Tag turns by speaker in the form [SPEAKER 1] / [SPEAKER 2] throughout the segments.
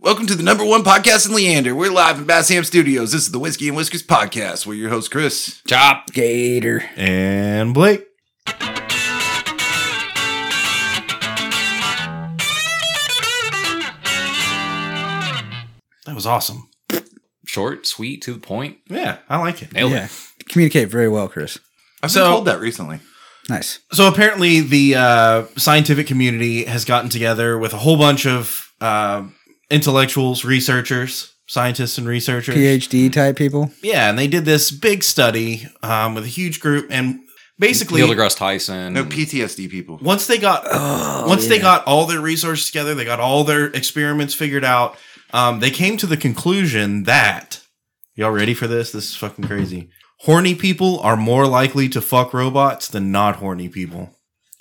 [SPEAKER 1] Welcome to the number one podcast in Leander. We're live in Bass Ham Studios. This is the Whiskey and Whiskers podcast. We're your host, Chris.
[SPEAKER 2] Chop.
[SPEAKER 3] Gator.
[SPEAKER 2] And Blake. That was awesome.
[SPEAKER 4] Short, sweet, to the point.
[SPEAKER 2] Yeah, I like it.
[SPEAKER 4] Nailed
[SPEAKER 3] yeah.
[SPEAKER 4] it.
[SPEAKER 3] Communicate very well, Chris.
[SPEAKER 1] I've
[SPEAKER 2] So-
[SPEAKER 1] been told that recently.
[SPEAKER 3] Nice.
[SPEAKER 2] So apparently, the uh, scientific community has gotten together with a whole bunch of uh, intellectuals, researchers, scientists, and researchers.
[SPEAKER 3] PhD type people.
[SPEAKER 2] Yeah, and they did this big study um, with a huge group, and basically,
[SPEAKER 4] Neil deGrasse Tyson.
[SPEAKER 1] No PTSD people.
[SPEAKER 2] once they got
[SPEAKER 3] Oh,
[SPEAKER 2] once they got all their resources together, they got all their experiments figured out. Um, they came to the conclusion that y'all ready for this? This is fucking crazy. Horny people are more likely to fuck robots than not horny people.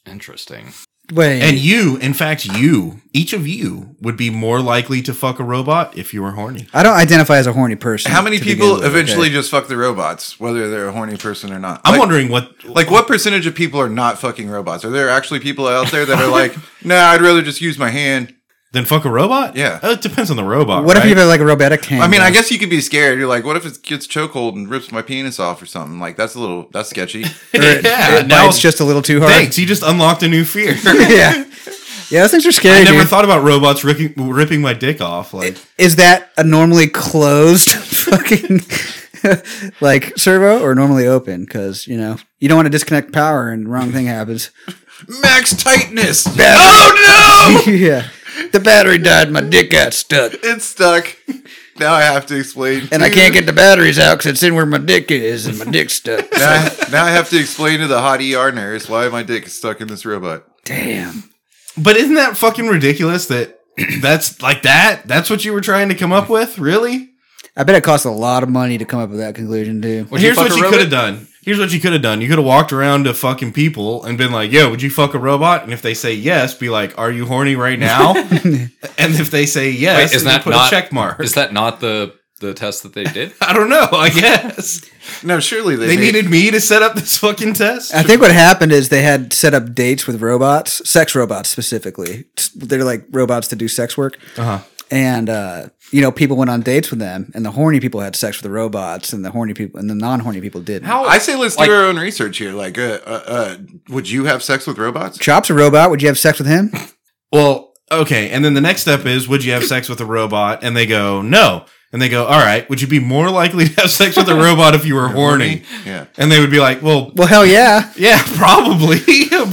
[SPEAKER 4] Interesting.
[SPEAKER 3] Wait.
[SPEAKER 2] And you, in fact, you, each of you, would be more likely to fuck a robot if you were horny.
[SPEAKER 3] I don't identify as a horny person.
[SPEAKER 1] How many
[SPEAKER 3] to begin
[SPEAKER 1] people
[SPEAKER 3] with,
[SPEAKER 1] eventually
[SPEAKER 3] okay?
[SPEAKER 1] just fuck the robots, whether they're a horny person or not?
[SPEAKER 2] I'm
[SPEAKER 1] Like-
[SPEAKER 2] wondering what,
[SPEAKER 1] Like, what percentage of people are not fucking robots? Are there actually people out there that are like, nah, I'd rather just use my hand?
[SPEAKER 2] then fuck a robot?
[SPEAKER 1] Yeah.
[SPEAKER 2] Uh, it depends on the robot.
[SPEAKER 3] What if
[SPEAKER 2] right?
[SPEAKER 3] you have like a robotic hand?
[SPEAKER 1] I mean, I guess you could be scared. You're like, what if it gets chokehold and rips my penis off or something? Like, that's a little, that's sketchy.
[SPEAKER 2] Yeah,
[SPEAKER 3] it
[SPEAKER 2] now-
[SPEAKER 3] bites just a little too hard.
[SPEAKER 2] Thanks, you just unlocked a new fear.
[SPEAKER 3] yeah. Yeah, those things are scary.
[SPEAKER 2] I never
[SPEAKER 3] dude.
[SPEAKER 2] thought about robots ripping, ripping my dick off. Like,
[SPEAKER 3] Is that a normally closed fucking like servo or normally open? Because you know you don't want to disconnect power and wrong thing happens.
[SPEAKER 1] Max tightness. Oh
[SPEAKER 3] yeah, the battery died. My dick got stuck,
[SPEAKER 1] no! It's stuck. Now I have to explain.
[SPEAKER 3] and I can't get the batteries out because it's in where my dick is, and my dick's stuck.
[SPEAKER 1] Now I, now I have to explain to the hot ER nurse why my dick is stuck in this robot.
[SPEAKER 3] Damn.
[SPEAKER 2] But isn't that fucking ridiculous that that's like that? That's what you were trying to come up with? Really?
[SPEAKER 3] I bet it cost a lot of money to come up with that conclusion too.
[SPEAKER 4] Would
[SPEAKER 2] Here's
[SPEAKER 4] fuck
[SPEAKER 2] what
[SPEAKER 4] a
[SPEAKER 2] you
[SPEAKER 4] robot?
[SPEAKER 2] could have done. Here's what you could have done. You could have walked around to fucking people and been like, yo, would you fuck a robot? And if they say yes, be like, are you horny right now? and if they say yes,
[SPEAKER 4] Wait, is
[SPEAKER 2] then
[SPEAKER 4] that
[SPEAKER 2] put
[SPEAKER 4] not-
[SPEAKER 2] a check mark.
[SPEAKER 4] Is that not the the test that they did?
[SPEAKER 2] I don't know, I guess.
[SPEAKER 1] No, surely they,
[SPEAKER 2] they
[SPEAKER 1] made-
[SPEAKER 2] needed me to set up this fucking test.
[SPEAKER 3] I think what happened is they had set up dates with robots, sex robots specifically. They're like robots to do sex work.
[SPEAKER 2] Uh-huh.
[SPEAKER 3] And uh, you know, people went on dates with them, and the horny people had sex with the robots, and the horny people and the non-horny people didn't.
[SPEAKER 2] How
[SPEAKER 1] I say let's
[SPEAKER 4] Like-
[SPEAKER 1] do our own research here. Like, uh, uh, uh, would you have sex with robots?
[SPEAKER 3] Chop's a robot. Would you have sex with him?
[SPEAKER 2] Well, okay. And then the next step is would you have sex with a robot? And they go, no. And they go, all right, would you be more likely to have sex with a robot if you were horny?
[SPEAKER 1] Yeah.
[SPEAKER 2] And they would be like, well,
[SPEAKER 3] Well, hell yeah.
[SPEAKER 2] yeah, probably.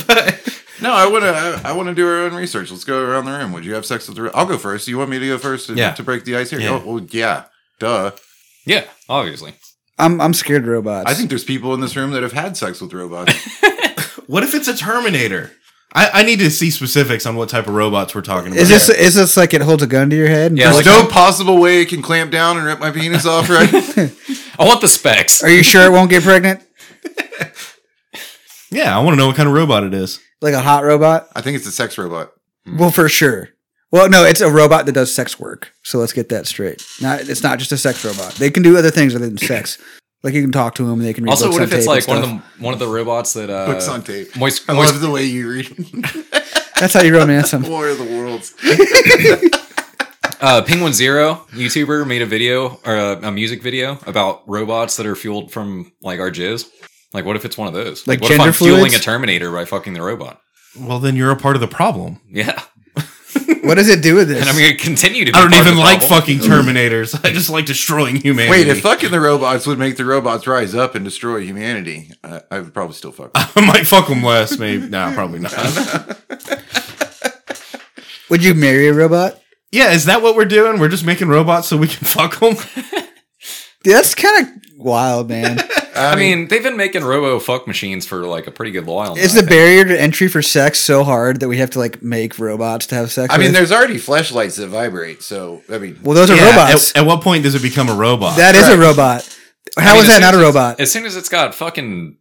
[SPEAKER 2] but
[SPEAKER 1] No, I want to. I, I want to do our own research. Let's go around the room. Would you have sex with the? I'll go first. You want me to go first to,
[SPEAKER 2] Yeah.
[SPEAKER 1] to break the ice here?
[SPEAKER 2] Yeah.
[SPEAKER 1] Oh, well, yeah, duh.
[SPEAKER 4] yeah, obviously.
[SPEAKER 3] I'm I'm scared of robots.
[SPEAKER 1] I think there's people in this room that have had sex with robots.
[SPEAKER 2] what if it's a Terminator? I, I need to see specifics on what type of robots we're talking about.
[SPEAKER 3] is this
[SPEAKER 2] here.
[SPEAKER 3] is this like it holds a gun to your head? and
[SPEAKER 4] Yeah,
[SPEAKER 3] just-
[SPEAKER 1] There's
[SPEAKER 4] like-
[SPEAKER 1] no possible way it can clamp down and rip my penis off, right?
[SPEAKER 4] I want the specs.
[SPEAKER 3] are you sure it won't get pregnant?
[SPEAKER 2] yeah, I want to know what kind of robot it is.
[SPEAKER 3] Like a hot robot?
[SPEAKER 1] I think it's a sex robot.
[SPEAKER 3] Well, for sure. Well, no, it's a robot that does sex work. So let's get that straight. Not it's not just a sex robot. They can do other things other than sex. Like you can talk to them. They can read
[SPEAKER 4] Also,
[SPEAKER 3] books
[SPEAKER 4] what
[SPEAKER 3] on
[SPEAKER 4] if it's like
[SPEAKER 3] tape and
[SPEAKER 4] one of
[SPEAKER 3] stuff.
[SPEAKER 4] the one of the robots that uh,
[SPEAKER 1] Books on tape.
[SPEAKER 4] Moist,
[SPEAKER 1] I
[SPEAKER 4] moist
[SPEAKER 1] love the way you read
[SPEAKER 3] That's how you romance them.
[SPEAKER 1] War of the Worlds.
[SPEAKER 4] uh, Penguin Zero YouTuber made a video or a, a music video about robots that are fueled from like our jizz. Like, what if it's one of those?
[SPEAKER 3] Like
[SPEAKER 4] what if
[SPEAKER 3] gender
[SPEAKER 4] I'm fueling
[SPEAKER 3] fluids?
[SPEAKER 4] a Terminator by fucking the robot?
[SPEAKER 2] Well, then you're a part of the problem.
[SPEAKER 4] Yeah,
[SPEAKER 3] What does it do with this?
[SPEAKER 4] and I'm going to continue to. Be
[SPEAKER 2] I don't
[SPEAKER 4] part of
[SPEAKER 2] even
[SPEAKER 4] the
[SPEAKER 2] like
[SPEAKER 4] problem.
[SPEAKER 2] fucking Terminators. I just like destroying humanity.
[SPEAKER 1] Wait, if fucking the robots would make the robots rise up and destroy humanity, I, I would probably still fuck. 'em.
[SPEAKER 2] I might fuck them less, maybe. No, probably not.
[SPEAKER 3] Would you marry a robot?
[SPEAKER 2] Yeah, is that what we're doing? We're just making robots so we can fuck them?
[SPEAKER 3] Dude, that's kind of wild, man.
[SPEAKER 4] I mean, they've been making robo fuck machines for like a pretty good while. now,
[SPEAKER 3] Is
[SPEAKER 4] I
[SPEAKER 3] the
[SPEAKER 4] think.
[SPEAKER 3] barrier to entry for sex so hard that we have to like make robots to have sex?
[SPEAKER 1] I mean,
[SPEAKER 3] with?
[SPEAKER 1] there's already flashlights that vibrate. So, I mean,
[SPEAKER 3] well, those are
[SPEAKER 2] Yeah,
[SPEAKER 3] robots.
[SPEAKER 2] At, at what point does it become a robot?
[SPEAKER 3] that is a
[SPEAKER 1] correct.
[SPEAKER 3] robot. How
[SPEAKER 4] mean,
[SPEAKER 3] is
[SPEAKER 4] as
[SPEAKER 3] that not a
[SPEAKER 4] soon as
[SPEAKER 3] robot?
[SPEAKER 4] as soon as it's got fucking
[SPEAKER 2] Moving-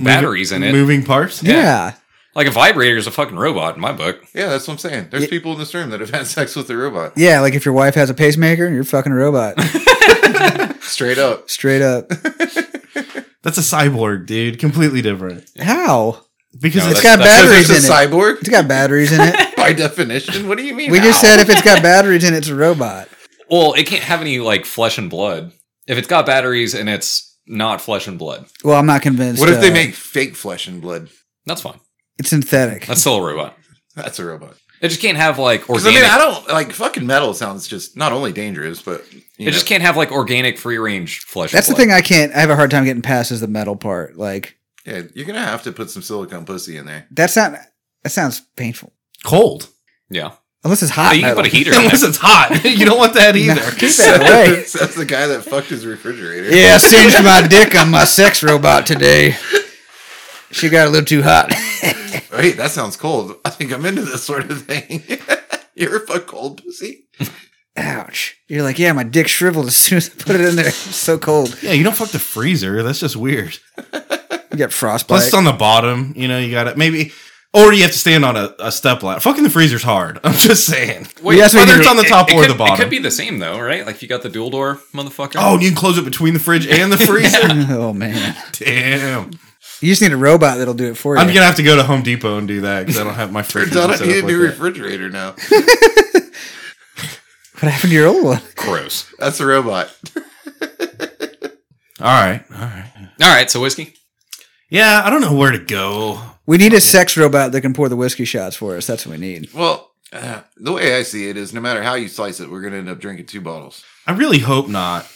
[SPEAKER 4] batteries in it,
[SPEAKER 2] Moving parts?
[SPEAKER 3] Yeah.
[SPEAKER 4] like a vibrator is a fucking robot in my book.
[SPEAKER 1] yeah, that's what I'm saying. There's people in this room that have had sex with the robot.
[SPEAKER 3] yeah, Like if your wife has a pacemaker, you're fucking a robot,
[SPEAKER 1] Straight up.
[SPEAKER 3] straight up.
[SPEAKER 2] That's a cyborg, dude. Completely different.
[SPEAKER 3] How?
[SPEAKER 2] Because
[SPEAKER 4] No,
[SPEAKER 2] it's
[SPEAKER 4] that's- that's-
[SPEAKER 3] It's got
[SPEAKER 1] Because
[SPEAKER 3] batteries
[SPEAKER 1] there's
[SPEAKER 3] in
[SPEAKER 1] a
[SPEAKER 3] it.
[SPEAKER 1] cyborg?
[SPEAKER 3] It's got batteries in it.
[SPEAKER 1] by definition. What do you mean?
[SPEAKER 3] We just
[SPEAKER 1] how?
[SPEAKER 3] said if it's got batteries in it, it's a robot.
[SPEAKER 4] Well, it can't have any like flesh and blood. If it's got batteries and it's not flesh and blood,
[SPEAKER 3] Well, I'm not convinced.
[SPEAKER 1] What if they
[SPEAKER 3] uh,
[SPEAKER 1] make fake flesh and blood?
[SPEAKER 4] that's fine.
[SPEAKER 3] it's synthetic?
[SPEAKER 4] That's still a robot.
[SPEAKER 1] That's a robot.
[SPEAKER 4] It just can't have like
[SPEAKER 1] 'Cause,
[SPEAKER 4] organic.
[SPEAKER 1] I mean, I don't like fucking metal. Sounds just not only dangerous, but you
[SPEAKER 4] it just
[SPEAKER 1] know.
[SPEAKER 4] can't have like organic free range flesh.
[SPEAKER 3] That's the
[SPEAKER 4] and
[SPEAKER 3] thing
[SPEAKER 4] blood.
[SPEAKER 3] I can't. I have a hard time getting past is the metal part. Like
[SPEAKER 1] Yeah, you're gonna have to put some silicone pussy in there.
[SPEAKER 3] that's not. That sounds painful.
[SPEAKER 2] Cold.
[SPEAKER 4] yeah,
[SPEAKER 3] Unless it's
[SPEAKER 4] Oh,
[SPEAKER 3] hot.
[SPEAKER 4] you can
[SPEAKER 3] metal.
[SPEAKER 4] put a heater. in
[SPEAKER 2] Unless
[SPEAKER 4] it.
[SPEAKER 2] it's hot. you don't want that either.
[SPEAKER 3] No, keep that away.
[SPEAKER 1] That's the guy that fucked his refrigerator.
[SPEAKER 3] Yeah, singed my dick on my sex robot today. She got a little too hot.
[SPEAKER 1] Wait, that sounds cold. I think I'm into this sort of thing. you ever fuck cold pussy?
[SPEAKER 3] Ouch. You're like, yeah, my dick shriveled as soon as I put it in there. It's so cold.
[SPEAKER 2] Yeah, you don't fuck the freezer. That's just weird.
[SPEAKER 3] You got frostbite.
[SPEAKER 2] Plus, it's on the bottom. You know, you got it. Maybe, or you have to stand on a, a step ladder. Fucking the freezer's hard. I'm just saying.
[SPEAKER 4] Wait,
[SPEAKER 3] Yes, we
[SPEAKER 2] Whether
[SPEAKER 3] do.
[SPEAKER 2] it's on the
[SPEAKER 4] It-
[SPEAKER 2] top
[SPEAKER 4] it
[SPEAKER 2] or
[SPEAKER 4] could-
[SPEAKER 2] the bottom.
[SPEAKER 4] It could be the same though, right? Like if you got the dual door, motherfucker.
[SPEAKER 2] oh, and you can close it between the fridge and the freezer.
[SPEAKER 3] oh man.
[SPEAKER 2] Damn.
[SPEAKER 3] You just need a robot that'll do it for you.
[SPEAKER 2] I'm gonna have to go to Home Depot and do that because I don't have my fridge.
[SPEAKER 1] Turns out I
[SPEAKER 2] set
[SPEAKER 1] need a
[SPEAKER 2] up like
[SPEAKER 1] new
[SPEAKER 2] that.
[SPEAKER 1] refrigerator now.
[SPEAKER 3] what happened to your old one?
[SPEAKER 4] gross.
[SPEAKER 1] That's a robot.
[SPEAKER 2] All right, all right.
[SPEAKER 4] All right, so whiskey.
[SPEAKER 2] Yeah, I don't know where to go.
[SPEAKER 3] We need a sex robot that can pour the whiskey shots for us. That's what we need.
[SPEAKER 1] Well, uh, the way I see it is, no matter how you slice it, we're gonna end up drinking two bottles.
[SPEAKER 2] I really hope not.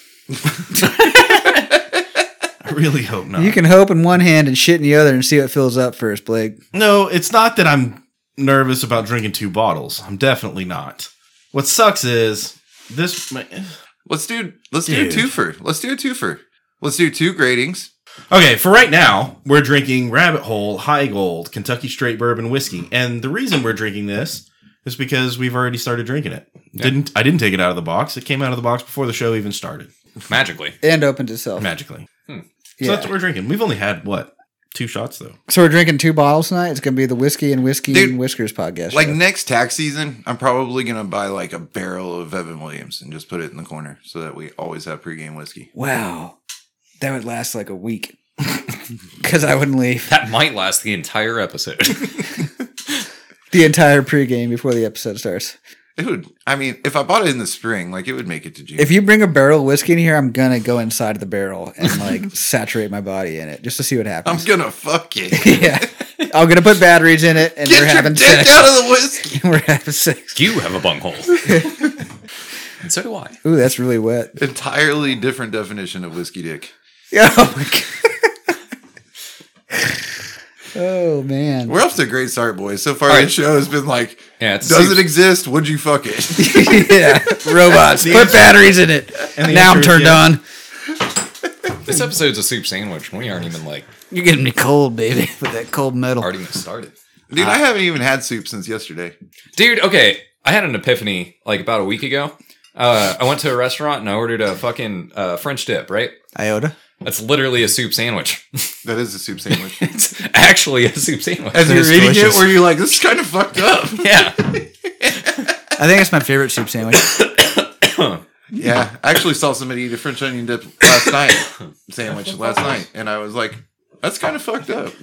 [SPEAKER 2] I really hope not.
[SPEAKER 3] You can hope in one hand and shit in the other and see what fills up first, Blake.
[SPEAKER 2] No, it's not that I'm nervous about drinking two bottles. I'm definitely not. What sucks is this.
[SPEAKER 1] Let's do let's do
[SPEAKER 2] Dude.
[SPEAKER 1] a twofer. Let's do a twofer. Let's do two gratings.
[SPEAKER 2] Okay, for right now, we're drinking Rabbit Hole High Gold Kentucky Straight Bourbon Whiskey, and the reason we're drinking this is because we've already started drinking it. Didn't I didn't take it out of the box. It came out of the box before the show even started
[SPEAKER 4] Magically,
[SPEAKER 3] And opens itself.
[SPEAKER 2] magically.
[SPEAKER 3] Yeah.
[SPEAKER 2] So that's what we're drinking. We've only had what two shots though.
[SPEAKER 3] So we're drinking two bottles tonight. It's gonna be the whiskey and whiskey
[SPEAKER 1] Dude,
[SPEAKER 3] and whiskers podcast.
[SPEAKER 1] Like
[SPEAKER 3] show.
[SPEAKER 1] next tax season, I'm probably gonna buy like a barrel of Evan Williams and just put it in the corner so that we always have pregame whiskey.
[SPEAKER 3] wow, that would last like a week because I wouldn't leave
[SPEAKER 4] that might last the entire episode.
[SPEAKER 3] the entire pregame before the episode starts.
[SPEAKER 1] It would. I mean, if I bought it in the spring, like it would make it to June.
[SPEAKER 3] If you bring a barrel of whiskey in here, I'm gonna go inside of the barrel and like saturate my body in it just to see what
[SPEAKER 1] I'm
[SPEAKER 3] happens.
[SPEAKER 1] gonna fuck you.
[SPEAKER 3] yeah, I'm gonna put batteries in it, and we're
[SPEAKER 1] Get your
[SPEAKER 3] having
[SPEAKER 1] dick
[SPEAKER 3] sex.
[SPEAKER 1] out of the whiskey.
[SPEAKER 3] we're having sex.
[SPEAKER 4] you have a bunghole, and so do I.
[SPEAKER 3] Ooh, that's really wet.
[SPEAKER 1] Entirely different definition of whiskey dick.
[SPEAKER 3] Oh my god. oh man.
[SPEAKER 1] We're off to a great start, boys. So far,
[SPEAKER 4] All right.
[SPEAKER 1] this show has been like,
[SPEAKER 4] Yeah, it's
[SPEAKER 1] does it exist? Would you fuck it?
[SPEAKER 3] yeah, robots.
[SPEAKER 2] The
[SPEAKER 3] Put
[SPEAKER 2] answer-
[SPEAKER 3] batteries in it.
[SPEAKER 2] And the
[SPEAKER 3] Now I'm
[SPEAKER 2] answer is
[SPEAKER 3] turned
[SPEAKER 2] yes.
[SPEAKER 3] on.
[SPEAKER 4] This episode's a soup sandwich. We aren't even like
[SPEAKER 3] You're getting me cold, baby, with that cold metal.
[SPEAKER 4] already even started.
[SPEAKER 1] Dude, I haven't even had soup since yesterday.
[SPEAKER 4] Dude, okay. I had an epiphany like about a week ago. Uh, I went to a restaurant and I ordered a fucking uh, French dip, right?
[SPEAKER 3] Iota.
[SPEAKER 4] That's literally a soup sandwich.
[SPEAKER 1] That is a soup sandwich.
[SPEAKER 4] it's actually a soup sandwich.
[SPEAKER 1] As you're
[SPEAKER 3] is
[SPEAKER 1] eating
[SPEAKER 3] delicious.
[SPEAKER 1] it, were you like, this is kind of fucked up?
[SPEAKER 4] Yeah.
[SPEAKER 3] I think it's my favorite soup sandwich.
[SPEAKER 1] yeah, I actually saw somebody eat a French onion dip last night, sandwich last night, and I was like, that's kind of fucked up.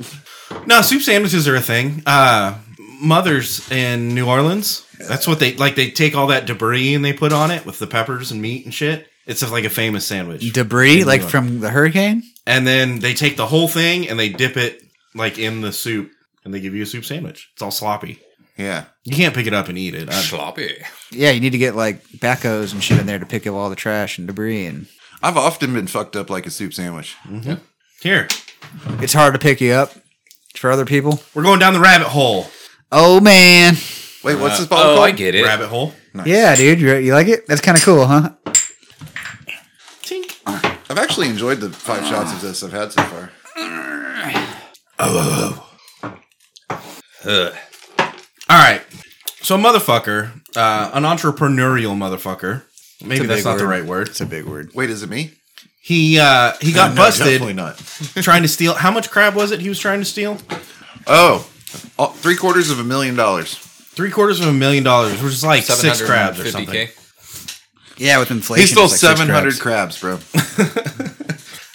[SPEAKER 2] No, soup sandwiches are a thing. Uh, mothers in New Orleans, that's what they like. They take all that debris and they put on it with the peppers and meat and shit. It's like a famous sandwich.
[SPEAKER 3] Debris, like from the hurricane.
[SPEAKER 2] and then they take the whole thing and they dip it like in the soup and they give you a soup sandwich. It's all sloppy.
[SPEAKER 1] Yeah.
[SPEAKER 2] You can't pick it up and eat it. I-
[SPEAKER 4] Sloppy.
[SPEAKER 3] Yeah, you need to get like backhoes and shit in there to pick up all the trash and debris, and
[SPEAKER 1] I've often been fucked up like a soup sandwich.
[SPEAKER 2] Here,
[SPEAKER 3] it's hard to pick you up for other people.
[SPEAKER 2] we're going down the rabbit hole.
[SPEAKER 3] Oh man,
[SPEAKER 1] Wait, what's
[SPEAKER 3] Uh,
[SPEAKER 1] this bottle
[SPEAKER 4] Oh,
[SPEAKER 1] called?
[SPEAKER 4] I get it.
[SPEAKER 2] Rabbit hole.
[SPEAKER 3] yeah, dude, you, you like it? That's kind of cool, huh?
[SPEAKER 1] I've actually enjoyed the five shots of this I've had so far.
[SPEAKER 2] All right. So, a motherfucker, uh, an entrepreneurial motherfucker. Maybe that's
[SPEAKER 3] big
[SPEAKER 2] not the
[SPEAKER 3] word.
[SPEAKER 2] right word.
[SPEAKER 3] It's a big word.
[SPEAKER 1] Wait, is it me?
[SPEAKER 2] He uh, he got
[SPEAKER 1] No,
[SPEAKER 2] busted
[SPEAKER 1] Definitely not.
[SPEAKER 2] trying to steal. How much crab was it he was trying to steal?
[SPEAKER 1] Oh, all- three quarters of a million dollars.
[SPEAKER 2] Three quarters of a million dollars, which is like six crabs or
[SPEAKER 4] 750K.
[SPEAKER 2] something.
[SPEAKER 3] Yeah, with inflation,
[SPEAKER 1] He stole
[SPEAKER 3] it's like six
[SPEAKER 1] 700
[SPEAKER 3] crabs.
[SPEAKER 1] crabs. bro.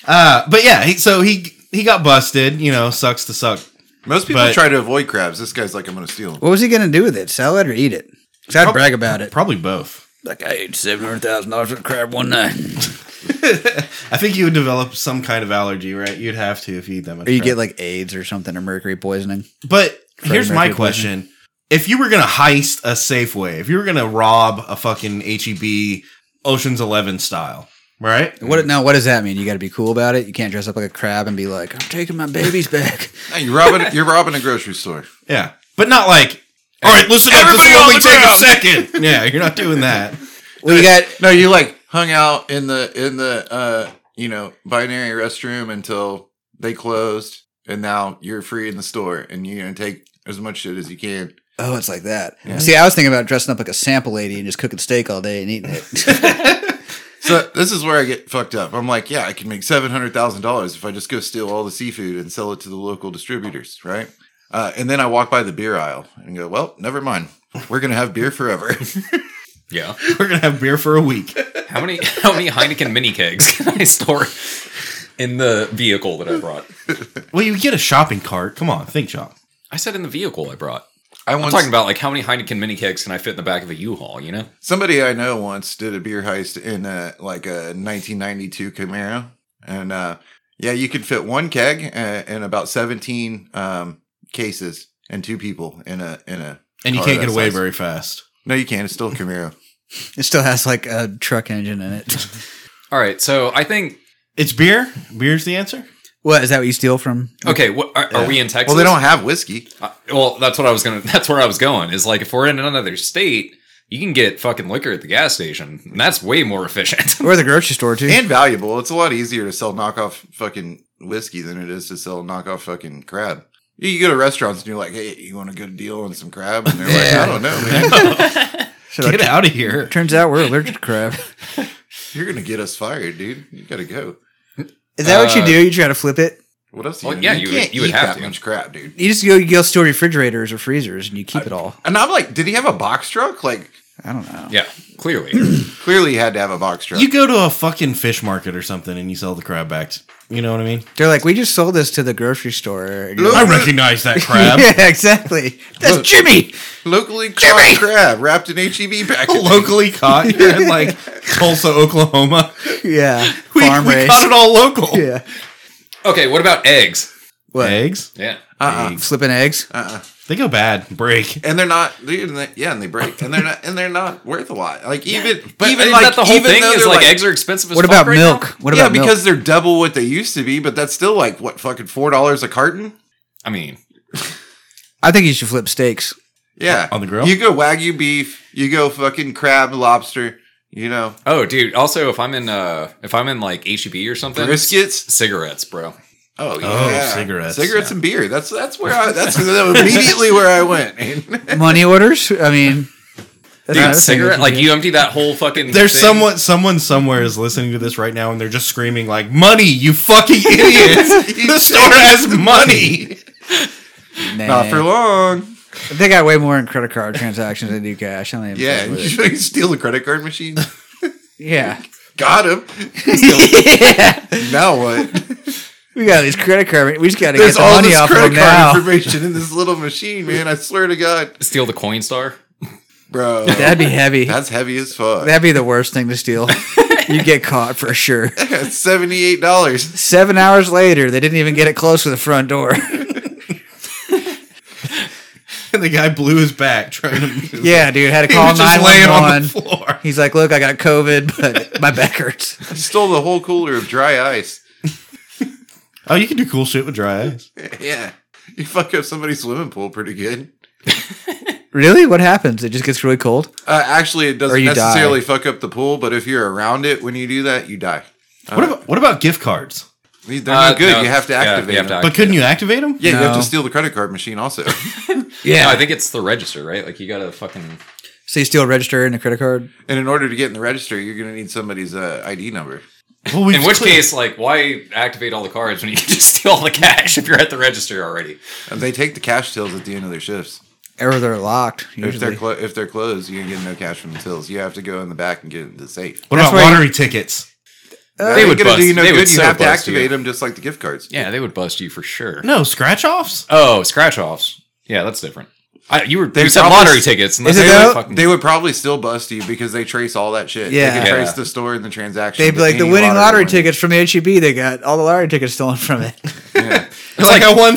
[SPEAKER 2] Uh, But yeah, he, so he he got busted. You know, sucks to suck.
[SPEAKER 1] Most people
[SPEAKER 2] But-
[SPEAKER 1] try to avoid crabs. This guy's like, I'm going to steal them.
[SPEAKER 3] What was he going to do with it? Sell it or eat it? Because I'd
[SPEAKER 2] Prob-
[SPEAKER 3] brag about it.
[SPEAKER 2] Probably both.
[SPEAKER 3] Like I ate seven hundred thousand dollars worth of crab one night.
[SPEAKER 2] I think you would develop some kind of allergy, right? You'd have to if you eat that much.
[SPEAKER 3] Or you
[SPEAKER 2] crab.
[SPEAKER 3] get like AIDS or something or mercury poisoning.
[SPEAKER 2] But here's my
[SPEAKER 3] Mercury
[SPEAKER 2] question. If you were going to heist a Safeway, if you were going to rob a fucking HEB Ocean's 11 style, right?
[SPEAKER 3] What now? What does that mean? You got to be cool about it. You can't dress up like a crab and be like, "I'm taking my babies back."
[SPEAKER 1] Hey, you're robbing. you're robbing a grocery store.
[SPEAKER 2] Yeah. But not like, all right, listen up. This
[SPEAKER 1] Everybody
[SPEAKER 2] will
[SPEAKER 1] on
[SPEAKER 2] only
[SPEAKER 1] the
[SPEAKER 2] take
[SPEAKER 1] ground."
[SPEAKER 2] a second. yeah, you're not doing that.
[SPEAKER 3] Well, you got
[SPEAKER 1] No, you like hung out in the in the uh you know binary restroom until they closed, and now you're free in the store, and you're gonna take as much shit as you can.
[SPEAKER 3] oh, it's like that. See, I was thinking about dressing up like a sample lady and just cooking steak all day and eating it.
[SPEAKER 1] So this is where I get fucked up. I'm like, yeah, I can make seven hundred thousand dollars if I just go steal all the seafood and sell it to the local distributors, right? Uh, and then I walk by the beer aisle and go, well, never mind. We're gonna have beer forever.
[SPEAKER 4] Yeah.
[SPEAKER 2] We're going to have beer for a week.
[SPEAKER 4] How many how many Heineken mini kegs can I store in the vehicle that I brought?
[SPEAKER 2] Well, you get a shopping cart. Come on, think shop.
[SPEAKER 4] I said in the vehicle I brought.
[SPEAKER 1] I
[SPEAKER 4] I'm
[SPEAKER 1] once
[SPEAKER 4] talking about like how many Heineken mini kegs can I fit in the back of a U-Haul, you know?
[SPEAKER 1] somebody I know once did a beer heist in a like a 1992 Camaro, and uh, yeah, you could fit one keg and, and about 17 um, cases and two people in a in a.
[SPEAKER 2] And you
[SPEAKER 1] car
[SPEAKER 2] can't
[SPEAKER 1] that
[SPEAKER 2] get away
[SPEAKER 1] size.
[SPEAKER 2] very fast.
[SPEAKER 1] No, you can't. It's still a Camaro.
[SPEAKER 3] it still has like a truck engine in it.
[SPEAKER 4] All right, so I think
[SPEAKER 2] It's beer. Beer's the answer.
[SPEAKER 3] What is that? What you steal from?
[SPEAKER 4] okay, what are, are we in Texas?
[SPEAKER 1] well, they don't have whiskey.
[SPEAKER 4] Uh, well, that's what I was gonna. That's where I was going. Is like if we're in another state, you can get fucking liquor at the gas station, and that's way more efficient.
[SPEAKER 3] Or the grocery store too.
[SPEAKER 1] and valuable. It's a lot easier to sell knockoff fucking whiskey than it is to sell knockoff fucking crab. You you go to restaurants and you're like, hey, you want a good deal on some crab? And they're like, I don't know, man.
[SPEAKER 3] Should
[SPEAKER 2] Get
[SPEAKER 3] I-
[SPEAKER 2] out of here.
[SPEAKER 3] Turns out we're allergic to crab.
[SPEAKER 1] You're gonna get us fired, dude. You gotta go.
[SPEAKER 3] Is that what you
[SPEAKER 4] Uh,
[SPEAKER 3] do? You try to flip it.
[SPEAKER 1] What else?
[SPEAKER 4] Well,
[SPEAKER 1] gonna
[SPEAKER 4] yeah,
[SPEAKER 1] do?
[SPEAKER 4] you would-
[SPEAKER 1] can't
[SPEAKER 4] you would
[SPEAKER 1] eat
[SPEAKER 4] have
[SPEAKER 1] that
[SPEAKER 4] to.
[SPEAKER 1] much crab, dude.
[SPEAKER 3] You just go. You go store refrigerators or freezers and you keep it all.
[SPEAKER 1] And I'm like, did he have a box truck? Like,
[SPEAKER 3] I don't know.
[SPEAKER 4] yeah, clearly.
[SPEAKER 1] clearly he had to have a box truck.
[SPEAKER 2] You go to a fucking fish market or something and you sell the crab backs. You know what I mean?
[SPEAKER 3] They're like, we just sold this to the grocery store. And you're
[SPEAKER 1] Look,
[SPEAKER 2] I
[SPEAKER 3] like,
[SPEAKER 2] recognize that crab.
[SPEAKER 3] yeah, exactly. That's
[SPEAKER 1] Look.
[SPEAKER 3] Jimmy.
[SPEAKER 1] Locally caught crab wrapped in E HEB packaging.
[SPEAKER 2] locally caught here in like Tulsa, Oklahoma.
[SPEAKER 3] Yeah,
[SPEAKER 2] We,
[SPEAKER 3] farm
[SPEAKER 2] we
[SPEAKER 3] raised.
[SPEAKER 2] caught it all local.
[SPEAKER 3] Yeah,
[SPEAKER 4] okay, what about eggs?
[SPEAKER 3] What?
[SPEAKER 2] Eggs,
[SPEAKER 4] Yeah,
[SPEAKER 1] Uh-uh.
[SPEAKER 3] flipping eggs.
[SPEAKER 2] they go bad. Break.
[SPEAKER 1] And they're not, they're- and they- yeah, and they break, and they're not, and they're not worth a lot. Like even,
[SPEAKER 4] but
[SPEAKER 1] even
[SPEAKER 4] even
[SPEAKER 1] like
[SPEAKER 4] that the whole
[SPEAKER 1] even
[SPEAKER 4] thing
[SPEAKER 1] though
[SPEAKER 4] is
[SPEAKER 1] they're,
[SPEAKER 4] like, eggs are expensive. As
[SPEAKER 3] What
[SPEAKER 4] fuck
[SPEAKER 3] about
[SPEAKER 4] right
[SPEAKER 3] milk?
[SPEAKER 4] now?
[SPEAKER 3] What
[SPEAKER 1] yeah,
[SPEAKER 3] about milk?
[SPEAKER 1] because they're double what they used to be, but that's still like what fucking four dollars a carton.
[SPEAKER 4] I mean,
[SPEAKER 3] I think you should flip steaks.
[SPEAKER 1] Yeah,
[SPEAKER 2] On the grill?
[SPEAKER 1] You go wagyu beef. You go fucking crab, lobster. You know
[SPEAKER 4] oh, dude. Also, if I'm in uh, if I'm in like HEB or something,
[SPEAKER 1] briskets.
[SPEAKER 4] cigarettes, bro.
[SPEAKER 1] Oh,
[SPEAKER 2] Oh,
[SPEAKER 1] yeah.
[SPEAKER 2] cigarettes.
[SPEAKER 1] cigarettes and beer. That's that's where I. That's immediately where I went. man.
[SPEAKER 3] Money orders. I mean, that's
[SPEAKER 4] Dude,
[SPEAKER 3] another thing
[SPEAKER 4] cigarette.
[SPEAKER 3] that
[SPEAKER 4] Like you empty that whole fucking.
[SPEAKER 2] There's
[SPEAKER 4] thing.
[SPEAKER 2] someone, someone somewhere is listening to this right now, and they're just screaming like, "Money, you fucking idiots! the store has money."
[SPEAKER 3] you- Nah.
[SPEAKER 1] Not for long.
[SPEAKER 3] They got way more in credit card transactions than they do cash. I don't even
[SPEAKER 1] Yeah,
[SPEAKER 3] fuck with
[SPEAKER 1] you
[SPEAKER 3] it.
[SPEAKER 1] fucking steal the credit card machine.
[SPEAKER 3] yeah.
[SPEAKER 1] Got him. Now what?
[SPEAKER 3] We got these credit card. We just got to get
[SPEAKER 1] There's
[SPEAKER 3] the
[SPEAKER 1] all
[SPEAKER 3] money
[SPEAKER 1] this
[SPEAKER 3] off
[SPEAKER 1] credit card
[SPEAKER 3] them now.
[SPEAKER 1] information in this little machine, man. I swear to God,
[SPEAKER 4] steal the Coinstar.
[SPEAKER 1] bro.
[SPEAKER 3] That'd be heavy.
[SPEAKER 1] that's heavy as fuck.
[SPEAKER 3] That'd be the worst thing to steal. you get caught for sure.
[SPEAKER 1] That's seventy eight dollars.
[SPEAKER 3] Seven hours later, they didn't even get it close to the front door.
[SPEAKER 2] And the guy blew his back trying to.
[SPEAKER 3] yeah, dude, had to
[SPEAKER 2] he
[SPEAKER 3] call
[SPEAKER 2] was just laying on the
[SPEAKER 3] 911.
[SPEAKER 2] floor.
[SPEAKER 3] He's like, "Look, I got COVID, but my back hurts."
[SPEAKER 1] Stole the whole cooler of dry ice.
[SPEAKER 2] Oh, you can do cool shit with dry eyes.
[SPEAKER 1] Yeah. You fuck up somebody's swimming pool pretty good.
[SPEAKER 3] Really? What happens? It just gets really cold.
[SPEAKER 1] Uh, actually, it
[SPEAKER 3] Or
[SPEAKER 1] doesn't
[SPEAKER 3] you
[SPEAKER 1] necessarily fuck up the pool, but if you're around it when you do that, you die.
[SPEAKER 2] What about what about gift cards?
[SPEAKER 1] They're
[SPEAKER 4] Uh,
[SPEAKER 1] not good.
[SPEAKER 4] no.
[SPEAKER 1] You have to
[SPEAKER 4] Yeah, you
[SPEAKER 1] activate
[SPEAKER 4] have to
[SPEAKER 1] them.
[SPEAKER 4] act-
[SPEAKER 2] But couldn't you activate them?
[SPEAKER 1] yeah, you have
[SPEAKER 3] No.
[SPEAKER 1] to steal the credit card machine also.
[SPEAKER 3] Yeah.
[SPEAKER 4] No, I think it's the register, right? Like you gotta fucking.
[SPEAKER 3] so you steal a register and a credit card.
[SPEAKER 1] and in order to get in the register, you're going to need somebody's uh, ID number.
[SPEAKER 2] Well, we've
[SPEAKER 4] In which
[SPEAKER 2] cleared-
[SPEAKER 4] case, like, why activate all the cards when you can just steal all the cash if you're at the register already?
[SPEAKER 1] And they take the cash tills at the end of their shifts.
[SPEAKER 3] Or they're locked usually.
[SPEAKER 1] If they're clo- if they're closed, you can get no cash from the tills. You have to go in the back and get it in the safe.
[SPEAKER 2] what
[SPEAKER 3] That's
[SPEAKER 2] about
[SPEAKER 3] where you-
[SPEAKER 2] lottery tickets?
[SPEAKER 1] That
[SPEAKER 4] They
[SPEAKER 1] ain't
[SPEAKER 4] would
[SPEAKER 1] gonna
[SPEAKER 4] bust-
[SPEAKER 1] do you no
[SPEAKER 4] they would
[SPEAKER 1] good. You
[SPEAKER 4] so
[SPEAKER 1] have to
[SPEAKER 4] bust you.
[SPEAKER 1] activate them just like the gift cards.
[SPEAKER 4] Yeah, they would bust you for sure.
[SPEAKER 2] No, scratch offs?
[SPEAKER 4] Oh, scratch offs. Yeah, that's different. I, you were
[SPEAKER 1] They
[SPEAKER 4] they said
[SPEAKER 1] probably-
[SPEAKER 4] lottery tickets. And
[SPEAKER 3] Is
[SPEAKER 4] that's
[SPEAKER 3] it
[SPEAKER 4] how you
[SPEAKER 3] though?
[SPEAKER 4] fucking-
[SPEAKER 1] They would probably still bust you because they trace all that shit.
[SPEAKER 3] Yeah.
[SPEAKER 1] they can
[SPEAKER 4] Yeah.
[SPEAKER 1] trace the store and the transaction.
[SPEAKER 3] They'd be
[SPEAKER 1] to
[SPEAKER 3] like the
[SPEAKER 1] any
[SPEAKER 3] winning lottery
[SPEAKER 1] winner."
[SPEAKER 3] tickets from the HEB. They got all the lottery tickets stolen from it.
[SPEAKER 1] Yeah.
[SPEAKER 2] It's like, I won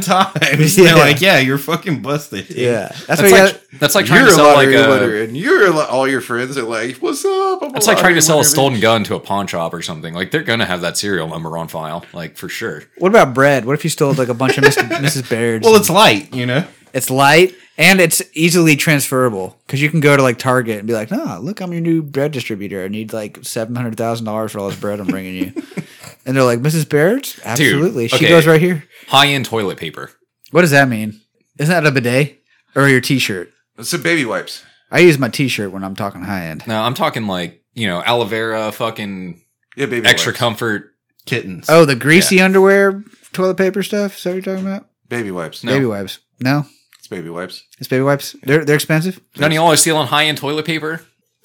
[SPEAKER 2] times.
[SPEAKER 3] Yeah.
[SPEAKER 2] They're like, yeah, you're fucking busted. dude."
[SPEAKER 3] Yeah, that's,
[SPEAKER 4] that's,
[SPEAKER 3] what. you
[SPEAKER 4] like,
[SPEAKER 3] got-
[SPEAKER 4] that's like trying
[SPEAKER 1] you're
[SPEAKER 4] to
[SPEAKER 1] a
[SPEAKER 4] sell like uh,
[SPEAKER 1] lottery
[SPEAKER 4] a.
[SPEAKER 1] winner, and you're a lo- all your friends are like, "What's up?" I'm
[SPEAKER 4] That's like trying
[SPEAKER 1] lottery
[SPEAKER 4] to sell a
[SPEAKER 1] winner,
[SPEAKER 4] stolen
[SPEAKER 1] bitch."
[SPEAKER 4] gun to a pawn shop or something. Like they're gonna have that serial number on file, like for sure.
[SPEAKER 3] what about bread? What if you stole like a bunch of Mr. Mrs. Baird's?
[SPEAKER 2] Well, it's light, you know?
[SPEAKER 3] It's light and it's easily transferable because you can go to like Target and be like, "Nah, look, I'm your new bread distributor. I need like seven hundred thousand dollars for all this bread I'm bringing you." and they're like, "Mrs. Baird's, absolutely. she
[SPEAKER 4] okay.
[SPEAKER 3] goes right here."
[SPEAKER 4] High end toilet paper.
[SPEAKER 3] What does that mean? Isn't that a bidet or your T-shirt?
[SPEAKER 1] It's a baby wipes.
[SPEAKER 3] I use my T-shirt when I'm talking high end.
[SPEAKER 4] No, I'm talking like you know aloe vera, fucking
[SPEAKER 1] Yeah, baby
[SPEAKER 4] extra
[SPEAKER 1] wipes.
[SPEAKER 4] comfort.
[SPEAKER 2] Kittens.
[SPEAKER 3] Oh, the greasy underwear, toilet paper stuff. Is that what you're talking about?
[SPEAKER 1] baby wipes.
[SPEAKER 4] No.
[SPEAKER 3] Baby wipes. No,
[SPEAKER 1] It's baby wipes.
[SPEAKER 3] it's baby wipes. They're they're expensive.
[SPEAKER 4] None of y'all are stealing high end toilet paper.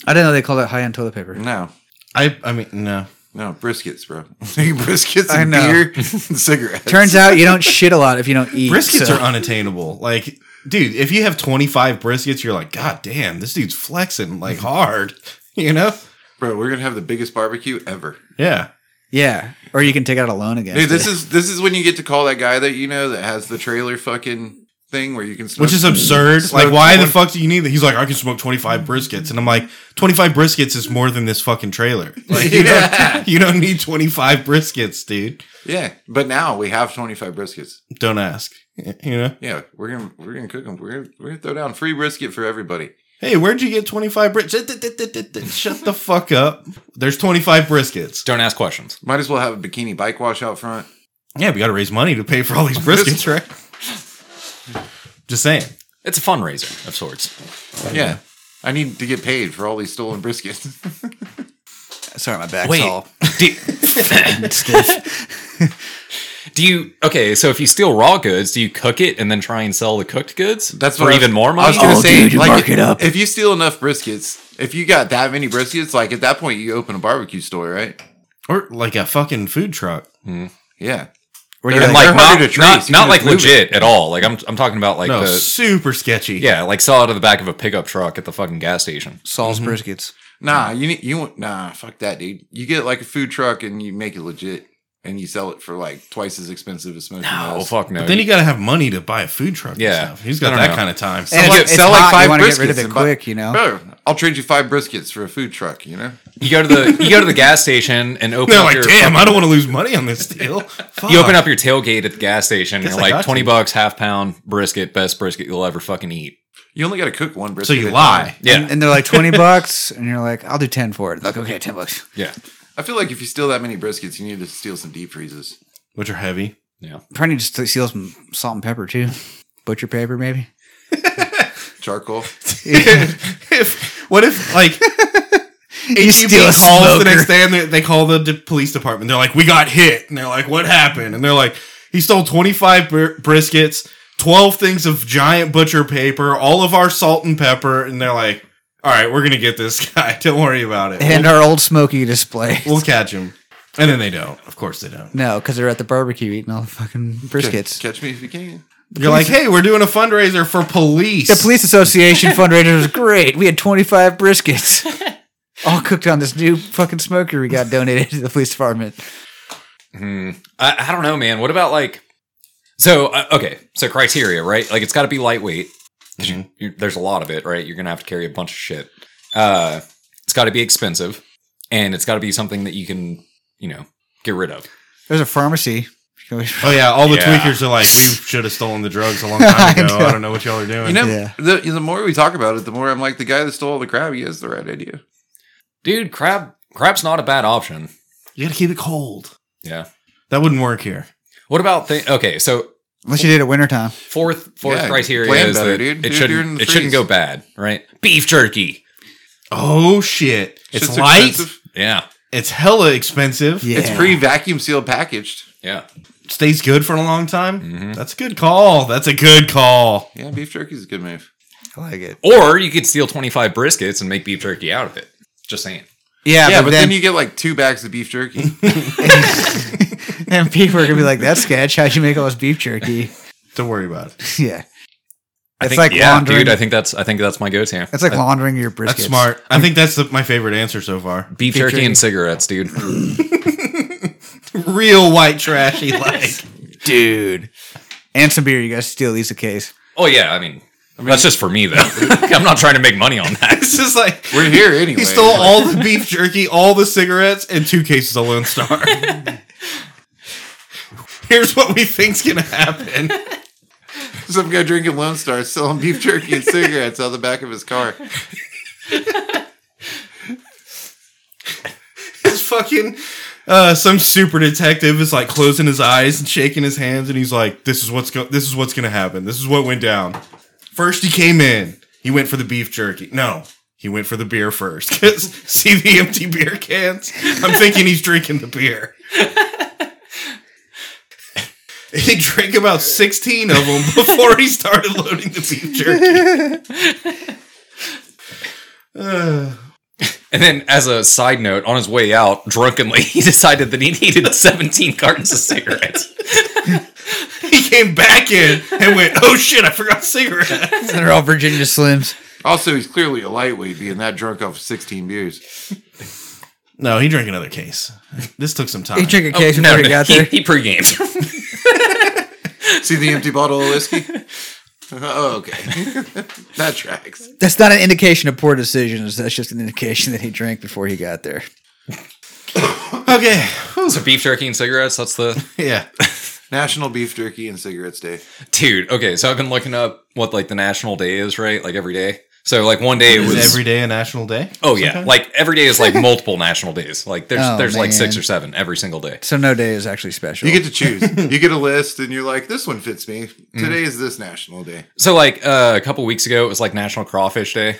[SPEAKER 3] I didn't know they called it high end toilet paper.
[SPEAKER 1] No,
[SPEAKER 2] I, I mean, no.
[SPEAKER 1] no briskets, bro. briskets
[SPEAKER 3] I
[SPEAKER 1] and
[SPEAKER 3] know.
[SPEAKER 1] beer and cigarettes.
[SPEAKER 3] Turns out you don't shit a lot if you don't eat.
[SPEAKER 2] Briskets
[SPEAKER 3] so-
[SPEAKER 2] are unattainable. Like, dude, if you have 25 briskets, you're like, God damn, this dude's flexing like hard, you know?
[SPEAKER 1] bro, we're gonna have the biggest barbecue ever.
[SPEAKER 2] Yeah.
[SPEAKER 3] Yeah, or you can take out a loan again.
[SPEAKER 1] Dude, this is this is when you get to call that guy that you know that has the trailer fucking thing where you can. Smoke.
[SPEAKER 2] Which is absurd.
[SPEAKER 1] Smoke
[SPEAKER 2] like, why the
[SPEAKER 1] twenty-
[SPEAKER 2] fuck do you need that? He's like, I can smoke 25 briskets. And I'm like, 25 briskets is more than this fucking trailer. Like, you,
[SPEAKER 1] Yeah.
[SPEAKER 2] don't, you don't need 25 briskets, dude.
[SPEAKER 1] yeah, but now we have twenty five briskets.
[SPEAKER 2] Don't ask. You know?
[SPEAKER 1] Yeah, we're gonna we're gonna cook them. We're gonna, we're gonna throw down free brisket for everybody.
[SPEAKER 2] Hey, where'd you get 25 briskets? Shut the fuck up. There's 25 briskets.
[SPEAKER 4] Don't ask questions.
[SPEAKER 1] Might as well have a bikini bike wash out front.
[SPEAKER 2] Yeah, we got to raise money to pay for all these briskets, right? Just saying.
[SPEAKER 4] It's a fundraiser of sorts.
[SPEAKER 1] Yeah. I need to get paid for all these stolen briskets.
[SPEAKER 3] Sorry, my back's
[SPEAKER 4] Wait.
[SPEAKER 3] all
[SPEAKER 4] Do-
[SPEAKER 3] stiff.
[SPEAKER 4] Do you okay? So if you steal raw goods, do you cook it and then try and sell the cooked goods?
[SPEAKER 1] That's
[SPEAKER 4] for
[SPEAKER 1] what I was-
[SPEAKER 4] even more
[SPEAKER 1] I
[SPEAKER 4] money.
[SPEAKER 1] was gonna
[SPEAKER 3] Oh,
[SPEAKER 1] say,
[SPEAKER 3] dude, you
[SPEAKER 1] like,
[SPEAKER 3] mark it up.
[SPEAKER 1] If you steal enough briskets, if you got that many briskets, like at that point you open a barbecue store, right?
[SPEAKER 2] Or like a fucking food truck.
[SPEAKER 1] Yeah.
[SPEAKER 3] Where
[SPEAKER 1] They're
[SPEAKER 3] you're
[SPEAKER 4] and
[SPEAKER 3] like,
[SPEAKER 1] they're
[SPEAKER 4] like not,
[SPEAKER 1] harder to trace.
[SPEAKER 4] not,
[SPEAKER 1] You
[SPEAKER 4] not
[SPEAKER 1] can
[SPEAKER 4] like
[SPEAKER 1] just move
[SPEAKER 4] legit at all. Like I'm I'm talking about like
[SPEAKER 2] no,
[SPEAKER 4] the
[SPEAKER 2] super sketchy.
[SPEAKER 4] yeah like sell out of the back of a pickup truck at the fucking gas station.
[SPEAKER 3] Saul's briskets.
[SPEAKER 1] Nah, you need you want- nah, fuck that, dude. You get like a food truck and you make it legit and you sell it for like twice as expensive as smoking.
[SPEAKER 4] Oh
[SPEAKER 1] Meals.
[SPEAKER 4] fuck no.
[SPEAKER 2] But then you got to have money to buy a food truck.
[SPEAKER 4] Yeah.
[SPEAKER 2] And stuff.
[SPEAKER 4] I
[SPEAKER 2] He's got
[SPEAKER 4] don't
[SPEAKER 2] that
[SPEAKER 4] know.
[SPEAKER 2] kind of time.
[SPEAKER 3] And
[SPEAKER 4] like-
[SPEAKER 3] it's,
[SPEAKER 1] sell
[SPEAKER 3] sell
[SPEAKER 1] like
[SPEAKER 3] like
[SPEAKER 1] five
[SPEAKER 3] you want to get rid of
[SPEAKER 1] briskets
[SPEAKER 3] it
[SPEAKER 1] and buy-
[SPEAKER 3] quick, you know.
[SPEAKER 1] Bro, I'll trade you five briskets for a food truck, you know?
[SPEAKER 4] You go to the you go to the gas station and open
[SPEAKER 2] They're
[SPEAKER 4] up
[SPEAKER 2] like,
[SPEAKER 4] your
[SPEAKER 2] damn, I don't want to lose money on this deal. Fuck.
[SPEAKER 4] you open up your tailgate at the gas station and
[SPEAKER 2] Guess
[SPEAKER 4] you're
[SPEAKER 2] I
[SPEAKER 4] like
[SPEAKER 2] got
[SPEAKER 4] twenty
[SPEAKER 2] you.
[SPEAKER 4] bucks half pound brisket best brisket you'll ever fucking eat.
[SPEAKER 1] You only gotta cook one
[SPEAKER 2] So
[SPEAKER 1] brisket.
[SPEAKER 2] you
[SPEAKER 1] at a
[SPEAKER 2] lie.
[SPEAKER 1] time.
[SPEAKER 4] Yeah
[SPEAKER 3] And they're like twenty bucks, and you're like, I'll do ten for it. Like, okay, ten bucks.
[SPEAKER 4] yeah
[SPEAKER 1] I feel like if you steal that many briskets, you need to steal some deep freezes.
[SPEAKER 2] Which are heavy.
[SPEAKER 4] yeah.
[SPEAKER 3] Probably just to seal some salt and pepper too. Butcher paper, maybe.
[SPEAKER 1] Charcoal.
[SPEAKER 2] if what if like
[SPEAKER 3] You steal a
[SPEAKER 2] calls the
[SPEAKER 3] smoker.
[SPEAKER 2] next day and they, they call the de- police department. They're like, "We got hit," and they're like, "What happened?" And they're like, "He stole twenty five br- briskets, twelve things of giant butcher paper, all of our salt and pepper," and they're like, "All right, we're gonna get this guy. Don't worry about it.
[SPEAKER 3] And
[SPEAKER 2] We'll,
[SPEAKER 3] our old smoky display.
[SPEAKER 2] we'll catch him." And then they don't. Of course they don't.
[SPEAKER 3] No, because they're at the barbecue eating all the fucking briskets.
[SPEAKER 1] Catch me if you can.
[SPEAKER 2] You're like, "Hey, we're doing a fundraiser for police."
[SPEAKER 3] The police association fundraiser was great. We had 25 briskets, all cooked on this new fucking smoker we got donated to the police department.
[SPEAKER 4] Hmm. I, I don't know, man. What about like? So uh, okay, so criteria, right? Like it's got to be lightweight. 'cause
[SPEAKER 2] Mm-hmm.
[SPEAKER 4] you- you- there's a lot of it, right? You're gonna have to carry a bunch of shit. Uh, it's got to be expensive, and it's got to be something that you can, you know, get rid of.
[SPEAKER 3] There's a pharmacy.
[SPEAKER 2] Oh yeah, all the
[SPEAKER 4] Yeah.
[SPEAKER 2] tweakers are like, "We should have stolen the drugs a long time
[SPEAKER 3] I
[SPEAKER 2] ago. I,
[SPEAKER 3] know.
[SPEAKER 2] don't know what y'all are doing."
[SPEAKER 1] You know,
[SPEAKER 3] Yeah.
[SPEAKER 1] the, the more we talk about it, the more I'm like, the guy that stole all the crab, he has the right idea.
[SPEAKER 4] Dude, crab, crab's not a bad option.
[SPEAKER 2] you gotta keep it cold.
[SPEAKER 4] Yeah.
[SPEAKER 2] That wouldn't work here.
[SPEAKER 4] What about thi- okay? So
[SPEAKER 3] Unless you did it wintertime.
[SPEAKER 4] fourth fourth
[SPEAKER 1] Yeah,
[SPEAKER 4] criteria
[SPEAKER 1] plan
[SPEAKER 4] is
[SPEAKER 1] better,
[SPEAKER 4] that
[SPEAKER 1] dude.
[SPEAKER 4] it
[SPEAKER 1] Dude, you're in
[SPEAKER 4] shouldn't
[SPEAKER 1] the
[SPEAKER 4] it shouldn't
[SPEAKER 1] freeze.
[SPEAKER 4] go bad, right? Beef jerky.
[SPEAKER 2] Oh shit! It's
[SPEAKER 1] Shit's
[SPEAKER 2] light.
[SPEAKER 1] expensive.
[SPEAKER 4] Yeah,
[SPEAKER 2] It's hella expensive.
[SPEAKER 3] Yeah.
[SPEAKER 1] It's pre vacuum sealed packaged.
[SPEAKER 4] yeah.
[SPEAKER 2] Stays good for a long time.
[SPEAKER 3] Mm-hmm.
[SPEAKER 2] That's a good call. That's a good call.
[SPEAKER 1] Yeah, beef jerky's a good move.
[SPEAKER 3] I like it.
[SPEAKER 4] Or you could steal twenty five briskets and make beef jerky out of it. Just saying.
[SPEAKER 3] Yeah,
[SPEAKER 1] yeah,
[SPEAKER 3] but, then,
[SPEAKER 1] you get like two bags of beef jerky.
[SPEAKER 3] then people are gonna be like, "That's sketch. How'd you make all this beef jerky?"
[SPEAKER 2] Don't worry about it.
[SPEAKER 3] yeah,
[SPEAKER 4] I
[SPEAKER 3] It's
[SPEAKER 4] think,
[SPEAKER 3] like
[SPEAKER 4] yeah,
[SPEAKER 3] laundering.
[SPEAKER 4] dude. I think that's I think that's my go-to. Uh,
[SPEAKER 3] that's like laundering your briskets.
[SPEAKER 2] That's smart. I think that's the, my favorite answer so far.
[SPEAKER 4] Beef
[SPEAKER 3] Beef
[SPEAKER 4] jerky
[SPEAKER 3] jerky.
[SPEAKER 4] and cigarettes, dude.
[SPEAKER 2] Real white trashy like.
[SPEAKER 3] dude. And some beer. You guys steal Lisa K's.
[SPEAKER 4] Oh yeah, I mean, that's just for me though. I'm not trying to make money on that.
[SPEAKER 2] It's just like
[SPEAKER 1] We're here anyway.
[SPEAKER 2] he stole all the beef jerky, all the cigarettes, and two cases of Lone Star. Here's what we think's gonna happen.
[SPEAKER 1] Some guy drinking Lone Star selling beef jerky and cigarettes out the back of his car.
[SPEAKER 2] His fucking uh, some super detective is like closing his eyes and shaking his hands, and he's like, "This is what's go- this is what's gonna happen. This is what went down." First, he came in. He went for the beef jerky. No, he went for the beer first. 'Cause see the empty beer cans. I'm thinking he's drinking the beer. He drank about 16 of them before he started loading the beef jerky. Uh,
[SPEAKER 4] And then, as a side note, on his way out, drunkenly, he decided that he needed 17 cartons of cigarettes.
[SPEAKER 2] he came back in and went, "Oh shit, I forgot cigarettes."
[SPEAKER 3] They're all Virginia Slims.
[SPEAKER 1] Also, he's clearly a lightweight being that drunk off 16 beers.
[SPEAKER 2] No, he drank another case. This took some time.
[SPEAKER 3] He drank a case
[SPEAKER 4] Oh,
[SPEAKER 3] before he got
[SPEAKER 4] he,
[SPEAKER 3] there.
[SPEAKER 4] he pre-gamed.
[SPEAKER 1] See the empty bottle of whiskey? Oh, okay. that tracks.
[SPEAKER 3] That's not an indication of poor decisions. That's just an indication that he drank before he got there.
[SPEAKER 2] okay.
[SPEAKER 4] so beef jerky and cigarettes, that's the...
[SPEAKER 2] Yeah.
[SPEAKER 1] National Beef Jerky and Cigarettes Day.
[SPEAKER 4] Dude, okay, so I've been looking up what, like, the national day is, right? Like, every day. So, like, one day it was...
[SPEAKER 2] Is every day a national day?
[SPEAKER 4] oh, yeah. Like, every day is, like, multiple national days. Like, there's,
[SPEAKER 3] Oh,
[SPEAKER 4] there's like, six
[SPEAKER 3] man.
[SPEAKER 4] or seven every single day.
[SPEAKER 3] So no day is actually special.
[SPEAKER 1] You get to choose. you get a list, and you're like, this one fits me. Today is this National Day.
[SPEAKER 4] So, like, uh, a couple weeks ago, it was, like, National Crawfish Day.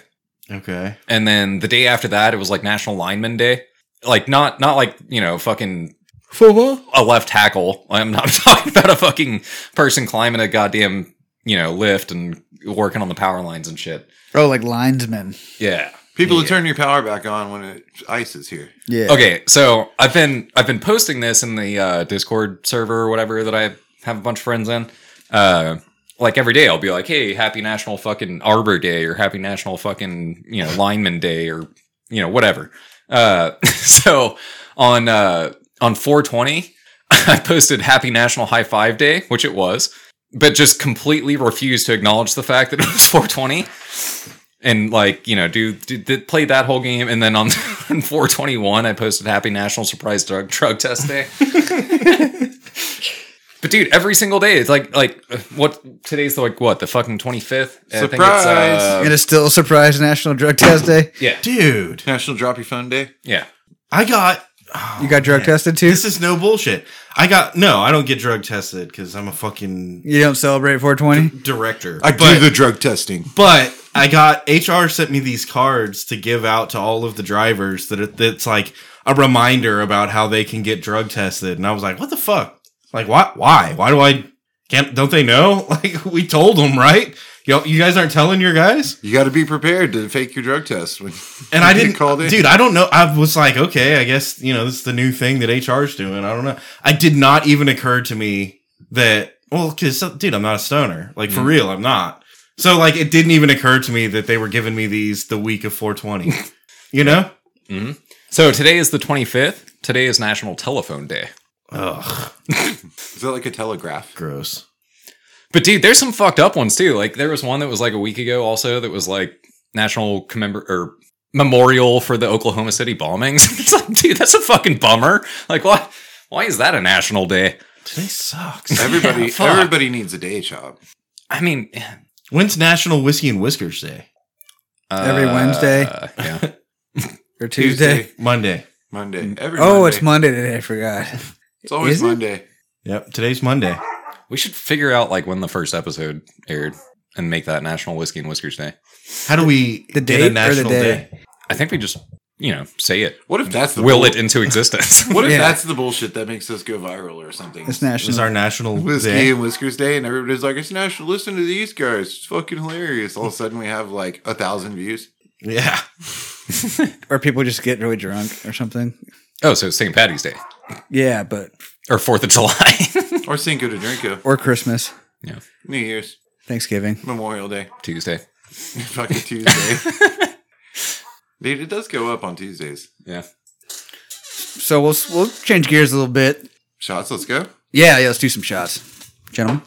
[SPEAKER 2] Okay.
[SPEAKER 4] And then the day after that, it was, like, National Lineman Day. Like, not, not like, you know, fucking
[SPEAKER 3] football.
[SPEAKER 4] a left tackle. I'm not talking about a fucking person climbing a goddamn, you know, lift and working on the power lines and shit.
[SPEAKER 3] Oh, like linesmen.
[SPEAKER 4] Yeah.
[SPEAKER 1] People
[SPEAKER 4] Yeah.
[SPEAKER 1] who turn your power back on when it, ice is here.
[SPEAKER 3] Yeah.
[SPEAKER 4] Okay, so I've been I've been posting this in the uh, Discord server or whatever that I have a bunch of friends in. Uh, like every day, I'll be like, "Hey, happy National fucking Arbor Day" or "Happy National fucking you know Lineman Day" or you know whatever. Uh, so on uh, on 420, I posted "Happy National High Five Day," which it was, but just completely refused to acknowledge the fact that it was 420 and like you know do, do, do- play that whole game and then on, on 421 i posted happy national surprise drug drug test day but dude every single day it's like like uh, what today's like what the fucking 25th I think it's, uh,
[SPEAKER 1] Surprise!
[SPEAKER 3] And it's still a surprise National Drug Test Day.
[SPEAKER 4] yeah
[SPEAKER 2] Dude,
[SPEAKER 1] National Drop Your Phone Day.
[SPEAKER 4] yeah
[SPEAKER 2] I got.
[SPEAKER 3] You got drug tested too.
[SPEAKER 2] This is no bullshit. I got. No, I don't get drug tested because I'm a fucking
[SPEAKER 3] You don't celebrate 420.
[SPEAKER 2] director.
[SPEAKER 1] I
[SPEAKER 2] but,
[SPEAKER 1] do the drug testing.
[SPEAKER 2] But I got. HR sent me these cards to give out to all of the drivers that it, that's like a reminder about how they can get drug tested. And I was like, what the fuck? Like, why? Why? Why do I. Can't, don't they know? Like, we told them, right? Yo, you guys aren't telling your guys?
[SPEAKER 1] You got to be prepared to fake your drug test. When you
[SPEAKER 2] And I
[SPEAKER 1] get
[SPEAKER 2] didn't call it. Dude, I don't know. I was like, okay, I guess, you know, this is the new thing that HR's doing. I don't know. I did not even occur to me that, well, cause uh, dude, I'm not a stoner. Like for real, I'm not. So like, it didn't even occur to me that they were giving me these the week of 420, you know?
[SPEAKER 4] so today is the 25th today is national telephone day
[SPEAKER 2] Ugh,
[SPEAKER 1] Is that like a telegraph?
[SPEAKER 2] gross.
[SPEAKER 4] But dude, there's some fucked up ones too. Like there was one that was like a week ago also that was like national commemor or memorial for the Oklahoma City bombings. it's like, dude, that's a fucking bummer. Like why why is that a national day?
[SPEAKER 2] Today sucks.
[SPEAKER 1] Everybody,
[SPEAKER 4] fuck.
[SPEAKER 1] everybody needs a day job.
[SPEAKER 4] I mean
[SPEAKER 2] When's National Whiskey and Whiskers Day?
[SPEAKER 4] uh,
[SPEAKER 3] Every Wednesday?
[SPEAKER 4] Yeah.
[SPEAKER 3] Or Tuesday.
[SPEAKER 2] Monday.
[SPEAKER 1] Monday. Every
[SPEAKER 3] Oh,
[SPEAKER 1] Monday.
[SPEAKER 3] it's Monday today. I forgot.
[SPEAKER 1] It's always
[SPEAKER 3] Is it?
[SPEAKER 1] Monday.
[SPEAKER 2] Yep, today's Monday.
[SPEAKER 4] We should figure out like when the first episode aired and make that National Whiskey and Whiskers Day.
[SPEAKER 2] How do we
[SPEAKER 3] The
[SPEAKER 2] get
[SPEAKER 3] date or
[SPEAKER 2] a
[SPEAKER 3] the
[SPEAKER 2] national
[SPEAKER 3] day?
[SPEAKER 2] day?
[SPEAKER 4] I think we just, you know, say it.
[SPEAKER 1] What if that's the
[SPEAKER 4] Will
[SPEAKER 1] bull-
[SPEAKER 4] it into existence.
[SPEAKER 1] What if
[SPEAKER 3] Yeah.
[SPEAKER 1] that's the bullshit that makes us go viral or something?
[SPEAKER 3] It's
[SPEAKER 2] This
[SPEAKER 3] National.
[SPEAKER 2] is our national
[SPEAKER 1] Whiskey
[SPEAKER 2] day.
[SPEAKER 1] and Whiskers Day, and everybody's like, "It's national." Listen to these guys; it's fucking hilarious. All of a sudden, we have like a thousand views.
[SPEAKER 2] Yeah.
[SPEAKER 3] Or people just get really drunk or something.
[SPEAKER 4] Oh, so it's St. Patty's Day
[SPEAKER 3] Yeah, but
[SPEAKER 4] or Fourth of July,
[SPEAKER 1] Or Cinco de Drinko.
[SPEAKER 3] or Christmas,
[SPEAKER 1] New Year's.
[SPEAKER 3] Thanksgiving.
[SPEAKER 1] Memorial Day.
[SPEAKER 4] Tuesday.
[SPEAKER 1] Fucking Tuesday. Dude, it does go up on Tuesdays.
[SPEAKER 4] Yeah.
[SPEAKER 3] So we'll we'll change gears a little bit.
[SPEAKER 1] Shots, let's go.
[SPEAKER 3] Yeah, yeah. Let's do some shots, gentlemen.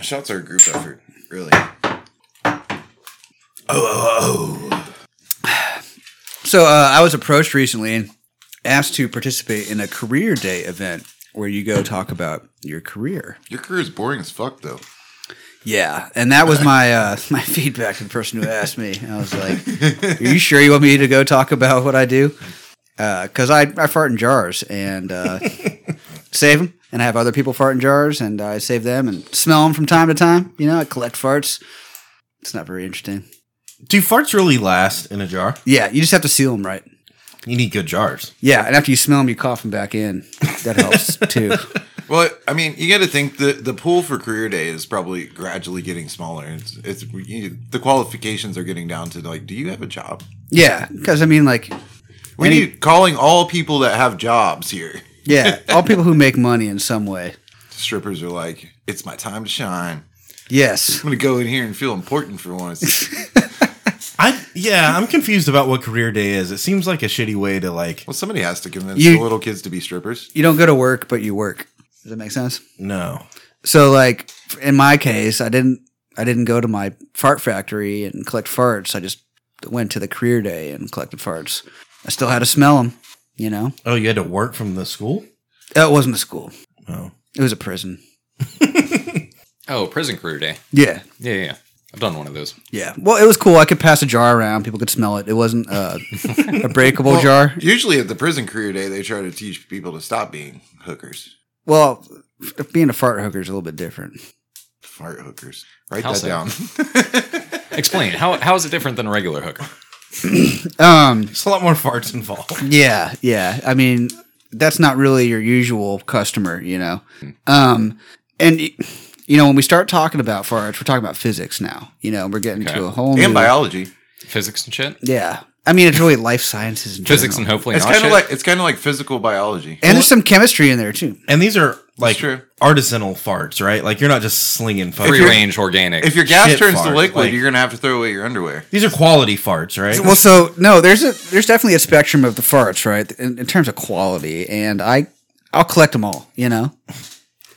[SPEAKER 1] Shots are a group effort, really.
[SPEAKER 3] So uh, I was approached recently and asked to participate in a career day event where you go talk about your career.
[SPEAKER 1] Your career is boring as fuck, though.
[SPEAKER 3] Yeah, and that was my uh, my feedback to the person who asked me. I was like, "Are you sure you want me to go talk about what I do?" Because I I fart in jars and uh, save them, and I have other people fart in jars, and I save them and smell them from time to time. You know, I collect farts. It's not very interesting.
[SPEAKER 2] Do farts really last in a jar?
[SPEAKER 3] Yeah, you just have to seal them right.
[SPEAKER 2] You need good jars.
[SPEAKER 3] Yeah, and after you smell them, you cough them back in. That helps too.
[SPEAKER 1] Well, I mean, you got to think the the pool for career day is probably gradually getting smaller. It's it's you, the qualifications are getting down to like, do you have a job?
[SPEAKER 3] Yeah, because I mean, like,
[SPEAKER 1] We
[SPEAKER 3] Any-
[SPEAKER 1] need calling all people that have jobs here.
[SPEAKER 3] yeah, all people who make money in some way.
[SPEAKER 1] Strippers are like, it's my time to shine.
[SPEAKER 3] Yes.
[SPEAKER 1] I'm gonna go in here and feel important for once.
[SPEAKER 2] I yeah, I'm confused about what career day is. It seems like a shitty way to like
[SPEAKER 1] well, somebody has to convince
[SPEAKER 3] You-
[SPEAKER 1] the little kids to be strippers.
[SPEAKER 3] You don't go to work, but you work. Does that make sense?
[SPEAKER 2] no.
[SPEAKER 3] So like in my case, I didn't I didn't go to my fart factory and collect farts. I just went to the career day and collected farts. I still had to smell them, you know.
[SPEAKER 2] Oh, you had to work from the school?
[SPEAKER 3] That wasn't a school.
[SPEAKER 2] Oh.
[SPEAKER 3] It was a prison.
[SPEAKER 4] Oh, prison career day.
[SPEAKER 3] Yeah.
[SPEAKER 4] Yeah, yeah, yeah. I've done one of those.
[SPEAKER 3] Yeah. Well, it was cool. I could pass a jar around. People could smell it. It wasn't uh, a breakable
[SPEAKER 1] Well,
[SPEAKER 3] jar.
[SPEAKER 1] Usually at the prison career day, they try to teach people to stop being hookers,
[SPEAKER 3] Well, f- being a fart hooker is a little bit different.
[SPEAKER 1] fart hookers. Write
[SPEAKER 4] How
[SPEAKER 1] that
[SPEAKER 4] so?
[SPEAKER 1] down.
[SPEAKER 4] Explain how how is it different than a regular hooker?
[SPEAKER 3] Um,
[SPEAKER 2] There's a lot more farts involved.
[SPEAKER 3] Yeah, yeah. I mean, that's not really your usual customer, you know. Um, and y- you know, when we start talking about farts, we're talking about physics now. You know, we're getting
[SPEAKER 4] Okay.
[SPEAKER 3] to a whole
[SPEAKER 1] and
[SPEAKER 3] new-
[SPEAKER 1] biology.
[SPEAKER 4] Physics and shit.
[SPEAKER 3] Yeah, I mean, it's really life sciences. In
[SPEAKER 4] Physics and
[SPEAKER 3] general.
[SPEAKER 4] hopefully
[SPEAKER 1] It's
[SPEAKER 4] not
[SPEAKER 1] kind
[SPEAKER 4] shit.
[SPEAKER 1] of like it's kind of like physical biology.
[SPEAKER 3] and there's some chemistry in there too.
[SPEAKER 2] And these are like
[SPEAKER 1] true.
[SPEAKER 2] artisanal farts, right? Like you're not just slinging farts.
[SPEAKER 4] free range organic.
[SPEAKER 1] If your gas
[SPEAKER 2] Shit
[SPEAKER 1] turns to
[SPEAKER 2] fart,
[SPEAKER 1] liquid,
[SPEAKER 2] like-
[SPEAKER 1] you're gonna have to throw away your underwear.
[SPEAKER 2] These are quality farts, right?
[SPEAKER 3] Well, so no, there's a there's definitely a spectrum of the farts, right? In, in terms of quality, and I I'll collect them all. You know,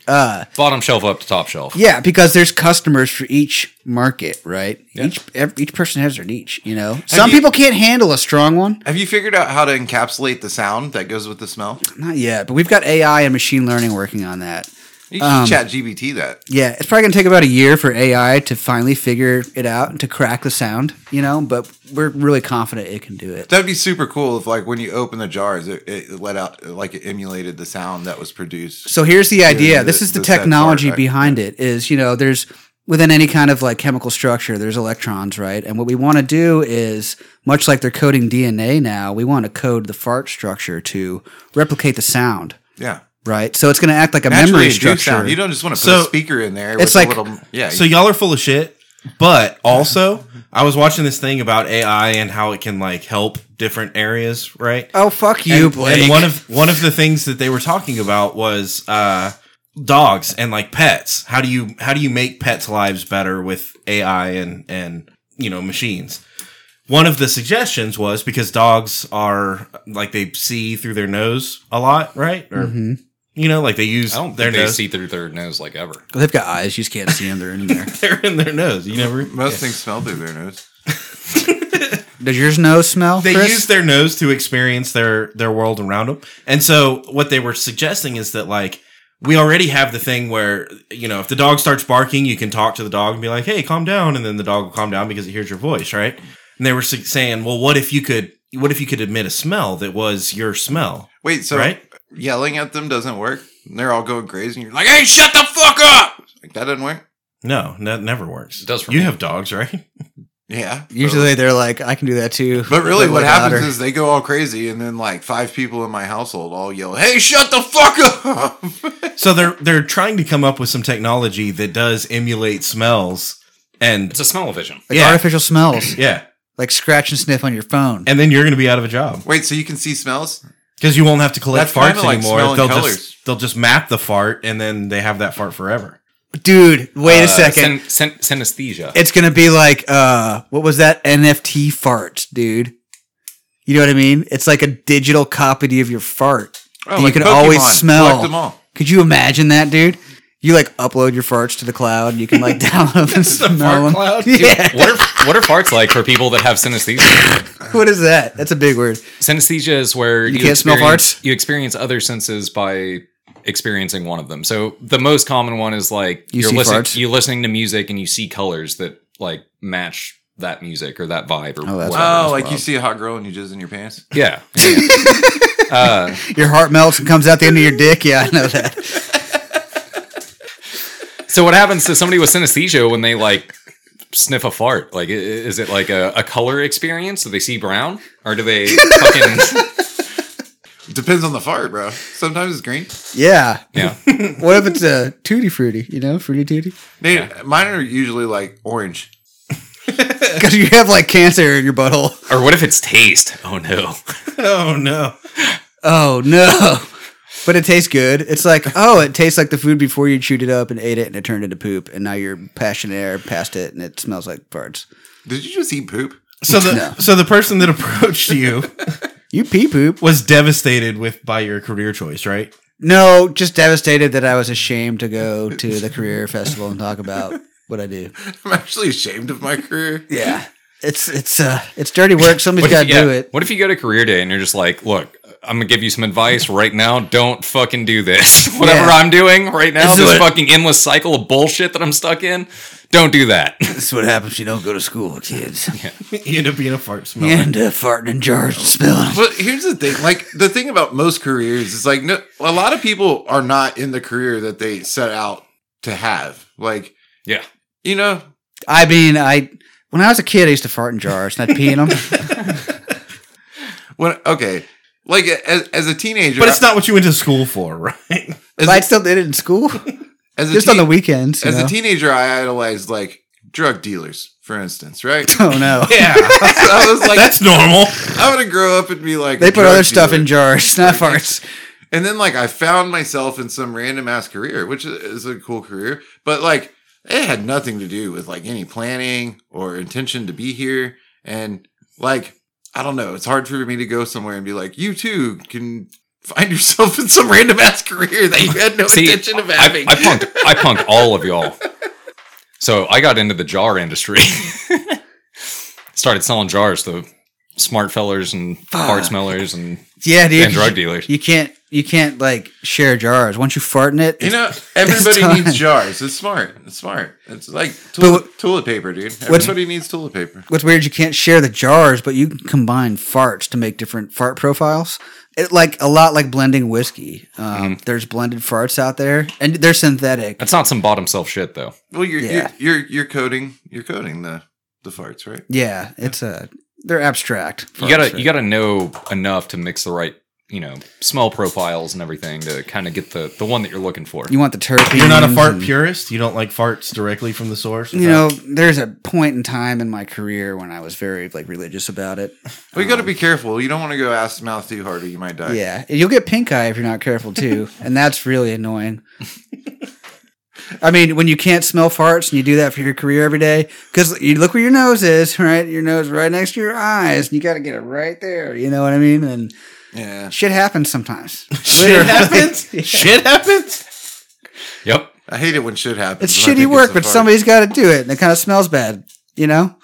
[SPEAKER 4] bottom shelf up to top shelf.
[SPEAKER 3] yeah, because there's customers for each market, right? Each ev- each person has their niche. You know, some
[SPEAKER 1] you-
[SPEAKER 3] people can't handle a strong one.
[SPEAKER 1] Have you figured out how to encapsulate the sound that goes with the smell?
[SPEAKER 3] Not yet, but we've got AI and machine learning working on that.
[SPEAKER 1] You can chat GBT that.
[SPEAKER 3] Yeah, it's probably gonna take about a year for AI to finally figure it out and to crack the sound, you know. But we're really confident it can do it.
[SPEAKER 1] That'd be super cool if, like, when you open the jars, it, it let out like it emulated the sound that was produced.
[SPEAKER 3] So here's the idea.
[SPEAKER 1] the-
[SPEAKER 3] this is the,
[SPEAKER 1] the sad part,
[SPEAKER 3] technology
[SPEAKER 1] right?
[SPEAKER 3] behind it. Is you know, there's within any kind of like chemical structure, there's electrons, right? And what we want to do is, much like they're coding DNA now, we want to code the fart structure to replicate the sound,
[SPEAKER 1] Yeah,
[SPEAKER 3] right? So it's gonna act like a
[SPEAKER 1] naturally
[SPEAKER 3] memory
[SPEAKER 1] induced
[SPEAKER 3] structure.
[SPEAKER 1] sound. You don't just want to put
[SPEAKER 2] So,
[SPEAKER 1] a speaker in there.
[SPEAKER 3] it's
[SPEAKER 1] with
[SPEAKER 3] like-
[SPEAKER 1] a little, yeah.
[SPEAKER 2] So y'all are full of shit. But also, I was watching this thing about AI and how it can like help different areas, right?
[SPEAKER 3] oh fuck you,
[SPEAKER 2] and,
[SPEAKER 3] Blake!
[SPEAKER 2] and one of one of the things that they were talking about was uh, dogs and like pets. How do you how do you make pets' lives better with AI and and you know machines? One of the suggestions was because dogs are like they see through their nose a lot, right? Or you know, like they use
[SPEAKER 4] Mm-hmm. I don't
[SPEAKER 2] their
[SPEAKER 4] think they
[SPEAKER 2] nose.
[SPEAKER 4] see through their nose like ever.
[SPEAKER 3] Well, they've got eyes. You just can't see them. They're in there.
[SPEAKER 2] They're in their nose. You never.
[SPEAKER 1] most things smell through their nose.
[SPEAKER 3] Does yours nose smell?
[SPEAKER 2] they
[SPEAKER 3] Chris?
[SPEAKER 2] use their nose to experience their their world around them and so what they were suggesting is that like we already have the thing where you know if the dog starts barking you can talk to the dog and be like hey calm down and then the dog will calm down because it hears your voice right and they were su- saying well what if you could what if you could emit a smell that was your smell
[SPEAKER 1] Wait, so
[SPEAKER 2] Right.
[SPEAKER 1] yelling at them doesn't work. And they're all going crazy, and you're like, "Hey, shut the fuck up!" Like that doesn't work.
[SPEAKER 2] no that never works
[SPEAKER 4] It does for
[SPEAKER 2] you
[SPEAKER 4] me.
[SPEAKER 2] have dogs right
[SPEAKER 1] Yeah, but-
[SPEAKER 3] Usually they're like, I can do that too.
[SPEAKER 1] But really, what
[SPEAKER 3] Like
[SPEAKER 1] happens
[SPEAKER 3] louder.
[SPEAKER 1] is they go all crazy, and then like five people in my household all yell, "Hey, shut the fuck up!"
[SPEAKER 2] so they're they're trying to come up with some technology that does emulate smells and
[SPEAKER 4] It's a smell vision.
[SPEAKER 3] like
[SPEAKER 2] yeah.
[SPEAKER 3] artificial smells.
[SPEAKER 2] yeah
[SPEAKER 3] Like scratch and sniff on your phone.
[SPEAKER 2] and then you're going to be out of a job
[SPEAKER 1] Wait, so you can see smells?
[SPEAKER 2] because you won't have to collect
[SPEAKER 1] That's kinda
[SPEAKER 2] farts
[SPEAKER 1] like
[SPEAKER 2] anymore.
[SPEAKER 1] smelling
[SPEAKER 2] They'll
[SPEAKER 1] colors.
[SPEAKER 2] just they'll just map the fart, and then they have that fart forever.
[SPEAKER 3] Dude, wait
[SPEAKER 4] Uh,
[SPEAKER 3] a second.
[SPEAKER 4] syn- syn- synesthesia.
[SPEAKER 3] it's gonna be like uh what was that nft fart dude you know what i mean it's like a digital copy of your fart
[SPEAKER 1] Oh,
[SPEAKER 3] And you
[SPEAKER 1] like
[SPEAKER 3] can
[SPEAKER 1] Pokemon.
[SPEAKER 3] always
[SPEAKER 1] Collect
[SPEAKER 3] smell
[SPEAKER 1] them all.
[SPEAKER 3] could you imagine that dude you like upload your farts to the cloud and you can like download them and smell them yeah
[SPEAKER 4] what are what are farts like for people that have synesthesia?
[SPEAKER 3] what is that that's a big word
[SPEAKER 4] synesthesia is where
[SPEAKER 3] You can't smell
[SPEAKER 4] experience- You experience other senses by experiencing one of them. So the most common one is like
[SPEAKER 3] You
[SPEAKER 4] are
[SPEAKER 3] see
[SPEAKER 4] listening
[SPEAKER 3] farts?
[SPEAKER 4] you're listening to music and you see colors that like match that music or that vibe or
[SPEAKER 3] Oh, that's
[SPEAKER 4] whatever.
[SPEAKER 1] Oh,
[SPEAKER 4] it's
[SPEAKER 1] like
[SPEAKER 4] called.
[SPEAKER 1] you see a hot girl and you jizz in your pants.
[SPEAKER 4] yeah. yeah, yeah. uh,
[SPEAKER 3] your heart melts and comes out the end of your dick yeah i know that
[SPEAKER 4] so what happens to somebody with synesthesia when they like sniff a fart? Like i- i- is it like a, a color experience? Do they see brown or do they fucking
[SPEAKER 1] Depends on the fart, bro. Sometimes it's green.
[SPEAKER 3] yeah
[SPEAKER 4] yeah?
[SPEAKER 3] what if it's a tutti frutti you know fruity tutti
[SPEAKER 1] They, Mine are usually like orange.
[SPEAKER 3] because you have like cancer in your butthole
[SPEAKER 4] Or what if it's taste? Oh no.
[SPEAKER 2] Oh no!
[SPEAKER 3] Oh no. But it tastes good. It's like, oh, it tastes like the food before you chewed it up and ate it and it turned into poop and now you're passion air past it and it smells like farts.
[SPEAKER 1] Did you just eat poop?
[SPEAKER 2] So the
[SPEAKER 3] No.
[SPEAKER 2] so the person that approached you
[SPEAKER 3] You pee poop.
[SPEAKER 2] was devastated with by your career choice, right?
[SPEAKER 3] No, just devastated that I was ashamed to go to the career festival and talk about what I do.
[SPEAKER 1] I'm actually ashamed of my career.
[SPEAKER 3] Yeah. It's it's uh it's dirty work. Somebody's
[SPEAKER 4] What
[SPEAKER 3] gotta
[SPEAKER 4] if you-
[SPEAKER 3] do
[SPEAKER 4] yeah,
[SPEAKER 3] it.
[SPEAKER 4] What if you go to career day and you're just like, look, I'm gonna give you some advice right now. Don't fucking do this. Whatever
[SPEAKER 3] Yeah.
[SPEAKER 4] I'm doing right now,
[SPEAKER 3] This
[SPEAKER 4] this,
[SPEAKER 3] is what-
[SPEAKER 4] fucking endless cycle of bullshit that I'm stuck in. Don't do that.
[SPEAKER 3] This is what happens if you don't go to school, kids.
[SPEAKER 2] You end up being a fart smeller.
[SPEAKER 3] You end up farting in jars and spilling.
[SPEAKER 1] But here's the thing: like the thing about most careers is like no, a lot of people are not in the career that they set out to have. Like
[SPEAKER 4] Yeah.
[SPEAKER 1] you know,
[SPEAKER 3] I mean, I when I was a kid I used to fart in jars and I'd pee in them.
[SPEAKER 1] when okay, like as, as a teenager,
[SPEAKER 2] But it's not what you went to school for, right?
[SPEAKER 3] but I still did it in school.
[SPEAKER 1] as a
[SPEAKER 3] Just on
[SPEAKER 1] teen-
[SPEAKER 3] the weekends. you
[SPEAKER 1] as
[SPEAKER 3] know?
[SPEAKER 1] a teenager, I idolized like drug dealers, for instance, right? so
[SPEAKER 3] Oh no.
[SPEAKER 2] Yeah,
[SPEAKER 1] I was like,
[SPEAKER 2] that's normal.
[SPEAKER 1] I'm gonna grow up and be like
[SPEAKER 3] They
[SPEAKER 1] a
[SPEAKER 3] put
[SPEAKER 1] drug
[SPEAKER 3] other stuff
[SPEAKER 1] dealer.
[SPEAKER 3] in jars, not farts.
[SPEAKER 1] And then like I found myself in some random ass career, which is a cool career, but like it had nothing to do with like any planning or intention to be here. And like I don't know, it's hard for me to go somewhere and be like, you too can find yourself in some random ass career that you had no
[SPEAKER 4] See,
[SPEAKER 1] intention of
[SPEAKER 4] I,
[SPEAKER 1] having.
[SPEAKER 4] I punked. I punked all of y'all. So I got into the jar industry. Started selling jars to smart fellers and fart smellers and,
[SPEAKER 3] Yeah, dude.
[SPEAKER 4] and drug dealers.
[SPEAKER 3] You can't you can't like share jars. Once you fart in it,
[SPEAKER 1] you know,
[SPEAKER 3] time.
[SPEAKER 1] everybody needs jars. It's smart. It's smart. It's like toilet, toilet paper, dude. Everybody needs toilet paper.
[SPEAKER 3] what's weird is you can't share the jars, but you can combine farts to make different fart profiles. It like a lot like blending whiskey. Um, there's blended farts out there and they're synthetic.
[SPEAKER 4] That's not some bottom shelf shit though.
[SPEAKER 1] Well, you're
[SPEAKER 3] Yeah.
[SPEAKER 1] you're, you're you're coding you're coding the the farts, right?
[SPEAKER 3] yeah, it's a they're abstract.
[SPEAKER 4] you gotta you gotta know enough to mix the right you know smell profiles and everything to kind of get the the one that you're looking for
[SPEAKER 3] you want the terpenes.
[SPEAKER 2] You're not a fart
[SPEAKER 3] and-
[SPEAKER 2] purist. You don't like farts directly from the source.
[SPEAKER 3] Mm-hmm. You know, there's a point in time in my career when I was very like religious about it.
[SPEAKER 1] Well, you got to be careful. You don't want to go ass to mouth too hard, or you might die.
[SPEAKER 3] Yeah, you'll get pink eye if you're not careful too, and that's really annoying. I mean, when you can't smell farts and you do that for your career every day, because you look where your nose is, right? Your nose right next to your eyes, and you got to get it right there. You know what I mean? And
[SPEAKER 1] Yeah.
[SPEAKER 3] shit happens sometimes.
[SPEAKER 2] shit happens. Shit happens.
[SPEAKER 4] yep
[SPEAKER 1] I hate it when shit happens.
[SPEAKER 3] It's
[SPEAKER 1] and I
[SPEAKER 3] shitty
[SPEAKER 1] think
[SPEAKER 3] work,
[SPEAKER 1] a
[SPEAKER 3] but
[SPEAKER 1] fart.
[SPEAKER 3] somebody's got to do it, and it kind of smells bad, you know.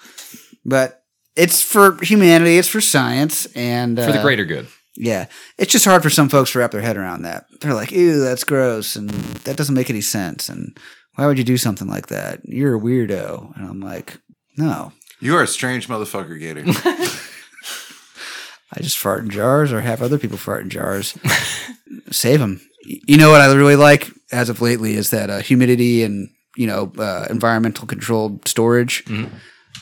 [SPEAKER 3] But it's for humanity, it's for science, and
[SPEAKER 4] for the
[SPEAKER 3] uh,
[SPEAKER 4] greater good
[SPEAKER 3] Yeah. It's just hard for some folks to wrap their head around that. They're like, ew, that's gross. And that doesn't make any sense. And why would you do something like that? You're a weirdo. And I'm like, no.
[SPEAKER 1] You are a strange motherfucker, Gator.
[SPEAKER 3] I just fart in jars or have other people fart in jars. Save them. You know what I really like as of lately is that uh, humidity and, you know, uh, environmental controlled storage.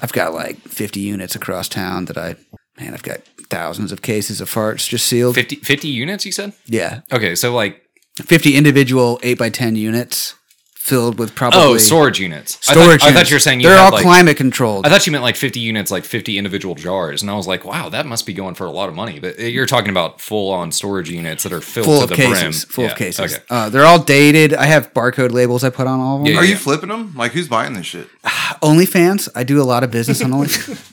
[SPEAKER 3] I've got like 50 units across town that I, man, I've got thousands of cases of farts just sealed.
[SPEAKER 4] 50 50 units you said
[SPEAKER 3] Yeah.
[SPEAKER 4] okay so like
[SPEAKER 3] 50 individual 8 by 10 units filled with probably
[SPEAKER 4] Oh, storage units. I thought,
[SPEAKER 3] storage
[SPEAKER 4] I thought
[SPEAKER 3] units.
[SPEAKER 4] you were saying you
[SPEAKER 3] they're
[SPEAKER 4] had,
[SPEAKER 3] all
[SPEAKER 4] like,
[SPEAKER 3] climate controlled.
[SPEAKER 4] I thought you meant like 50 units, like 50 individual jars. And I was like, wow, that must be going for a lot of money. But eh, you're talking about full on storage units that are filled
[SPEAKER 3] full
[SPEAKER 4] to
[SPEAKER 3] of
[SPEAKER 4] the
[SPEAKER 3] cases,
[SPEAKER 4] brim.
[SPEAKER 3] full
[SPEAKER 4] Yeah,
[SPEAKER 3] of cases.
[SPEAKER 4] Okay.
[SPEAKER 3] Uh, they're all dated. I have barcode labels I put on all of them.
[SPEAKER 4] Yeah,
[SPEAKER 1] Are
[SPEAKER 4] yeah.
[SPEAKER 1] you flipping them? Like, who's buying this shit?
[SPEAKER 3] OnlyFans. I do a lot of business on OnlyFans.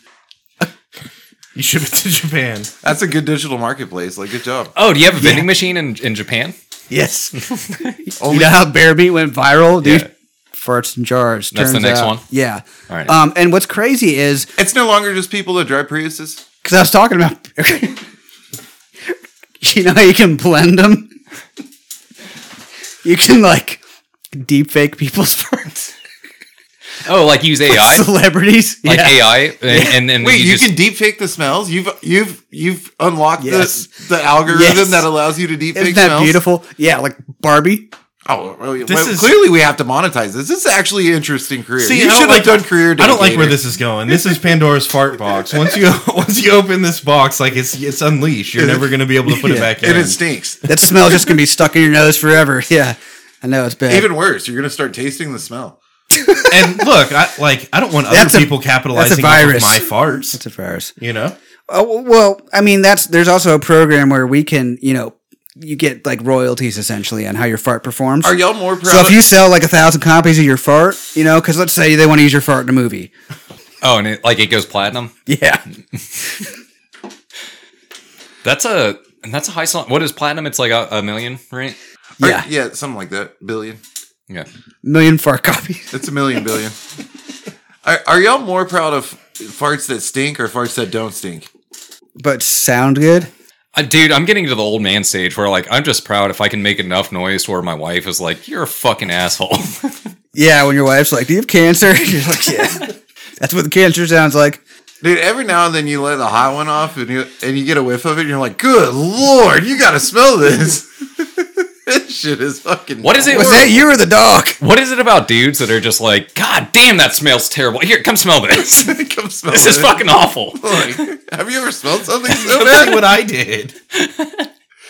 [SPEAKER 2] You ship it to Japan.
[SPEAKER 1] That's a good digital marketplace. Like, good job.
[SPEAKER 4] Oh, do you have a vending machine in, in Japan?
[SPEAKER 2] Yes.
[SPEAKER 3] you know how Bear Meat went viral, dude.
[SPEAKER 4] Oh, Yeah.
[SPEAKER 3] Farts and jars.
[SPEAKER 4] That's the
[SPEAKER 3] turns
[SPEAKER 4] next
[SPEAKER 3] out.
[SPEAKER 4] one?
[SPEAKER 3] Yeah.
[SPEAKER 4] All right.
[SPEAKER 3] Um, and what's crazy is
[SPEAKER 1] It's no longer just people that drive Priuses.
[SPEAKER 3] because I was talking about, you know, how you can blend them. You can like deep fake people's farts.
[SPEAKER 4] oh, like use AI?
[SPEAKER 3] Celebrities.
[SPEAKER 4] like
[SPEAKER 3] yeah.
[SPEAKER 4] AI? And, and, and
[SPEAKER 1] Wait, you,
[SPEAKER 4] just-
[SPEAKER 1] can deepfake the smells. You've you've you've unlocked
[SPEAKER 3] Yes.
[SPEAKER 1] the, the algorithm
[SPEAKER 3] Yes.
[SPEAKER 1] that allows you to deepfake
[SPEAKER 3] Isn't that
[SPEAKER 1] smells.
[SPEAKER 3] beautiful? Yeah, like Barbie.
[SPEAKER 1] Oh, well, yeah,
[SPEAKER 2] This
[SPEAKER 1] well,
[SPEAKER 2] is-
[SPEAKER 1] clearly we have to monetize this. This is actually an interesting career.
[SPEAKER 2] See,
[SPEAKER 1] you
[SPEAKER 2] I don't
[SPEAKER 1] should have
[SPEAKER 2] like-
[SPEAKER 1] done career.
[SPEAKER 2] I don't like
[SPEAKER 1] dedicator.
[SPEAKER 2] where this is going. This is Pandora's fart box. Once you once you open this box, like it's it's unleashed. You're never going to be able to put it back in.
[SPEAKER 1] and it stinks.
[SPEAKER 3] That smell's just gonna be stuck in your nose forever. Yeah, I know it's bad.
[SPEAKER 1] Even worse, you're gonna start tasting the smell.
[SPEAKER 2] and look, I like I don't want
[SPEAKER 3] That's
[SPEAKER 2] other
[SPEAKER 3] a-
[SPEAKER 2] people capitalizing off of
[SPEAKER 3] virus.
[SPEAKER 2] my farts.
[SPEAKER 3] it's a virus.
[SPEAKER 2] You know,
[SPEAKER 3] Oh, well, I mean, that's there's also a program where we can, you know, you get like royalties essentially on how your fart performs.
[SPEAKER 1] Are y'all more proud?
[SPEAKER 3] so if
[SPEAKER 1] of-
[SPEAKER 3] you sell like a thousand copies of your fart, you know, because let's say they want to use your fart in a movie.
[SPEAKER 4] oh, and it, like it goes platinum?
[SPEAKER 3] Yeah,
[SPEAKER 4] That's a. And that's a high song. What is platinum? It's like a, a million, right?
[SPEAKER 1] Or-
[SPEAKER 3] yeah,
[SPEAKER 1] yeah, something like that. Billion.
[SPEAKER 4] Yeah.
[SPEAKER 3] million fart copies.
[SPEAKER 1] It's a million billion. are, are y'all more proud of farts that stink or farts that don't stink?
[SPEAKER 3] But sound good?
[SPEAKER 4] Uh, dude, I'm getting to the old man stage where like I'm just proud if I can make enough noise to where my wife is like, "You're a fucking asshole."
[SPEAKER 3] Yeah, when your wife's like, "Do you have cancer?" You're like, "Yeah." that's what cancer sounds like.
[SPEAKER 1] Dude, every now and then you let the hot one off and you and you get a whiff of it and you're like, good lord, you gotta smell this. this shit is fucking
[SPEAKER 4] What is it?
[SPEAKER 3] Was that you or the dog?
[SPEAKER 4] What is it about dudes that are just like, God damn, that smells terrible. Here, come smell this.
[SPEAKER 1] Come smell
[SPEAKER 4] this is
[SPEAKER 1] it.
[SPEAKER 4] fucking awful.
[SPEAKER 1] Like, have you ever smelled something so
[SPEAKER 2] that's
[SPEAKER 1] bad?
[SPEAKER 2] what I did.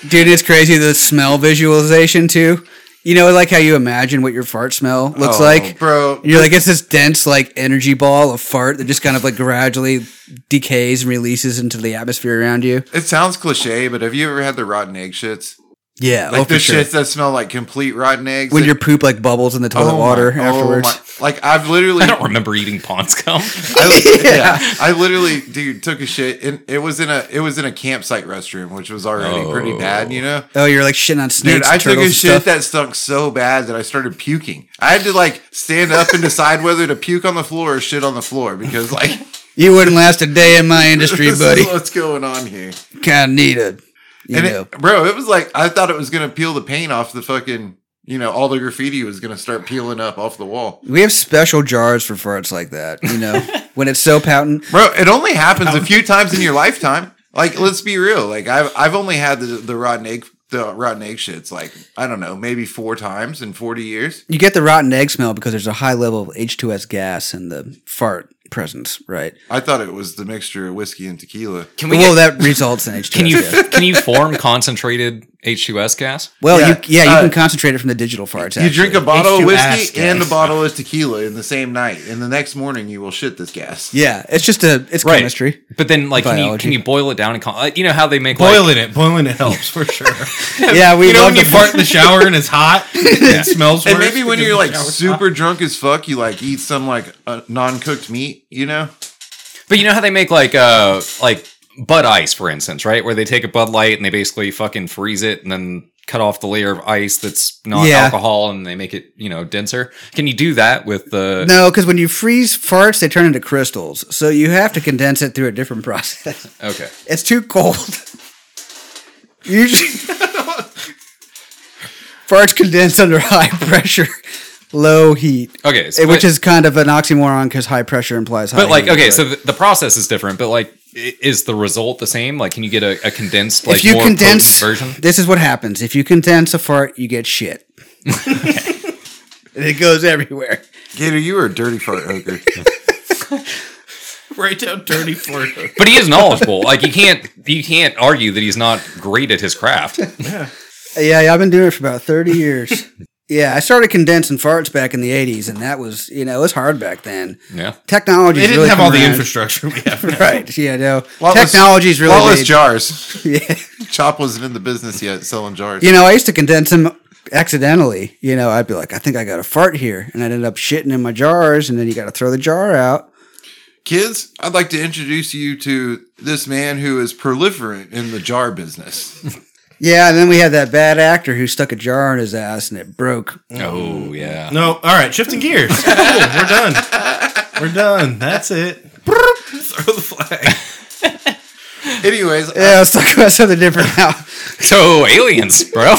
[SPEAKER 3] Dude, it's crazy the smell visualization too. You know, like how you imagine what your fart smell looks
[SPEAKER 1] Oh,
[SPEAKER 3] like,
[SPEAKER 1] bro.
[SPEAKER 3] And You're like it's this dense like energy ball of fart that just kind of like gradually decays and releases into the atmosphere around you.
[SPEAKER 1] It sounds cliche, but have you ever had the rotten egg shits?
[SPEAKER 3] Yeah,
[SPEAKER 1] Like
[SPEAKER 3] oh, for
[SPEAKER 1] the
[SPEAKER 3] sure.
[SPEAKER 1] shits that smell like complete rotten eggs.
[SPEAKER 3] when your poop like bubbles in the toilet
[SPEAKER 1] Oh my-
[SPEAKER 3] water
[SPEAKER 1] oh
[SPEAKER 3] afterwards.
[SPEAKER 1] my- like I've literally
[SPEAKER 4] I don't remember eating Pond's cum.
[SPEAKER 1] I, yeah. I literally, dude, took a shit, and it was in a it was in a campsite restroom, which was already pretty bad, you know.
[SPEAKER 3] Oh, you're like shitting on snakes.
[SPEAKER 1] Dude, I took
[SPEAKER 3] turtles,
[SPEAKER 1] a
[SPEAKER 3] and
[SPEAKER 1] shit
[SPEAKER 3] stuff.
[SPEAKER 1] that stunk so bad that I started puking. I had to like stand up and decide whether to puke on the floor or shit on the floor because like
[SPEAKER 3] you wouldn't last a day in my industry,
[SPEAKER 1] this
[SPEAKER 3] buddy.
[SPEAKER 1] is what's going on here.
[SPEAKER 3] Kind of need it. You
[SPEAKER 1] and
[SPEAKER 3] know.
[SPEAKER 1] it, bro, it was like I thought it was gonna peel the paint off the fucking you know all the graffiti was gonna start peeling up off the wall.
[SPEAKER 3] we have special jars for farts like that. You know, when it's so potent.
[SPEAKER 1] Bro, it only happens a few times in your lifetime. Like, let's be real. Like, I've I've only had the, the rotten egg the rotten egg shits. Like, I don't know, maybe four times in forty years.
[SPEAKER 3] You get the rotten egg smell because there's a high level of H2S gas in the fart presence, right?
[SPEAKER 1] I thought it was the mixture of whiskey and tequila.
[SPEAKER 4] Can we?
[SPEAKER 3] Well,
[SPEAKER 4] get-
[SPEAKER 3] that results in H2S
[SPEAKER 4] can you
[SPEAKER 3] gas.
[SPEAKER 4] can you form concentrated H2S gas?
[SPEAKER 3] Well,
[SPEAKER 1] Yeah.
[SPEAKER 3] you, yeah, you
[SPEAKER 1] Uh,
[SPEAKER 3] can concentrate it from the digital farts.
[SPEAKER 1] You drink a
[SPEAKER 3] actually.
[SPEAKER 1] bottle of
[SPEAKER 2] H2S
[SPEAKER 1] whiskey
[SPEAKER 2] gas.
[SPEAKER 1] and a bottle of tequila in the same night, and the next morning you will shit this gas.
[SPEAKER 3] yeah. It's just a it's
[SPEAKER 4] Right.
[SPEAKER 3] chemistry.
[SPEAKER 4] But then, like, can you,
[SPEAKER 3] Biology.
[SPEAKER 4] can you boil it down and con- like, you know how they make like,
[SPEAKER 2] Boiling it, boiling it helps for sure.
[SPEAKER 3] yeah, we
[SPEAKER 2] you know
[SPEAKER 3] love
[SPEAKER 2] when you
[SPEAKER 3] the-
[SPEAKER 2] fart in the shower and it's hot, it smells.
[SPEAKER 1] And
[SPEAKER 2] worse
[SPEAKER 1] maybe when
[SPEAKER 2] because
[SPEAKER 1] you're
[SPEAKER 2] the
[SPEAKER 1] like
[SPEAKER 2] shower's
[SPEAKER 1] super drunk as fuck, you like eat some like uh, non cooked meat, you know?
[SPEAKER 4] But you know how they make like uh like Bud Ice, for instance, right? Where they take a Bud Light and they basically fucking freeze it and then cut off the layer of ice that's not
[SPEAKER 3] Yeah.
[SPEAKER 4] alcohol and they make it you know denser. Can you do that with the?
[SPEAKER 3] no, because when you freeze farts, they turn into crystals. So you have to condense it through a different process.
[SPEAKER 4] Okay,
[SPEAKER 3] It's too cold. Usually, farts condense under high pressure, low heat.
[SPEAKER 4] okay,
[SPEAKER 3] eh, which
[SPEAKER 4] but-
[SPEAKER 3] is kind of an oxymoron because high pressure implies high.
[SPEAKER 4] but like
[SPEAKER 3] heat,
[SPEAKER 4] okay, so the, the process is different, but like i- is the result the same? Like, can you get a, a condensed like
[SPEAKER 3] if you
[SPEAKER 4] more
[SPEAKER 3] condense,
[SPEAKER 4] potent version?
[SPEAKER 3] this is what happens. If you condense a fart, you get shit. and it goes everywhere.
[SPEAKER 1] Gator, you were a dirty fart hooker.
[SPEAKER 2] Right down dirty fart.
[SPEAKER 4] But he is knowledgeable. like you can't you can't argue that he's not great at his craft.
[SPEAKER 3] Yeah, yeah, I've been doing it for about 30 years. Yeah, I started condensing farts back in the '80s, and that was you know it was hard back then.
[SPEAKER 4] Yeah.
[SPEAKER 3] Technology
[SPEAKER 2] They didn't
[SPEAKER 3] really
[SPEAKER 2] have
[SPEAKER 3] come
[SPEAKER 2] all the
[SPEAKER 3] around.
[SPEAKER 2] infrastructure we have. now.
[SPEAKER 3] right? Yeah, no.
[SPEAKER 1] Lawless-
[SPEAKER 3] Technology's really
[SPEAKER 1] Lawless
[SPEAKER 3] made-
[SPEAKER 1] jars.
[SPEAKER 3] yeah.
[SPEAKER 1] Chop wasn't in the business yet selling jars.
[SPEAKER 3] You know, I used to condense them accidentally. You know, I'd be like, I think I got a fart here, and I'd end up shitting in my jars, and then you got to throw the jar out.
[SPEAKER 1] Kids, I'd like to introduce you to this man who is proliferant in the jar business.
[SPEAKER 3] Yeah, and then we had that bad actor who stuck a jar in his ass and it broke.
[SPEAKER 4] Oh yeah.
[SPEAKER 2] No, all right, shifting gears. Cool, we're done. We're done. That's it. Throw the flag.
[SPEAKER 1] Anyways,
[SPEAKER 3] Yeah, let's talk about something different now.
[SPEAKER 4] So aliens, bro.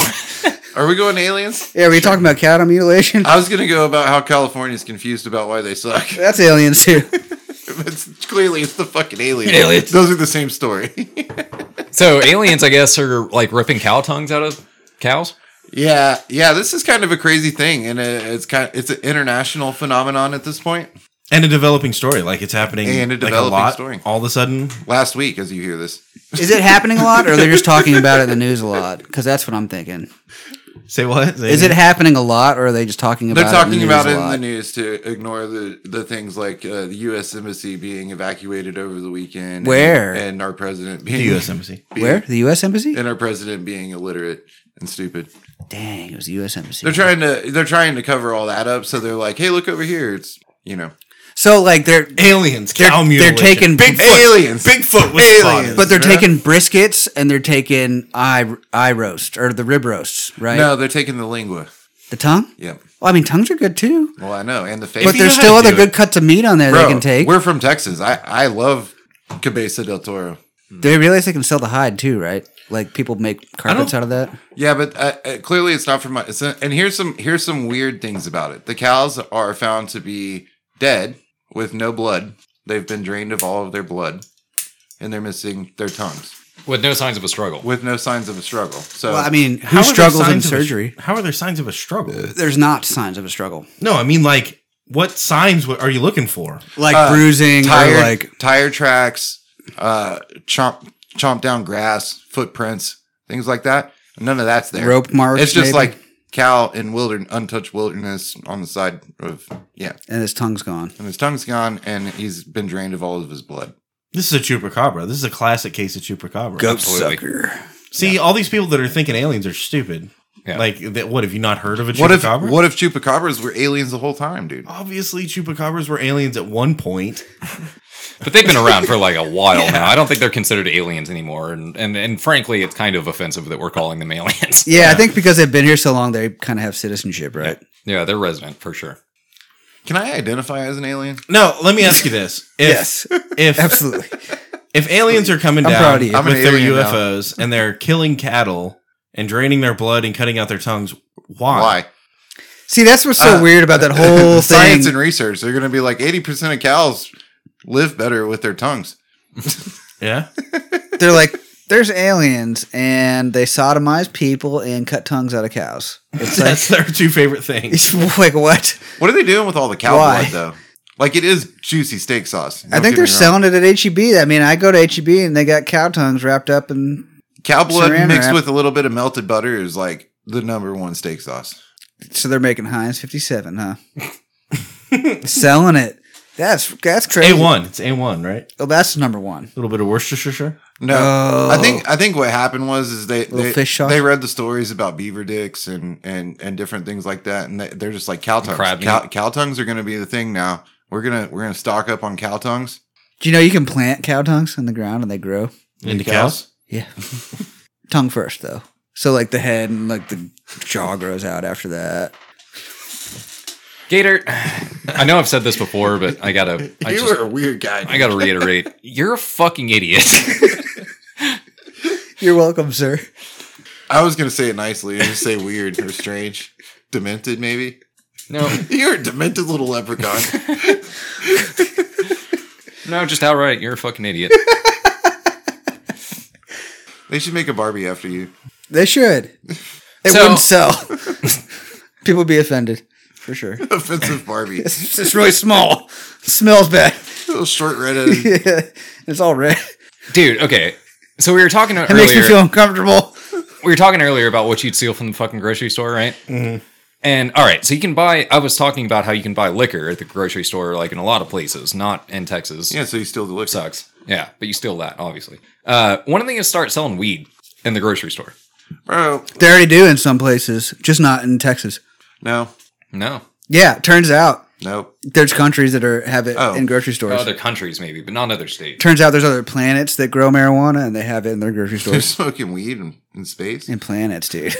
[SPEAKER 1] are we going to aliens?
[SPEAKER 3] Yeah, are we talking about cattle mutilation?
[SPEAKER 1] I was going to go about how California's confused about why they suck.
[SPEAKER 3] That's aliens too.
[SPEAKER 1] it's, clearly, it's the fucking aliens.
[SPEAKER 4] Aliens.
[SPEAKER 1] Those are the same story.
[SPEAKER 4] so aliens, I guess, are like ripping cow tongues out of cows.
[SPEAKER 1] yeah, yeah. This is kind of a crazy thing, and it- it's kind it's an international phenomenon at this point.
[SPEAKER 2] And a developing story, like it's happening.
[SPEAKER 1] And a
[SPEAKER 2] like,
[SPEAKER 1] developing
[SPEAKER 2] lot
[SPEAKER 1] story.
[SPEAKER 2] All of a sudden,
[SPEAKER 1] Last week, as you hear this,
[SPEAKER 3] Is it happening a lot, or they're just talking about it in the news a lot? Because that's what I'm thinking.
[SPEAKER 2] say what? Say
[SPEAKER 3] Is it happening a lot, or are they just talking about?
[SPEAKER 1] they're talking
[SPEAKER 3] it
[SPEAKER 1] about it
[SPEAKER 3] a
[SPEAKER 1] in the
[SPEAKER 3] lot?
[SPEAKER 1] news to ignore the the things like uh, the U.S. embassy being evacuated over the weekend.
[SPEAKER 3] Where?
[SPEAKER 1] and, and our president
[SPEAKER 2] the
[SPEAKER 1] being
[SPEAKER 2] U.S. embassy.
[SPEAKER 1] being-
[SPEAKER 3] Where the U.S. embassy?
[SPEAKER 1] and our president being illiterate and stupid.
[SPEAKER 3] Dang, it was the U.S. embassy.
[SPEAKER 1] They're trying to they're trying to cover all that up. So they're like, hey, look over here. It's you know
[SPEAKER 3] so like they're
[SPEAKER 2] Aliens,
[SPEAKER 3] they're,
[SPEAKER 2] cow
[SPEAKER 3] they're
[SPEAKER 2] mutilation.
[SPEAKER 3] taking
[SPEAKER 1] aliens.
[SPEAKER 2] Bigfoot was
[SPEAKER 1] Aliens.
[SPEAKER 2] aliens.
[SPEAKER 3] But they're
[SPEAKER 1] Yeah.
[SPEAKER 3] taking briskets and they're taking eye eye roast or the rib roasts, right?
[SPEAKER 1] No, they're taking the lingua.
[SPEAKER 3] The tongue?
[SPEAKER 1] Yeah.
[SPEAKER 3] Well, I mean, tongues are good too.
[SPEAKER 1] Well, I know, and the face.
[SPEAKER 3] But
[SPEAKER 2] you
[SPEAKER 3] there's
[SPEAKER 2] know
[SPEAKER 3] still
[SPEAKER 2] how to
[SPEAKER 3] other
[SPEAKER 2] do
[SPEAKER 3] good cuts of meat on there
[SPEAKER 1] Bro,
[SPEAKER 3] they can take.
[SPEAKER 1] We're from Texas. I I love Cabeza del Toro.
[SPEAKER 3] They realize they can sell the hide too, right? Like people make carpets
[SPEAKER 2] don't-
[SPEAKER 3] out of that.
[SPEAKER 1] Yeah, but uh, uh, clearly it's not from my. It's and here's some here's some weird things about it. The cows are found to be dead with no blood. They've been drained of all of their blood, and they're missing their tongues
[SPEAKER 4] With no signs of a struggle.
[SPEAKER 1] with no signs of a struggle. So
[SPEAKER 3] Well, I mean, who
[SPEAKER 2] How are there
[SPEAKER 3] struggles in
[SPEAKER 2] signs of a-
[SPEAKER 3] surgery?
[SPEAKER 2] how are there signs of a struggle?
[SPEAKER 3] There's not signs of a struggle,
[SPEAKER 2] No, I mean like what signs w- are you looking for?
[SPEAKER 3] like
[SPEAKER 1] Uh,
[SPEAKER 3] bruising
[SPEAKER 1] tire
[SPEAKER 3] or like
[SPEAKER 1] tire tracks, uh, chomp chomp down grass, footprints, things like that. None of that's there.
[SPEAKER 3] rope marks.
[SPEAKER 1] It's just
[SPEAKER 3] maybe?
[SPEAKER 1] like cow in wilderness, untouched wilderness on the side of yeah,
[SPEAKER 3] and his tongue's gone.
[SPEAKER 1] and his tongue's gone, and he's been drained of all of his blood.
[SPEAKER 2] This is a chupacabra. This is a classic case of chupacabra.
[SPEAKER 4] Absolutely.
[SPEAKER 3] sucker.
[SPEAKER 2] See, all these people that are thinking aliens are stupid.
[SPEAKER 4] Yeah.
[SPEAKER 2] Like, that, what have you not heard of a chupacabra?
[SPEAKER 1] What if what if chupacabras were aliens the whole time, dude?
[SPEAKER 2] Obviously, chupacabras were aliens at one point.
[SPEAKER 4] But they've been around for like a while now. I don't think they're considered aliens anymore. And, and and frankly, it's kind of offensive that we're calling them aliens.
[SPEAKER 3] Yeah, I think because they've been here so long, they kind of have citizenship, right?
[SPEAKER 4] Yeah, they're resident for sure.
[SPEAKER 1] Can I identify as an alien?
[SPEAKER 2] No, let me ask you this: if,
[SPEAKER 3] Yes.
[SPEAKER 2] if
[SPEAKER 3] Absolutely.
[SPEAKER 2] if aliens are coming
[SPEAKER 3] I'm
[SPEAKER 2] down
[SPEAKER 3] proud of you.
[SPEAKER 1] I'm an
[SPEAKER 2] with their
[SPEAKER 1] alien now.
[SPEAKER 2] UFOs and they're killing cattle and draining their blood and cutting out their tongues, why?
[SPEAKER 1] Why?
[SPEAKER 3] See, that's what's so
[SPEAKER 1] Uh,
[SPEAKER 3] weird about that whole thing.
[SPEAKER 1] Science and research. They're going to be like eighty percent of cows live better with their tongues.
[SPEAKER 2] Yeah,
[SPEAKER 3] They're like, there's aliens, and they sodomize people and cut tongues out of cows. It's like,
[SPEAKER 2] that's their two favorite things.
[SPEAKER 3] it's like what?
[SPEAKER 1] What are they doing with all the cow
[SPEAKER 3] Why?
[SPEAKER 1] blood though? Like it is juicy steak sauce.
[SPEAKER 3] I
[SPEAKER 1] Don't
[SPEAKER 3] think
[SPEAKER 1] get me
[SPEAKER 3] they're
[SPEAKER 1] wrong.
[SPEAKER 3] selling it at HEB. I mean, I go to HEB and they got cow tongues wrapped up and
[SPEAKER 1] cow blood
[SPEAKER 3] Saran
[SPEAKER 1] mixed
[SPEAKER 3] wrap.
[SPEAKER 1] with a little bit of melted butter is like the number one steak sauce.
[SPEAKER 3] so they're making Heinz 57, huh? selling it. That's that's crazy.
[SPEAKER 2] A one, it's A one, right? A
[SPEAKER 3] Oh, that's number one.
[SPEAKER 2] little bit of Worcestershire.
[SPEAKER 1] No,
[SPEAKER 3] Oh.
[SPEAKER 1] I think I think what happened was is they
[SPEAKER 3] Little
[SPEAKER 1] they,
[SPEAKER 3] fish sauce?
[SPEAKER 1] they read the stories about beaver dicks and and and different things like that, and they, they're just like cow tongues.
[SPEAKER 4] crab
[SPEAKER 1] Cow,
[SPEAKER 4] meat.
[SPEAKER 1] cow tongues are going to be the thing now. We're gonna we're gonna stock up on cow tongues.
[SPEAKER 3] Do you know you can plant cow tongues in the ground and they grow?
[SPEAKER 2] Into cows?
[SPEAKER 3] Yeah. Tongue first, though. So like the head and like the jaw grows out after that.
[SPEAKER 4] Gator, I know I've said this before, but I gotta, I,
[SPEAKER 1] you
[SPEAKER 4] just,
[SPEAKER 1] were a weird guy.
[SPEAKER 4] I gotta reiterate, you're a fucking idiot.
[SPEAKER 3] You're welcome, sir.
[SPEAKER 1] I was gonna say it nicely and just say weird or strange, demented maybe.
[SPEAKER 4] no,
[SPEAKER 1] You're a demented little leprechaun.
[SPEAKER 4] no, just outright, you're a fucking idiot.
[SPEAKER 1] they should make a Barbie after you.
[SPEAKER 3] They should. It
[SPEAKER 4] So-
[SPEAKER 3] wouldn't sell. People would be offended for sure.
[SPEAKER 1] Offensive Barbie.
[SPEAKER 3] It's just really small. smells bad.
[SPEAKER 1] little short redheaded.
[SPEAKER 3] it's all red.
[SPEAKER 4] Dude, okay. So we were talking
[SPEAKER 3] It makes me
[SPEAKER 4] earlier.
[SPEAKER 3] feel uncomfortable.
[SPEAKER 4] we were talking earlier about what you'd steal from the fucking grocery store, right? And all right, so you can buy. I was talking about how you can buy liquor at the grocery store, like in a lot of places, not in Texas.
[SPEAKER 1] Yeah, so you still deliver.
[SPEAKER 4] sucks. Yeah, but you steal that, obviously. Uh, one thing is start selling weed in the grocery store.
[SPEAKER 1] Bro,
[SPEAKER 3] They already do in some places, just not in Texas.
[SPEAKER 1] no,
[SPEAKER 4] No,
[SPEAKER 3] Yeah, it turns out
[SPEAKER 1] no.
[SPEAKER 3] there's countries that are have it
[SPEAKER 1] Oh.
[SPEAKER 3] in grocery stores.
[SPEAKER 4] other countries maybe, but not other states.
[SPEAKER 3] turns out there's other planets that grow marijuana and they have it in their grocery
[SPEAKER 1] They're
[SPEAKER 3] stores.
[SPEAKER 1] smoking weed in, in space.
[SPEAKER 3] in planets, dude.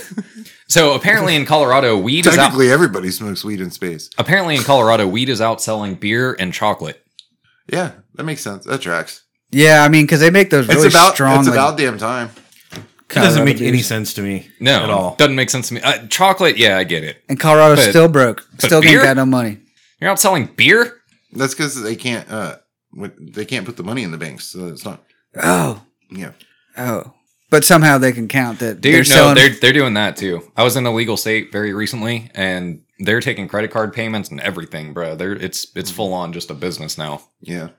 [SPEAKER 4] So apparently in Colorado, weed is out.
[SPEAKER 1] Technically, everybody smokes weed in space.
[SPEAKER 4] Apparently in Colorado, weed is outselling beer and chocolate.
[SPEAKER 1] Yeah, that makes sense. That tracks.
[SPEAKER 3] yeah, I mean, because they make those really
[SPEAKER 1] it's about
[SPEAKER 3] strong.
[SPEAKER 1] it's
[SPEAKER 3] like,
[SPEAKER 1] about damn time.
[SPEAKER 2] It doesn't
[SPEAKER 3] Colorado
[SPEAKER 2] make any
[SPEAKER 3] beers.
[SPEAKER 2] sense to me.
[SPEAKER 4] No,
[SPEAKER 2] at all.
[SPEAKER 4] doesn't make sense to me. Uh, chocolate, yeah, I get it.
[SPEAKER 3] And Colorado's
[SPEAKER 4] But-
[SPEAKER 3] still broke.
[SPEAKER 4] but
[SPEAKER 3] Still
[SPEAKER 4] beer?
[SPEAKER 3] ain't got no money.
[SPEAKER 4] You're outselling beer.
[SPEAKER 1] That's because they can't uh what- they can't put the money in the banks, so it's not
[SPEAKER 3] Oh,
[SPEAKER 1] yeah.
[SPEAKER 3] oh. But somehow they can count that
[SPEAKER 4] Dude,
[SPEAKER 3] they're
[SPEAKER 4] no,
[SPEAKER 3] selling.
[SPEAKER 4] they're they're doing that too. I was in a legal state very recently, and they're taking credit card payments and everything, bro. They're it's it's full on just a business now.
[SPEAKER 1] Yeah.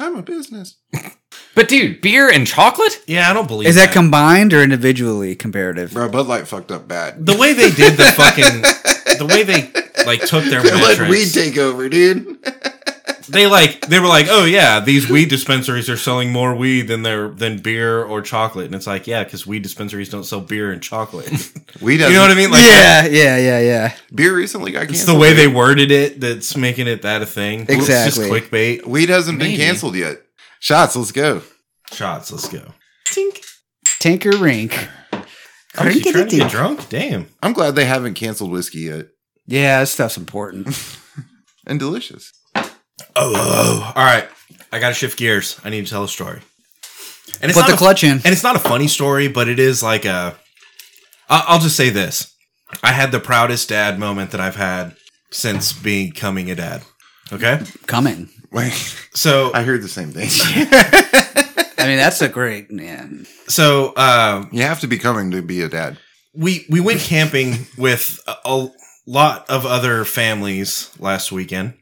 [SPEAKER 1] I'm a business.
[SPEAKER 4] But dude, beer and chocolate?
[SPEAKER 2] Yeah, I don't believe
[SPEAKER 3] is that combined or individually comparative?
[SPEAKER 1] Bro, Bud Light fucked up bad.
[SPEAKER 2] the way they did the fucking the way they like took their
[SPEAKER 1] They let weed
[SPEAKER 2] metrics.
[SPEAKER 1] take over, dude.
[SPEAKER 2] They like they were like, oh yeah, these weed dispensaries are selling more weed than their than beer or chocolate, and it's like yeah, because weed dispensaries don't sell beer and chocolate.
[SPEAKER 1] Weed
[SPEAKER 2] you know what I mean? Like
[SPEAKER 3] yeah, yeah, yeah, yeah.
[SPEAKER 1] beer recently got
[SPEAKER 2] it's
[SPEAKER 1] canceled.
[SPEAKER 2] the way they worded it that's making it that a thing. It's just
[SPEAKER 3] Exactly.
[SPEAKER 2] clickbait
[SPEAKER 1] weed hasn't
[SPEAKER 4] Maybe.
[SPEAKER 1] been canceled yet. Shots, let's go.
[SPEAKER 2] shots. Let's go.
[SPEAKER 3] Tinker Rink.
[SPEAKER 2] Oh, she trying to
[SPEAKER 3] Crinkety-dink.
[SPEAKER 2] get drunk? Damn.
[SPEAKER 1] I'm glad they haven't canceled whiskey yet.
[SPEAKER 3] Yeah, this stuff's important.
[SPEAKER 1] And delicious.
[SPEAKER 2] Oh, oh, oh. all right. I got to shift gears. I need to tell a story. And it's
[SPEAKER 3] Put
[SPEAKER 2] not
[SPEAKER 3] the
[SPEAKER 2] a-
[SPEAKER 3] clutch in.
[SPEAKER 2] and it's not a funny story, but it is like a. I- I'll just say this: I had the proudest dad moment that I've had since becoming a dad. Okay,
[SPEAKER 3] Coming.
[SPEAKER 1] Wait,
[SPEAKER 2] so
[SPEAKER 1] I heard the same thing.
[SPEAKER 3] I mean, that's a great yeah.
[SPEAKER 2] so um,
[SPEAKER 1] you have to be coming to be a dad.
[SPEAKER 2] we we went camping with a, a lot of other families last weekend,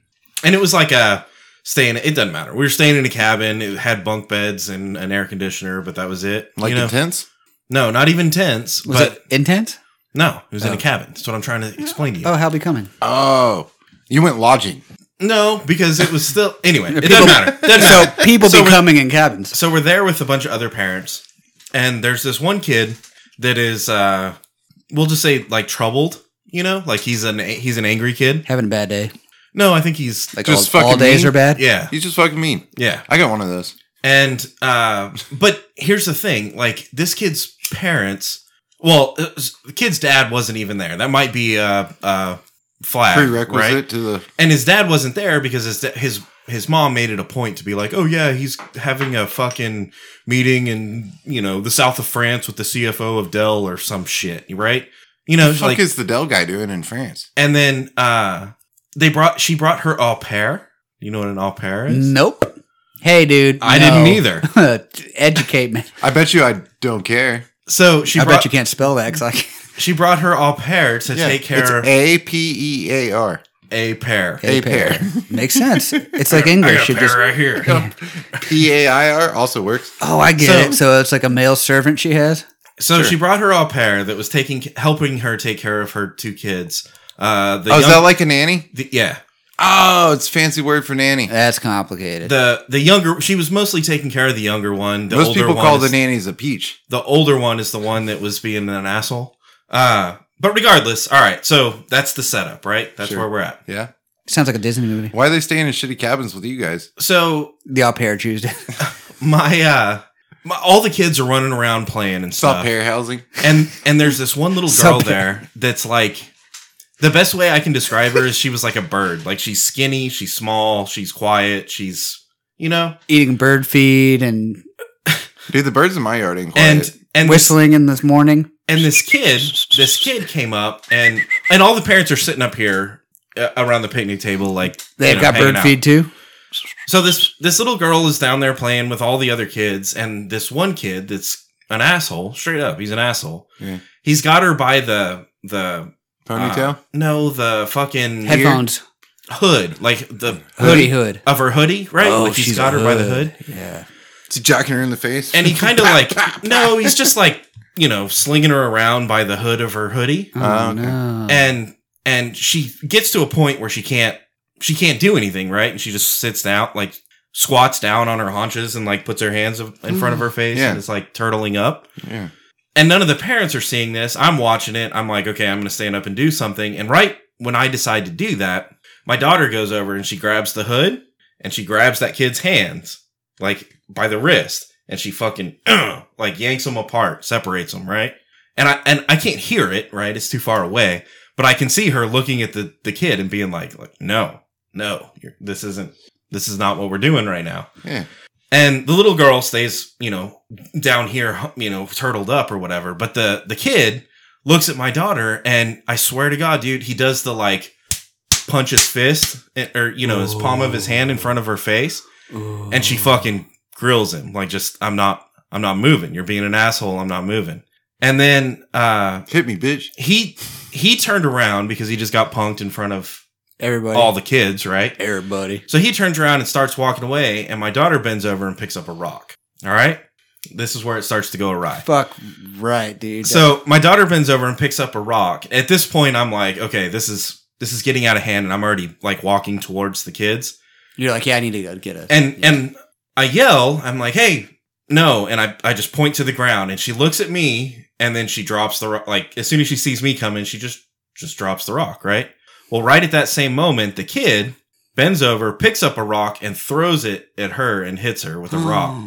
[SPEAKER 2] and it was like a staying. It doesn't matter. We were staying in a cabin. It had bunk beds and an air conditioner, but that was it.
[SPEAKER 1] Like
[SPEAKER 2] you know,
[SPEAKER 1] intense?
[SPEAKER 2] no, not even tents.
[SPEAKER 3] Was
[SPEAKER 2] but
[SPEAKER 3] it intense?
[SPEAKER 2] no, it was in a cabin. That's what I'm trying to explain to you.
[SPEAKER 3] Oh, how becoming?
[SPEAKER 1] Oh. You went lodging.
[SPEAKER 2] No, because it was still anyway. It doesn't matter. Doesn't
[SPEAKER 3] so
[SPEAKER 2] matter.
[SPEAKER 3] people
[SPEAKER 2] So we're-
[SPEAKER 3] becoming in cabins.
[SPEAKER 2] So we're there with a bunch of other parents, and there's this one kid that is, uh, we'll just say like troubled. You know, like he's an he's an angry kid.
[SPEAKER 3] Having a bad day.
[SPEAKER 2] No, I think he's
[SPEAKER 3] Like
[SPEAKER 1] Just
[SPEAKER 3] all, all
[SPEAKER 1] fucking
[SPEAKER 3] days
[SPEAKER 1] mean.
[SPEAKER 3] are bad.
[SPEAKER 2] yeah
[SPEAKER 1] He's just fucking mean.
[SPEAKER 2] yeah.
[SPEAKER 1] I got one of those.
[SPEAKER 2] And uh, but here's the thing: like this kid's parents. Well, it was- the kid's dad wasn't even there. That might be a, a flag,
[SPEAKER 1] Prerequisite
[SPEAKER 2] right?
[SPEAKER 1] to the
[SPEAKER 2] and his dad wasn't there because his da- his his mom made it a point to be like, "Oh yeah, he's having a fucking meeting in you know the south of France with the CFO of Dell or some shit, right?" You know,
[SPEAKER 1] the fuck
[SPEAKER 2] like,
[SPEAKER 1] is the Dell guy doing in France?
[SPEAKER 2] and then uh, they brought she brought her au pair. You know what an au pair is?
[SPEAKER 3] Nope. Hey, dude.
[SPEAKER 2] I didn't either.
[SPEAKER 3] either. Educate me.
[SPEAKER 1] I bet you I don't care.
[SPEAKER 2] So she
[SPEAKER 3] I
[SPEAKER 2] brought
[SPEAKER 3] bet you can't spell that because I can't.
[SPEAKER 2] she brought her au pair to take care of
[SPEAKER 1] It's A P E A R.
[SPEAKER 2] a pair.
[SPEAKER 1] A pair.
[SPEAKER 3] Makes sense. It's like English. You just,
[SPEAKER 2] right here.
[SPEAKER 1] P A I R also works.
[SPEAKER 3] oh, I get
[SPEAKER 2] So-
[SPEAKER 3] it. So it's like a male servant she has.
[SPEAKER 2] So she brought her au pair that was taking helping her take care of her two kids. Uh, the
[SPEAKER 1] Oh, is
[SPEAKER 2] young-
[SPEAKER 1] that like a nanny?
[SPEAKER 2] the- yeah.
[SPEAKER 1] Oh, it's a fancy word for nanny.
[SPEAKER 3] That's complicated.
[SPEAKER 2] the the younger she was mostly taking care of the younger one. The
[SPEAKER 1] Most
[SPEAKER 2] older
[SPEAKER 1] people
[SPEAKER 2] one
[SPEAKER 1] call the
[SPEAKER 2] is,
[SPEAKER 1] nannies a peach.
[SPEAKER 2] the older one is the one that was being an asshole. Uh but regardless, all right. So that's the setup, right? That's
[SPEAKER 1] Sure.
[SPEAKER 2] where we're at.
[SPEAKER 1] Yeah.
[SPEAKER 3] Sounds like a Disney movie.
[SPEAKER 1] Why are they staying in shitty cabins with you guys?
[SPEAKER 2] So
[SPEAKER 3] The au pair Tuesday.
[SPEAKER 2] my uh my, all the kids are running around playing and
[SPEAKER 1] Stop
[SPEAKER 2] stuff.
[SPEAKER 1] pair housing.
[SPEAKER 2] And and there's this one little girl
[SPEAKER 3] Stop
[SPEAKER 2] there that's like the best way I can describe her is she was like a bird. Like she's skinny, she's small, she's quiet, she's you know,
[SPEAKER 3] Eating bird feed and
[SPEAKER 1] Dude, the birds in my yard ain't quiet.
[SPEAKER 2] and and this-
[SPEAKER 3] whistling in the morning.
[SPEAKER 2] and this kid this kid came up and and all the parents are sitting up here uh, around the picnic table like
[SPEAKER 3] They've
[SPEAKER 2] you know,
[SPEAKER 3] got
[SPEAKER 2] hanging
[SPEAKER 3] bird
[SPEAKER 2] out.
[SPEAKER 3] feed too.
[SPEAKER 2] so this this little girl is down there playing with all the other kids and this one kid that's an asshole straight up he's an asshole
[SPEAKER 1] Yeah.
[SPEAKER 2] he's got her by the the
[SPEAKER 1] Ponytail?
[SPEAKER 2] uh, no the fucking
[SPEAKER 3] Headphones.
[SPEAKER 2] hood like the
[SPEAKER 3] Hoodie hood.
[SPEAKER 2] of her hoodie right
[SPEAKER 3] Oh,
[SPEAKER 2] like he's
[SPEAKER 3] she's
[SPEAKER 2] got
[SPEAKER 3] a
[SPEAKER 2] her by the
[SPEAKER 3] hood.
[SPEAKER 2] hood
[SPEAKER 3] Yeah.
[SPEAKER 1] It's jacking her in the face.
[SPEAKER 2] and he kind of like no he's just like you know slinging her around by the hood of her hoodie
[SPEAKER 3] Oh,
[SPEAKER 1] Ah, okay.
[SPEAKER 3] no.
[SPEAKER 2] and and she gets to a point where she can't she can't do anything, right? And she just sits down, like squats down on her haunches and like puts her hands in front of her face
[SPEAKER 1] Yeah.
[SPEAKER 2] and it's like turtling up.
[SPEAKER 1] Yeah.
[SPEAKER 2] And none of the parents are seeing this. I'm watching it. I'm like, okay, I'm going to stand up and do something. And right when I decide to do that, my daughter goes over and she grabs the hood and she grabs that kid's hands, like by the wrist, and she fucking "Ugh," like yanks them apart, separates them, right? And I and I can't hear it, right? It's too far away, but I can see her looking at the the kid and being like, like no, no, you're, this isn't this is not what we're doing right now.
[SPEAKER 1] Yeah.
[SPEAKER 2] And the little girl stays, you know, down here, you know, turtled up or whatever. But the the kid looks at my daughter, and I swear to God, dude, he does the like punch his fist eh, or you know his palm of his hand in front of her face, and she fucking grills him like, just I'm not, I'm not moving. You're being an asshole. I'm not moving. And then uh,
[SPEAKER 1] Hit me, bitch.
[SPEAKER 2] he he turned around because he just got punked in front of
[SPEAKER 3] Everybody.
[SPEAKER 2] all the kids, right?
[SPEAKER 3] Everybody.
[SPEAKER 2] So he turns around and starts walking away, and my daughter bends over and picks up a rock. All right. This is where it starts to go awry.
[SPEAKER 5] Fuck right, dude.
[SPEAKER 2] So my daughter bends over and picks up a rock. At this point, I'm like, okay, this is this is getting out of hand, and I'm already like walking towards the kids.
[SPEAKER 3] You're like, yeah, I need to go get it.
[SPEAKER 2] And and I yell, I'm like, hey, no, and I, I just point to the ground and she looks at me and then she drops the rock like as soon as she sees me coming, she just just drops the rock, right? Well, right at that same moment, the kid bends over, picks up a rock, and throws it at her and hits her
[SPEAKER 1] Hmm.
[SPEAKER 2] with a rock.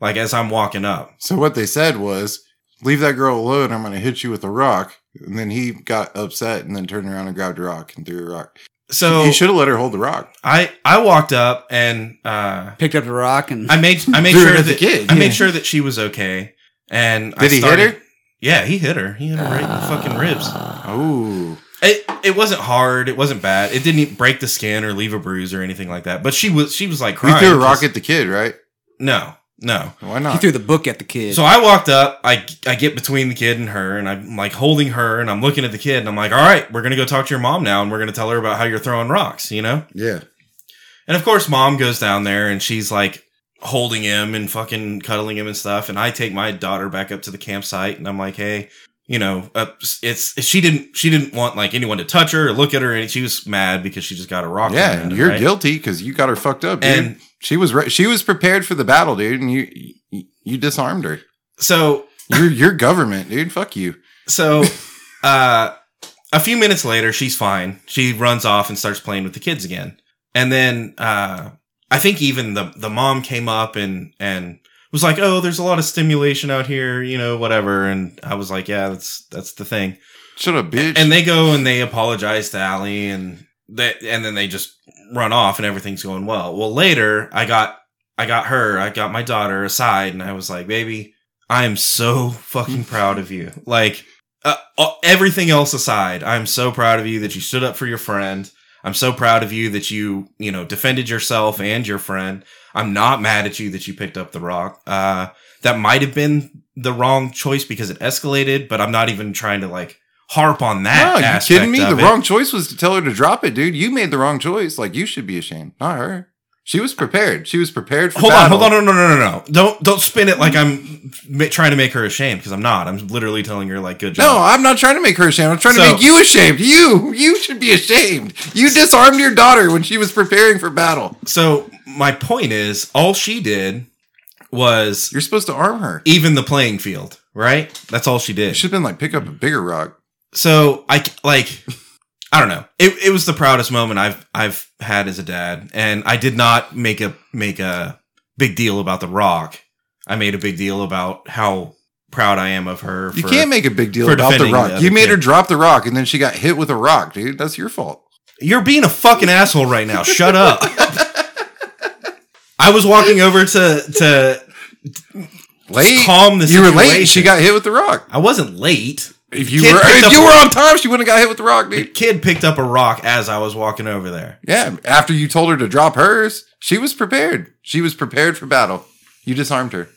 [SPEAKER 2] Like as I'm walking up.
[SPEAKER 1] So what they said was, leave that girl alone. I'm going to hit you with a rock. And then he got upset and then turned around and grabbed a rock and threw a rock.
[SPEAKER 2] So
[SPEAKER 1] he should have let her hold the rock.
[SPEAKER 2] I I walked up and uh
[SPEAKER 5] picked up the rock and
[SPEAKER 2] I made I made
[SPEAKER 1] Threw it
[SPEAKER 2] sure
[SPEAKER 1] at the
[SPEAKER 2] that
[SPEAKER 1] kid,
[SPEAKER 2] I
[SPEAKER 1] yeah.
[SPEAKER 2] made sure that she was okay. And I
[SPEAKER 1] Did he hit
[SPEAKER 2] started-
[SPEAKER 1] her?
[SPEAKER 2] Yeah, he hit her. He hit her right in the fucking ribs.
[SPEAKER 1] Oh,
[SPEAKER 2] It it wasn't hard. It wasn't bad. It didn't even break the skin or leave a bruise or anything like that. But she was she was like
[SPEAKER 1] he
[SPEAKER 2] crying.
[SPEAKER 1] threw a rock
[SPEAKER 2] 'cause-
[SPEAKER 1] at the kid, right?
[SPEAKER 2] No, no.
[SPEAKER 1] Why
[SPEAKER 5] he
[SPEAKER 1] not?
[SPEAKER 5] threw the book at the kid.
[SPEAKER 2] So I walked up. I I get between the kid and her, and I'm like holding her, and I'm looking at the kid, and I'm like, all right, we're gonna go talk to your mom now, and we're gonna tell her about how you're throwing rocks, you know.
[SPEAKER 1] yeah.
[SPEAKER 2] And of course, mom goes down there, and she's like holding him and fucking cuddling him and stuff. And I take my daughter back up to the campsite, and I'm like, hey. You know, uh, it's she didn't she didn't want like anyone to touch her or look at her, and she was mad because she just got a rock. thrown
[SPEAKER 1] Yeah,
[SPEAKER 2] at
[SPEAKER 1] and
[SPEAKER 2] her,
[SPEAKER 1] you're
[SPEAKER 2] right?
[SPEAKER 1] guilty because you got her fucked up, dude.
[SPEAKER 2] And-
[SPEAKER 1] she was re- she was prepared for the battle, dude, and you you, you disarmed her.
[SPEAKER 2] So
[SPEAKER 1] You're your government, dude. Fuck you.
[SPEAKER 2] so uh a few minutes later she's fine. She runs off and starts playing with the kids again. And then uh I think even the the mom came up and and was like, "Oh, there's a lot of stimulation out here, you know, whatever." And I was like, "Yeah, that's that's the thing."
[SPEAKER 1] Shut up, bitch.
[SPEAKER 2] And they go and they apologize to Allie and they and then they just run off and everything's going well. Well, later I got I got her, I got my daughter aside and I was like, "Baby, I am so fucking proud of you." Like uh, uh, everything else aside, I'm so proud of you that you stood up for your friend. I'm so proud of you that you, you know, defended yourself and your friend. I'm not mad at you that you picked up the rock. Uh, that might have been the wrong choice because it escalated, but I'm not even trying to like harp on that.
[SPEAKER 1] no, you
[SPEAKER 2] aspect
[SPEAKER 1] kidding me?
[SPEAKER 2] of
[SPEAKER 1] The
[SPEAKER 2] it.
[SPEAKER 1] wrong choice was to tell her to drop it, dude. You made the wrong choice. Like you should be ashamed, not her. She was prepared. She was prepared for.
[SPEAKER 2] Hold on,
[SPEAKER 1] battle.
[SPEAKER 2] hold on, no, no, no, no, no! Don't don't spin it like I'm ma- trying to make her ashamed because I'm not. I'm literally telling her like, good
[SPEAKER 1] No,
[SPEAKER 2] job.
[SPEAKER 1] I'm not trying to make her ashamed. I'm trying
[SPEAKER 2] So-
[SPEAKER 1] to make you ashamed. You, you should be ashamed. You disarmed your daughter when she was preparing for battle.
[SPEAKER 2] So my point is, all she did was
[SPEAKER 1] You're supposed to arm her.
[SPEAKER 2] even the playing field, right? That's all she
[SPEAKER 1] You
[SPEAKER 2] did.
[SPEAKER 1] should have been like, pick up a bigger rock.
[SPEAKER 2] So I c- like, I don't know. It, it was the proudest moment I've I've had as a dad, and I did not make a make a big deal about the rock. I made a big deal about how proud I am of her.
[SPEAKER 1] You can't make a big deal
[SPEAKER 2] for
[SPEAKER 1] about the
[SPEAKER 2] defending
[SPEAKER 1] rock.
[SPEAKER 2] the
[SPEAKER 1] you
[SPEAKER 2] other
[SPEAKER 1] made her
[SPEAKER 2] kid.
[SPEAKER 1] drop the rock, and then she got hit with a rock, dude. That's your fault.
[SPEAKER 2] You're being a fucking asshole right now. Shut up. I was walking over to to
[SPEAKER 1] Late,
[SPEAKER 2] calm the
[SPEAKER 1] you were
[SPEAKER 2] situation.
[SPEAKER 1] late. She got hit with the rock.
[SPEAKER 2] I wasn't late.
[SPEAKER 1] If you
[SPEAKER 2] Kid
[SPEAKER 1] were,
[SPEAKER 2] picked
[SPEAKER 1] if
[SPEAKER 2] up
[SPEAKER 1] you
[SPEAKER 2] a-
[SPEAKER 1] were on time, she wouldn't have got hit with the rock,
[SPEAKER 2] The
[SPEAKER 1] dude.
[SPEAKER 2] kid picked up a rock as I was walking over there.
[SPEAKER 1] Yeah, after you told her to drop hers, she was prepared. She was prepared for battle. You disarmed her,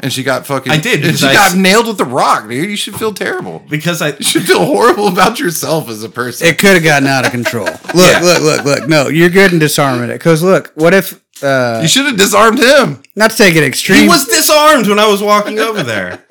[SPEAKER 1] and she got fucking.
[SPEAKER 2] I did,
[SPEAKER 1] And
[SPEAKER 2] because
[SPEAKER 1] she
[SPEAKER 2] I-
[SPEAKER 1] got nailed with the rock, dude. You should feel terrible.
[SPEAKER 2] Because I
[SPEAKER 1] You should feel horrible about yourself as a person.
[SPEAKER 5] It could have gotten out of control. Look, look, look, look. No, you're good in disarming it. Because look, what if uh,
[SPEAKER 1] you should have disarmed him.
[SPEAKER 5] not to take it
[SPEAKER 2] he
[SPEAKER 5] extreme?
[SPEAKER 2] was disarmed when I was walking over there.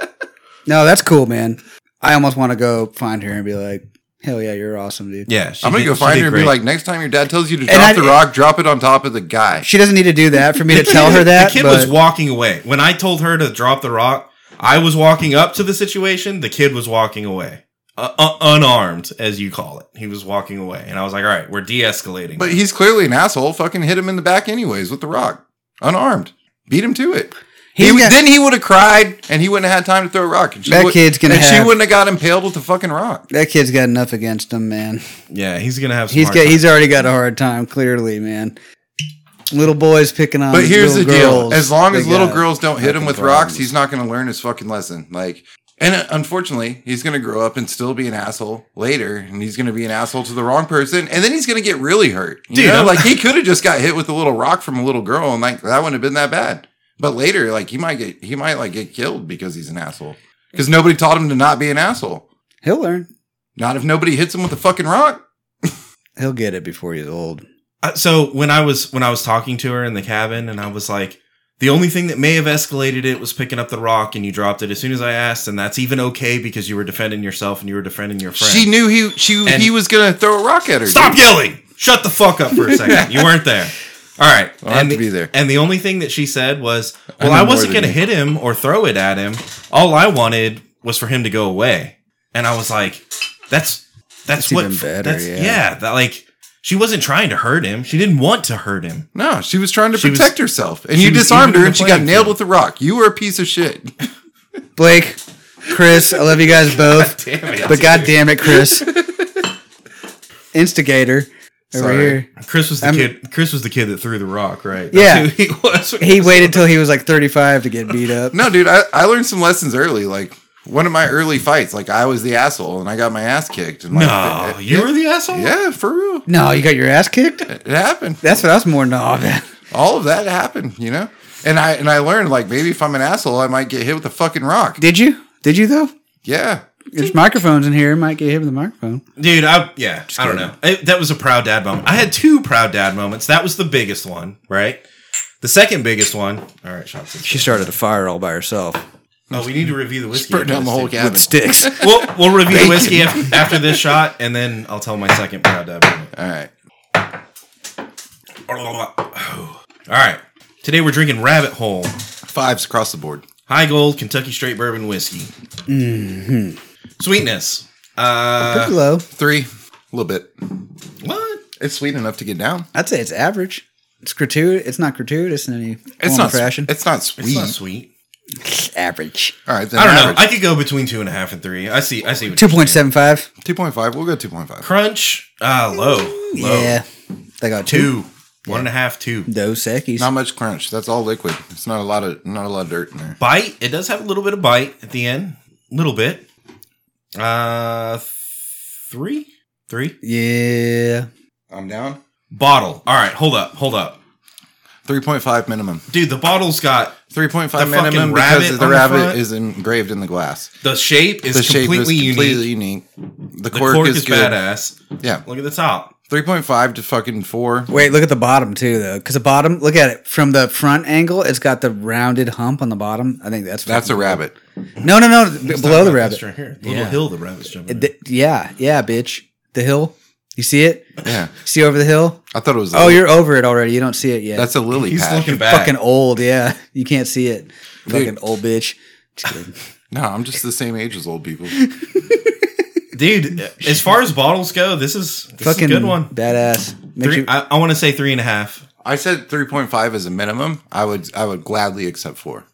[SPEAKER 5] no, that's cool, man. I almost want to go find her and be like,
[SPEAKER 3] Hell yeah, you're awesome, dude.
[SPEAKER 2] Yeah, she
[SPEAKER 1] I'm gonna
[SPEAKER 2] did-
[SPEAKER 1] go
[SPEAKER 2] she
[SPEAKER 1] find
[SPEAKER 2] did
[SPEAKER 1] her and be
[SPEAKER 2] great.
[SPEAKER 1] like, next time your dad tells you to
[SPEAKER 3] And
[SPEAKER 1] drop
[SPEAKER 3] I-
[SPEAKER 1] the rock, drop it on top of the guy.
[SPEAKER 3] She doesn't need to do that for me to tell her that.
[SPEAKER 2] The kid
[SPEAKER 3] but
[SPEAKER 2] was walking away. When I told her to drop the rock, I was walking up to the situation. The kid was walking away. Uh, uh, unarmed, as you call it. He was walking away. And I was like, all right, we're de escalating.
[SPEAKER 1] But he's clearly an asshole. Fucking hit him in the back anyways with the rock, unarmed. Beat him to it. He,
[SPEAKER 3] He's
[SPEAKER 1] would-
[SPEAKER 3] got-
[SPEAKER 1] then he would have cried, and he wouldn't have had time to throw a rock. And she
[SPEAKER 3] That
[SPEAKER 1] would-
[SPEAKER 3] kid's gonna
[SPEAKER 1] And she
[SPEAKER 3] have-
[SPEAKER 1] wouldn't have got impaled with the fucking rock.
[SPEAKER 3] that kid's got enough against him, man.
[SPEAKER 2] yeah, he's going to have some.
[SPEAKER 3] He's
[SPEAKER 2] hard
[SPEAKER 3] got
[SPEAKER 2] time.
[SPEAKER 3] he's already got a hard time, clearly, man. Little boys picking on.
[SPEAKER 1] But here's the
[SPEAKER 3] little
[SPEAKER 1] deal:
[SPEAKER 3] girls,
[SPEAKER 1] as long as
[SPEAKER 3] they
[SPEAKER 1] little
[SPEAKER 3] got-
[SPEAKER 1] girls don't hit him
[SPEAKER 3] fucking
[SPEAKER 1] with rocks,
[SPEAKER 3] problems.
[SPEAKER 1] he's not going to learn his fucking lesson. Like, and uh, unfortunately, he's going to grow up and still be an asshole later, and he's going to be an asshole to the wrong person, and then he's going to get really hurt. You
[SPEAKER 2] Dude,
[SPEAKER 1] know,
[SPEAKER 2] I'm-
[SPEAKER 1] like he could have just got hit with a little rock from a little girl, and like that wouldn't have been that bad. But later, like he might get he might like get killed because he's an asshole because nobody taught him to not be an asshole.
[SPEAKER 3] he'll learn,
[SPEAKER 1] Not if nobody hits him with a fucking rock.
[SPEAKER 3] he'll get it before he's old.
[SPEAKER 2] Uh, so when I was when I was talking to her in the cabin, and I was like, the only thing that may have escalated it was picking up the rock, and you dropped it as soon as I asked, and that's even okay because you were defending yourself and you were defending your friend.
[SPEAKER 1] She knew he she
[SPEAKER 2] And-
[SPEAKER 1] he was gonna throw a rock at her.
[SPEAKER 2] Stop
[SPEAKER 1] dude.
[SPEAKER 2] yelling! Shut the fuck up for a second. You weren't there. All right.
[SPEAKER 1] I'll have
[SPEAKER 2] and
[SPEAKER 1] to
[SPEAKER 2] the-
[SPEAKER 1] be there.
[SPEAKER 2] And the only thing that she said was, "Well,
[SPEAKER 1] know
[SPEAKER 2] I,
[SPEAKER 1] more
[SPEAKER 2] wasn't
[SPEAKER 1] than
[SPEAKER 2] going to
[SPEAKER 1] you."
[SPEAKER 2] hit him or throw it at him. All I wanted was for him to go away." And I was like, "That's that's,
[SPEAKER 3] That's
[SPEAKER 2] what
[SPEAKER 3] even better,
[SPEAKER 2] that's-
[SPEAKER 3] yeah.
[SPEAKER 2] that like she wasn't trying to hurt him. She didn't want to hurt him.
[SPEAKER 1] No, she was trying to
[SPEAKER 2] She was-
[SPEAKER 1] protect herself, and
[SPEAKER 2] she
[SPEAKER 1] you
[SPEAKER 2] was
[SPEAKER 1] disarmed her,
[SPEAKER 2] even the
[SPEAKER 1] and she got
[SPEAKER 2] playing
[SPEAKER 1] nailed
[SPEAKER 2] field.
[SPEAKER 1] with a rock. You were a piece of shit.
[SPEAKER 3] Blake, Chris, I love you guys both,
[SPEAKER 2] Damn it.
[SPEAKER 3] but god damn it, Chris, instigator over
[SPEAKER 1] Sorry.
[SPEAKER 3] here.
[SPEAKER 2] Chris was the
[SPEAKER 3] I'm-
[SPEAKER 2] kid Chris was the kid that threw the rock, right?
[SPEAKER 3] Yeah.
[SPEAKER 2] who he was.
[SPEAKER 3] He waited till he was like 35 to get beat up.
[SPEAKER 1] No, dude, I, I learned some lessons early. Like one of my early fights, like I was the asshole, and I got my ass kicked. And like,
[SPEAKER 2] No,
[SPEAKER 1] it-
[SPEAKER 2] Oh, you were the asshole.
[SPEAKER 1] yeah, for real,
[SPEAKER 3] No, you got your ass kicked.
[SPEAKER 1] it happened.
[SPEAKER 3] That's what I was more no man.
[SPEAKER 1] All of that happened, you know. And I and I learned like maybe if I'm an asshole, I might get hit with a fucking rock.
[SPEAKER 3] Did you? Did you though?
[SPEAKER 1] Yeah,
[SPEAKER 3] There's microphones in here. Might get hit with the microphone.
[SPEAKER 2] Dude, I yeah, I don't know. I- that was a proud dad moment. I had two proud dad moments. That was the biggest one, right? The second biggest one. All right, Johnson.
[SPEAKER 6] She started a fire all by herself
[SPEAKER 2] Oh, we need to review the whiskey.
[SPEAKER 1] burned down the whole
[SPEAKER 2] after
[SPEAKER 1] cabin.
[SPEAKER 6] with sticks.
[SPEAKER 2] this, too. We'll we'll review the whiskey af- after this shot, and then I'll tell my second proud dad moment.
[SPEAKER 1] All right,
[SPEAKER 2] Oh. All right, today we're drinking Rabbit Hole
[SPEAKER 1] fives across the board.
[SPEAKER 2] High Gold Kentucky Straight Bourbon Whiskey.
[SPEAKER 1] Mm-hmm.
[SPEAKER 2] Sweetness. Uh,
[SPEAKER 3] Pretty low.
[SPEAKER 1] Three, a little bit.
[SPEAKER 2] what?
[SPEAKER 1] It's sweet enough to get down.
[SPEAKER 3] I'd say it's average. It's gratuitous. It's not gratuitous in any
[SPEAKER 1] It's
[SPEAKER 3] form or
[SPEAKER 1] not.
[SPEAKER 3] fashion.
[SPEAKER 1] It's not
[SPEAKER 2] It's
[SPEAKER 1] sweet.
[SPEAKER 2] not sweet.
[SPEAKER 3] It's average.
[SPEAKER 1] All right, then
[SPEAKER 2] I don't
[SPEAKER 1] average.
[SPEAKER 2] know. I could go between two and a half and three. I see. I see. what
[SPEAKER 3] Two
[SPEAKER 2] you're saying.
[SPEAKER 3] point seven five.
[SPEAKER 1] Two point five. We'll go two point five.
[SPEAKER 2] Crunch, uh, low, low.
[SPEAKER 3] Yeah, they got two.
[SPEAKER 2] Two. One and a half, two.
[SPEAKER 3] Dos Equis.
[SPEAKER 1] Not much crunch. That's all liquid. It's not a lot of not a lot of dirt in there.
[SPEAKER 2] Bite. It does have a little bit of bite at the end. Little bit. Uh, th- three? Three?
[SPEAKER 3] yeah,
[SPEAKER 1] I'm down.
[SPEAKER 2] Bottle. All right, hold up, hold up.
[SPEAKER 1] Three point five minimum.
[SPEAKER 2] Dude, the bottle's got
[SPEAKER 1] Three point five
[SPEAKER 2] The fucking
[SPEAKER 1] minimum
[SPEAKER 2] rabbit
[SPEAKER 1] because the
[SPEAKER 2] on the
[SPEAKER 1] rabbit
[SPEAKER 2] front?
[SPEAKER 1] is engraved in the glass.
[SPEAKER 2] the shape is
[SPEAKER 1] the shape is
[SPEAKER 2] completely unique.
[SPEAKER 1] completely unique. The
[SPEAKER 2] the
[SPEAKER 1] cork, is, good.
[SPEAKER 2] badass.
[SPEAKER 1] Yeah,
[SPEAKER 2] Look at the top.
[SPEAKER 1] three point five to fucking four.
[SPEAKER 3] Wait, look at the bottom too, though, because the bottom. Look at it from the front angle. It's got the rounded hump on the bottom. I think that's
[SPEAKER 1] That's a rabbit.
[SPEAKER 3] no, no, no. b- below the rabbit.
[SPEAKER 2] That's right here. Little
[SPEAKER 3] Yeah.
[SPEAKER 2] hill the rabbit's jumping. on.
[SPEAKER 3] Th- yeah, yeah, bitch. The hill. You see it?
[SPEAKER 1] Yeah,
[SPEAKER 3] See over the hill?
[SPEAKER 1] I thought it was. a
[SPEAKER 3] Oh,
[SPEAKER 1] lily.
[SPEAKER 3] you're over it already. You don't see it yet.
[SPEAKER 1] That's a lily
[SPEAKER 2] He's
[SPEAKER 1] pad.
[SPEAKER 2] looking back.
[SPEAKER 3] fucking old. Yeah, you can't see it. Fucking old bitch. Just kidding.
[SPEAKER 1] No, I'm just the same age as old people.
[SPEAKER 2] Dude, as far as bottles go, this is, this
[SPEAKER 3] fucking
[SPEAKER 2] is a good one.
[SPEAKER 3] badass. Makes
[SPEAKER 2] Three,
[SPEAKER 3] you-
[SPEAKER 2] I, I want to say three and a half.
[SPEAKER 1] I said three point five as a minimum. I would I would gladly accept four.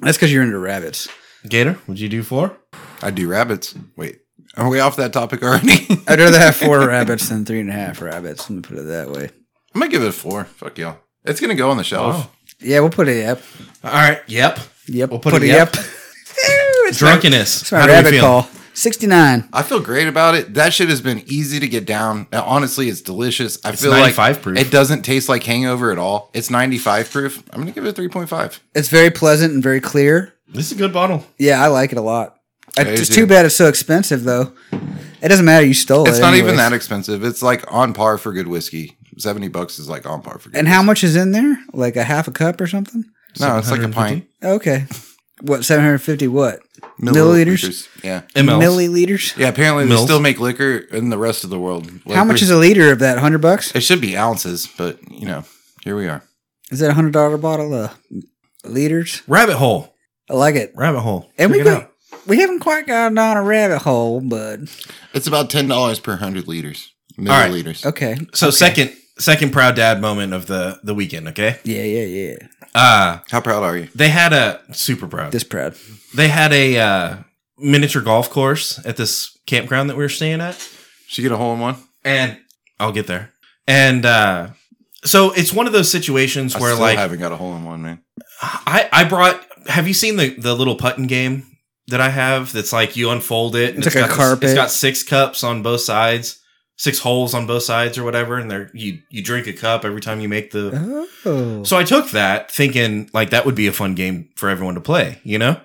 [SPEAKER 3] that's because you're into rabbits.
[SPEAKER 2] Gator, would you do four?
[SPEAKER 1] I do rabbits. Wait, are we off that topic already?
[SPEAKER 3] I'd rather have four rabbits than three and a half rabbits. Let me put it that way.
[SPEAKER 1] I'm gonna give it a four. Fuck y'all. It's gonna go on the shelf.
[SPEAKER 2] Oh.
[SPEAKER 3] Yeah, we'll put it up.
[SPEAKER 2] All right. Yep.
[SPEAKER 3] Yep,
[SPEAKER 2] We'll put a yep.
[SPEAKER 3] it's
[SPEAKER 2] Drunkenness.
[SPEAKER 3] My, it's my
[SPEAKER 2] How do we
[SPEAKER 3] rabbit
[SPEAKER 2] feel?
[SPEAKER 3] call. Sixty-nine.
[SPEAKER 1] I feel great about it. That shit has been easy to get down. Uh, Honestly, it's delicious. I feel
[SPEAKER 2] 95
[SPEAKER 1] like
[SPEAKER 2] proof.
[SPEAKER 1] it doesn't taste like hangover at all. It's 95 proof. I'm going to give it a 3.5.
[SPEAKER 3] It's very pleasant and very clear.
[SPEAKER 2] This is a good bottle.
[SPEAKER 3] Yeah, I like it a lot. I-
[SPEAKER 1] Yeah, you
[SPEAKER 3] it's
[SPEAKER 1] do.
[SPEAKER 3] too bad it's so expensive though. It doesn't matter. You stole it.
[SPEAKER 1] It's not even
[SPEAKER 3] anyways.
[SPEAKER 1] that expensive. It's like on par for good whiskey. 70 bucks is like on par for good.
[SPEAKER 3] And how much is in there? Like a half a cup or something?
[SPEAKER 1] No, it's like a
[SPEAKER 2] 750?
[SPEAKER 1] pint.
[SPEAKER 3] Okay.
[SPEAKER 5] what 750 what milliliters,
[SPEAKER 1] Milliliters. Yeah.
[SPEAKER 2] MLs.
[SPEAKER 5] milliliters.
[SPEAKER 1] Yeah. Apparently,
[SPEAKER 2] Mils.
[SPEAKER 1] they still make liquor in the rest of the world.
[SPEAKER 5] How much is a liter of that? Hundred bucks?
[SPEAKER 1] It should be ounces, but you know, here we are.
[SPEAKER 5] Is that a hundred dollar bottle of liters?
[SPEAKER 2] Rabbit hole.
[SPEAKER 5] I like it.
[SPEAKER 2] Rabbit hole.
[SPEAKER 5] And we
[SPEAKER 2] Check it
[SPEAKER 5] go, we haven't quite gone down a rabbit hole, but
[SPEAKER 1] It's about ten dollars per hundred liters.
[SPEAKER 2] right.
[SPEAKER 1] Milliliters.
[SPEAKER 5] okay.
[SPEAKER 2] So second second proud dad moment of the the weekend, okay?
[SPEAKER 5] Yeah, yeah, yeah.
[SPEAKER 2] Uh
[SPEAKER 1] How proud are you?
[SPEAKER 2] they had a super proud.
[SPEAKER 5] This proud.
[SPEAKER 2] they had a uh, miniature golf course at this campground that we were staying at.
[SPEAKER 1] She get a hole in one.
[SPEAKER 2] and I'll get there. And uh, so it's one of those situations
[SPEAKER 1] I
[SPEAKER 2] where
[SPEAKER 1] still
[SPEAKER 2] like
[SPEAKER 1] haven't got a hole in one, man.
[SPEAKER 2] I I brought. Have you seen the the little putting game that I have? That's like you unfold it.
[SPEAKER 5] It's like a
[SPEAKER 2] got
[SPEAKER 5] carpet.
[SPEAKER 2] it's got six cups on both sides, six holes on both sides, or whatever. And there you you drink a cup every time you make the.
[SPEAKER 5] Oh.
[SPEAKER 2] So I took that thinking like that would be a fun game for everyone to play. You know.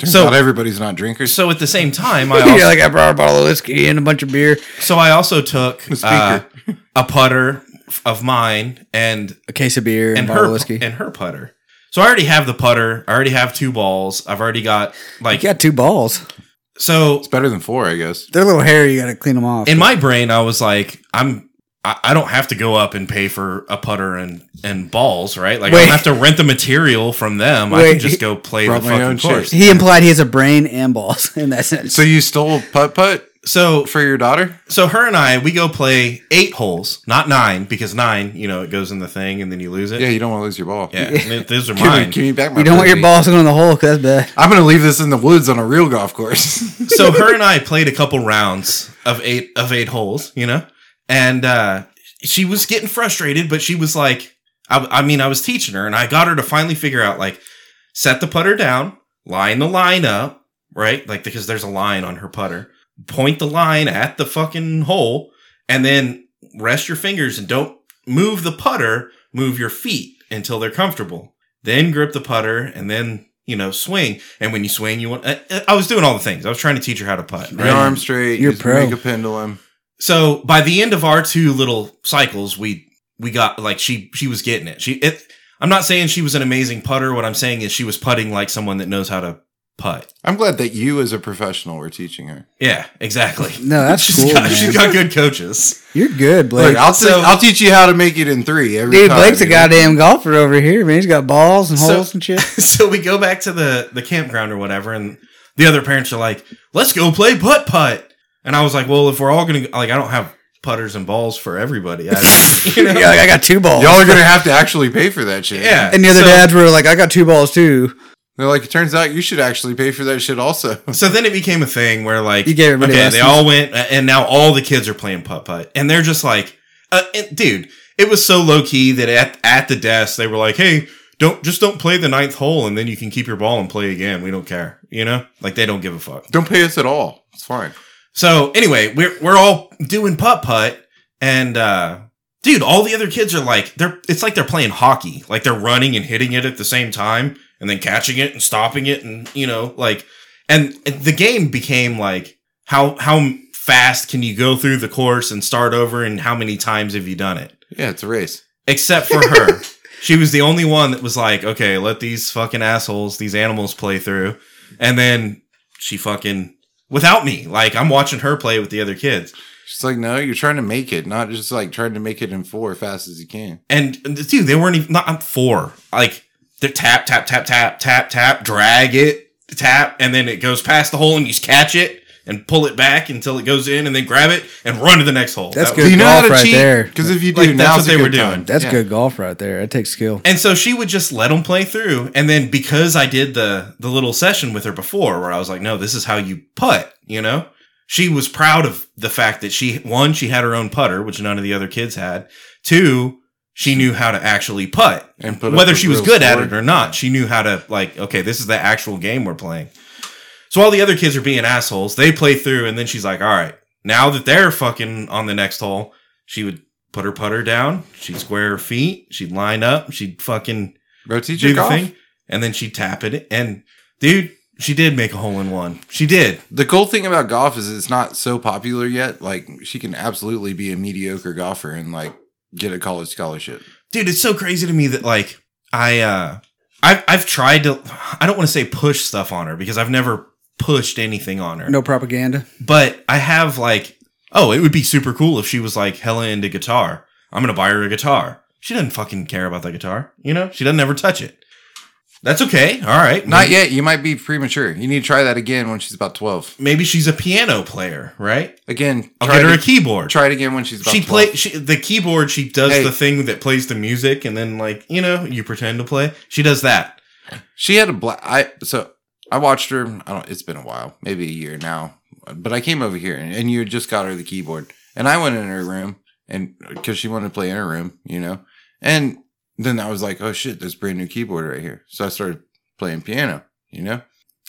[SPEAKER 1] Turns
[SPEAKER 2] So-
[SPEAKER 1] out everybody's not drinkers.
[SPEAKER 2] So at the same time, I
[SPEAKER 5] yeah,
[SPEAKER 2] also,
[SPEAKER 5] like I brought a bottle of whiskey and a bunch of beer.
[SPEAKER 2] so I also took
[SPEAKER 1] The
[SPEAKER 2] uh,
[SPEAKER 1] speaker.
[SPEAKER 2] a putter of mine and
[SPEAKER 5] A case of beer and,
[SPEAKER 2] and
[SPEAKER 5] a bottle
[SPEAKER 2] her
[SPEAKER 5] of whiskey.
[SPEAKER 2] and her putter. So I already have the putter. I already have two balls. I've already got like
[SPEAKER 5] you got two balls.
[SPEAKER 2] so
[SPEAKER 1] It's better than four, I guess.
[SPEAKER 5] They're a little hairy. You got to clean them off.
[SPEAKER 2] in my brain I was like I'm I, I don't have to go up and pay for a putter and and balls right like I
[SPEAKER 5] Wait.
[SPEAKER 2] don't have to rent the material from them I can
[SPEAKER 5] Wait,
[SPEAKER 2] just go play the
[SPEAKER 1] brought my
[SPEAKER 2] fucking
[SPEAKER 1] own
[SPEAKER 2] course.
[SPEAKER 5] he implied he has a brain and balls in that sense.
[SPEAKER 1] So you stole putt putt
[SPEAKER 2] So
[SPEAKER 1] for your daughter?
[SPEAKER 2] so her and I we go play eight holes not nine because nine you know it goes in the thing and then you lose it
[SPEAKER 1] Yeah, you don't want to lose your ball.
[SPEAKER 2] yeah, I mean, those are
[SPEAKER 1] Give me,
[SPEAKER 2] mine
[SPEAKER 1] give me back my.
[SPEAKER 5] you don't want your
[SPEAKER 1] pussy.
[SPEAKER 5] balls going in the hole because that's bad.
[SPEAKER 1] I'm gonna leave this in the woods on a real golf course.
[SPEAKER 2] so her and I played a couple rounds of eight of eight holes, you know, and uh, she was getting frustrated, but she was like, I, I mean, I was teaching her, and I got her to finally figure out like set the putter down, line the line up, right, like because there's a line on her putter, point the line at the fucking hole, and then rest your fingers and don't move the putter, move your feet until they're comfortable. Then grip the putter and then, you know, swing. And when you swing, you want. I, I was doing all the things. I was trying to teach her how to putt.
[SPEAKER 1] Your
[SPEAKER 2] right?
[SPEAKER 1] arm straight.
[SPEAKER 5] You're
[SPEAKER 1] you just
[SPEAKER 5] pro.
[SPEAKER 1] Make a pendulum.
[SPEAKER 2] So by the end of our two little cycles, we we got like she she was getting it. She it. I'm not saying she was an amazing putter. What I'm saying is she was putting like someone that knows how to putt.
[SPEAKER 1] I'm glad that you, as a professional, were teaching her.
[SPEAKER 2] Yeah, exactly.
[SPEAKER 5] No, that's
[SPEAKER 2] she's
[SPEAKER 5] cool.
[SPEAKER 2] got,
[SPEAKER 5] man.
[SPEAKER 2] she's got good coaches.
[SPEAKER 5] You're good, Blake.
[SPEAKER 1] Look, I'll,
[SPEAKER 2] so-
[SPEAKER 1] te- I'll teach you how to make it in three every
[SPEAKER 5] Dude,
[SPEAKER 1] time.
[SPEAKER 5] Blake's a
[SPEAKER 1] you know?
[SPEAKER 5] goddamn golfer over here, man. He's got balls and
[SPEAKER 2] So-
[SPEAKER 5] holes and shit.
[SPEAKER 2] so we go back to the the campground or whatever, and the other parents are like, "Let's go play putt putt." And I was like, "Well, if we're all gonna like, I don't have putters and balls for everybody." I, you know?
[SPEAKER 5] Yeah, like, I got two balls.
[SPEAKER 1] Y'all are gonna have to actually pay for that shit.
[SPEAKER 2] Yeah.
[SPEAKER 5] And the other
[SPEAKER 2] so-
[SPEAKER 5] dads were like, I got two balls too.
[SPEAKER 1] They're like, it turns out you should actually pay for that shit also.
[SPEAKER 2] So then it became a thing where like
[SPEAKER 5] You gave everybody
[SPEAKER 2] okay,
[SPEAKER 5] lessons.
[SPEAKER 2] they all went, a- and now all the kids are playing putt putt, and they're just like, uh, and- dude, it was so low key that at at the desk they were like, hey, don't just don't play the ninth hole, and then you can keep your ball and play again. We don't care, you know, like they don't give a fuck.
[SPEAKER 1] Don't pay us at all. It's fine.
[SPEAKER 2] So anyway, we're we're all doing putt putt, and uh, dude, all the other kids are like they're it's like they're playing hockey, like they're running and hitting it at the same time, and then catching it and stopping it, and you know, like, and the game became like how how fast can you go through the course and start over, and how many times have you done it?
[SPEAKER 1] Yeah, it's a race.
[SPEAKER 2] Except for her, she was the only one that was like, okay, let these fucking assholes, these animals play through, and then she fucking. Without me, like I'm watching her play with the other kids.
[SPEAKER 1] She's like, no, you're trying to make it, not just like trying to make it in four fast as you can.
[SPEAKER 2] And dude, they weren't even not I'm four. Like they're tap, tap, tap, tap, tap, tap, drag it, tap, and then it goes past the hole and you just catch it and pull it back until it goes in and then grab it and run to the next hole.
[SPEAKER 5] That's
[SPEAKER 2] That-
[SPEAKER 5] Good
[SPEAKER 1] Do you know how
[SPEAKER 5] golf
[SPEAKER 1] to
[SPEAKER 5] right
[SPEAKER 1] cheat?
[SPEAKER 5] there.
[SPEAKER 1] Because if you do,
[SPEAKER 2] Like, that's
[SPEAKER 1] now's
[SPEAKER 2] what
[SPEAKER 1] a
[SPEAKER 2] they
[SPEAKER 1] good
[SPEAKER 2] were doing.
[SPEAKER 1] time.
[SPEAKER 5] That's
[SPEAKER 1] Yeah.
[SPEAKER 5] good golf right there. That takes skill.
[SPEAKER 2] And so she would just let them play through. And then because I did the the little session with her before where I was like, no, this is how you putt, you know? She was proud of the fact that she one, she had her own putter, which none of the other kids had. Two, she knew how to actually putt.
[SPEAKER 1] And put up
[SPEAKER 2] whether
[SPEAKER 1] a
[SPEAKER 2] she was
[SPEAKER 1] real
[SPEAKER 2] good at
[SPEAKER 1] score.
[SPEAKER 2] it or not, she knew how to like, okay, this is the actual game we're playing. So all the other kids are being assholes. They play through and then she's like, all right, now that they're fucking on the next hole, she would put her putter down, she'd square her feet, she'd line up, she'd fucking
[SPEAKER 1] Bro, teach
[SPEAKER 2] do
[SPEAKER 1] your
[SPEAKER 2] the
[SPEAKER 1] golf.
[SPEAKER 2] thing, and then she'd tap it. And dude, she did make a hole in one. She did.
[SPEAKER 1] The cool thing about golf is it's not so popular yet. Like she can absolutely be a mediocre golfer and like get a college scholarship.
[SPEAKER 2] Dude, it's so crazy to me that like I uh I've I've tried to. I don't want to say push stuff on her because I've never pushed anything on her.
[SPEAKER 5] No propaganda.
[SPEAKER 2] But I have like, oh, it would be super cool if she was like hella into guitar. I'm gonna buy her a guitar. She doesn't fucking care about that guitar. You know, she doesn't ever touch it. That's okay. All right.
[SPEAKER 1] Not
[SPEAKER 2] maybe,
[SPEAKER 1] yet. You might be premature. You need to try that again when she's about 12.
[SPEAKER 2] Maybe she's a piano player, right?
[SPEAKER 1] Again,
[SPEAKER 2] I'll
[SPEAKER 1] try
[SPEAKER 2] get her a
[SPEAKER 1] it,
[SPEAKER 2] keyboard.
[SPEAKER 1] try it again when she's about
[SPEAKER 2] she
[SPEAKER 1] 12.
[SPEAKER 2] play she, the keyboard. She does
[SPEAKER 1] Hey.
[SPEAKER 2] the thing that plays the music, and then like you know, you pretend to play. She does that.
[SPEAKER 1] She had a black. I so I watched her. I don't. It's been a while, maybe a year now. But I came over here, and, and you had just got her the keyboard, and I went in her room, and because she wanted to play in her room, you know. And then I was like, oh shit, there's a brand new keyboard right here. So I started playing piano, you know.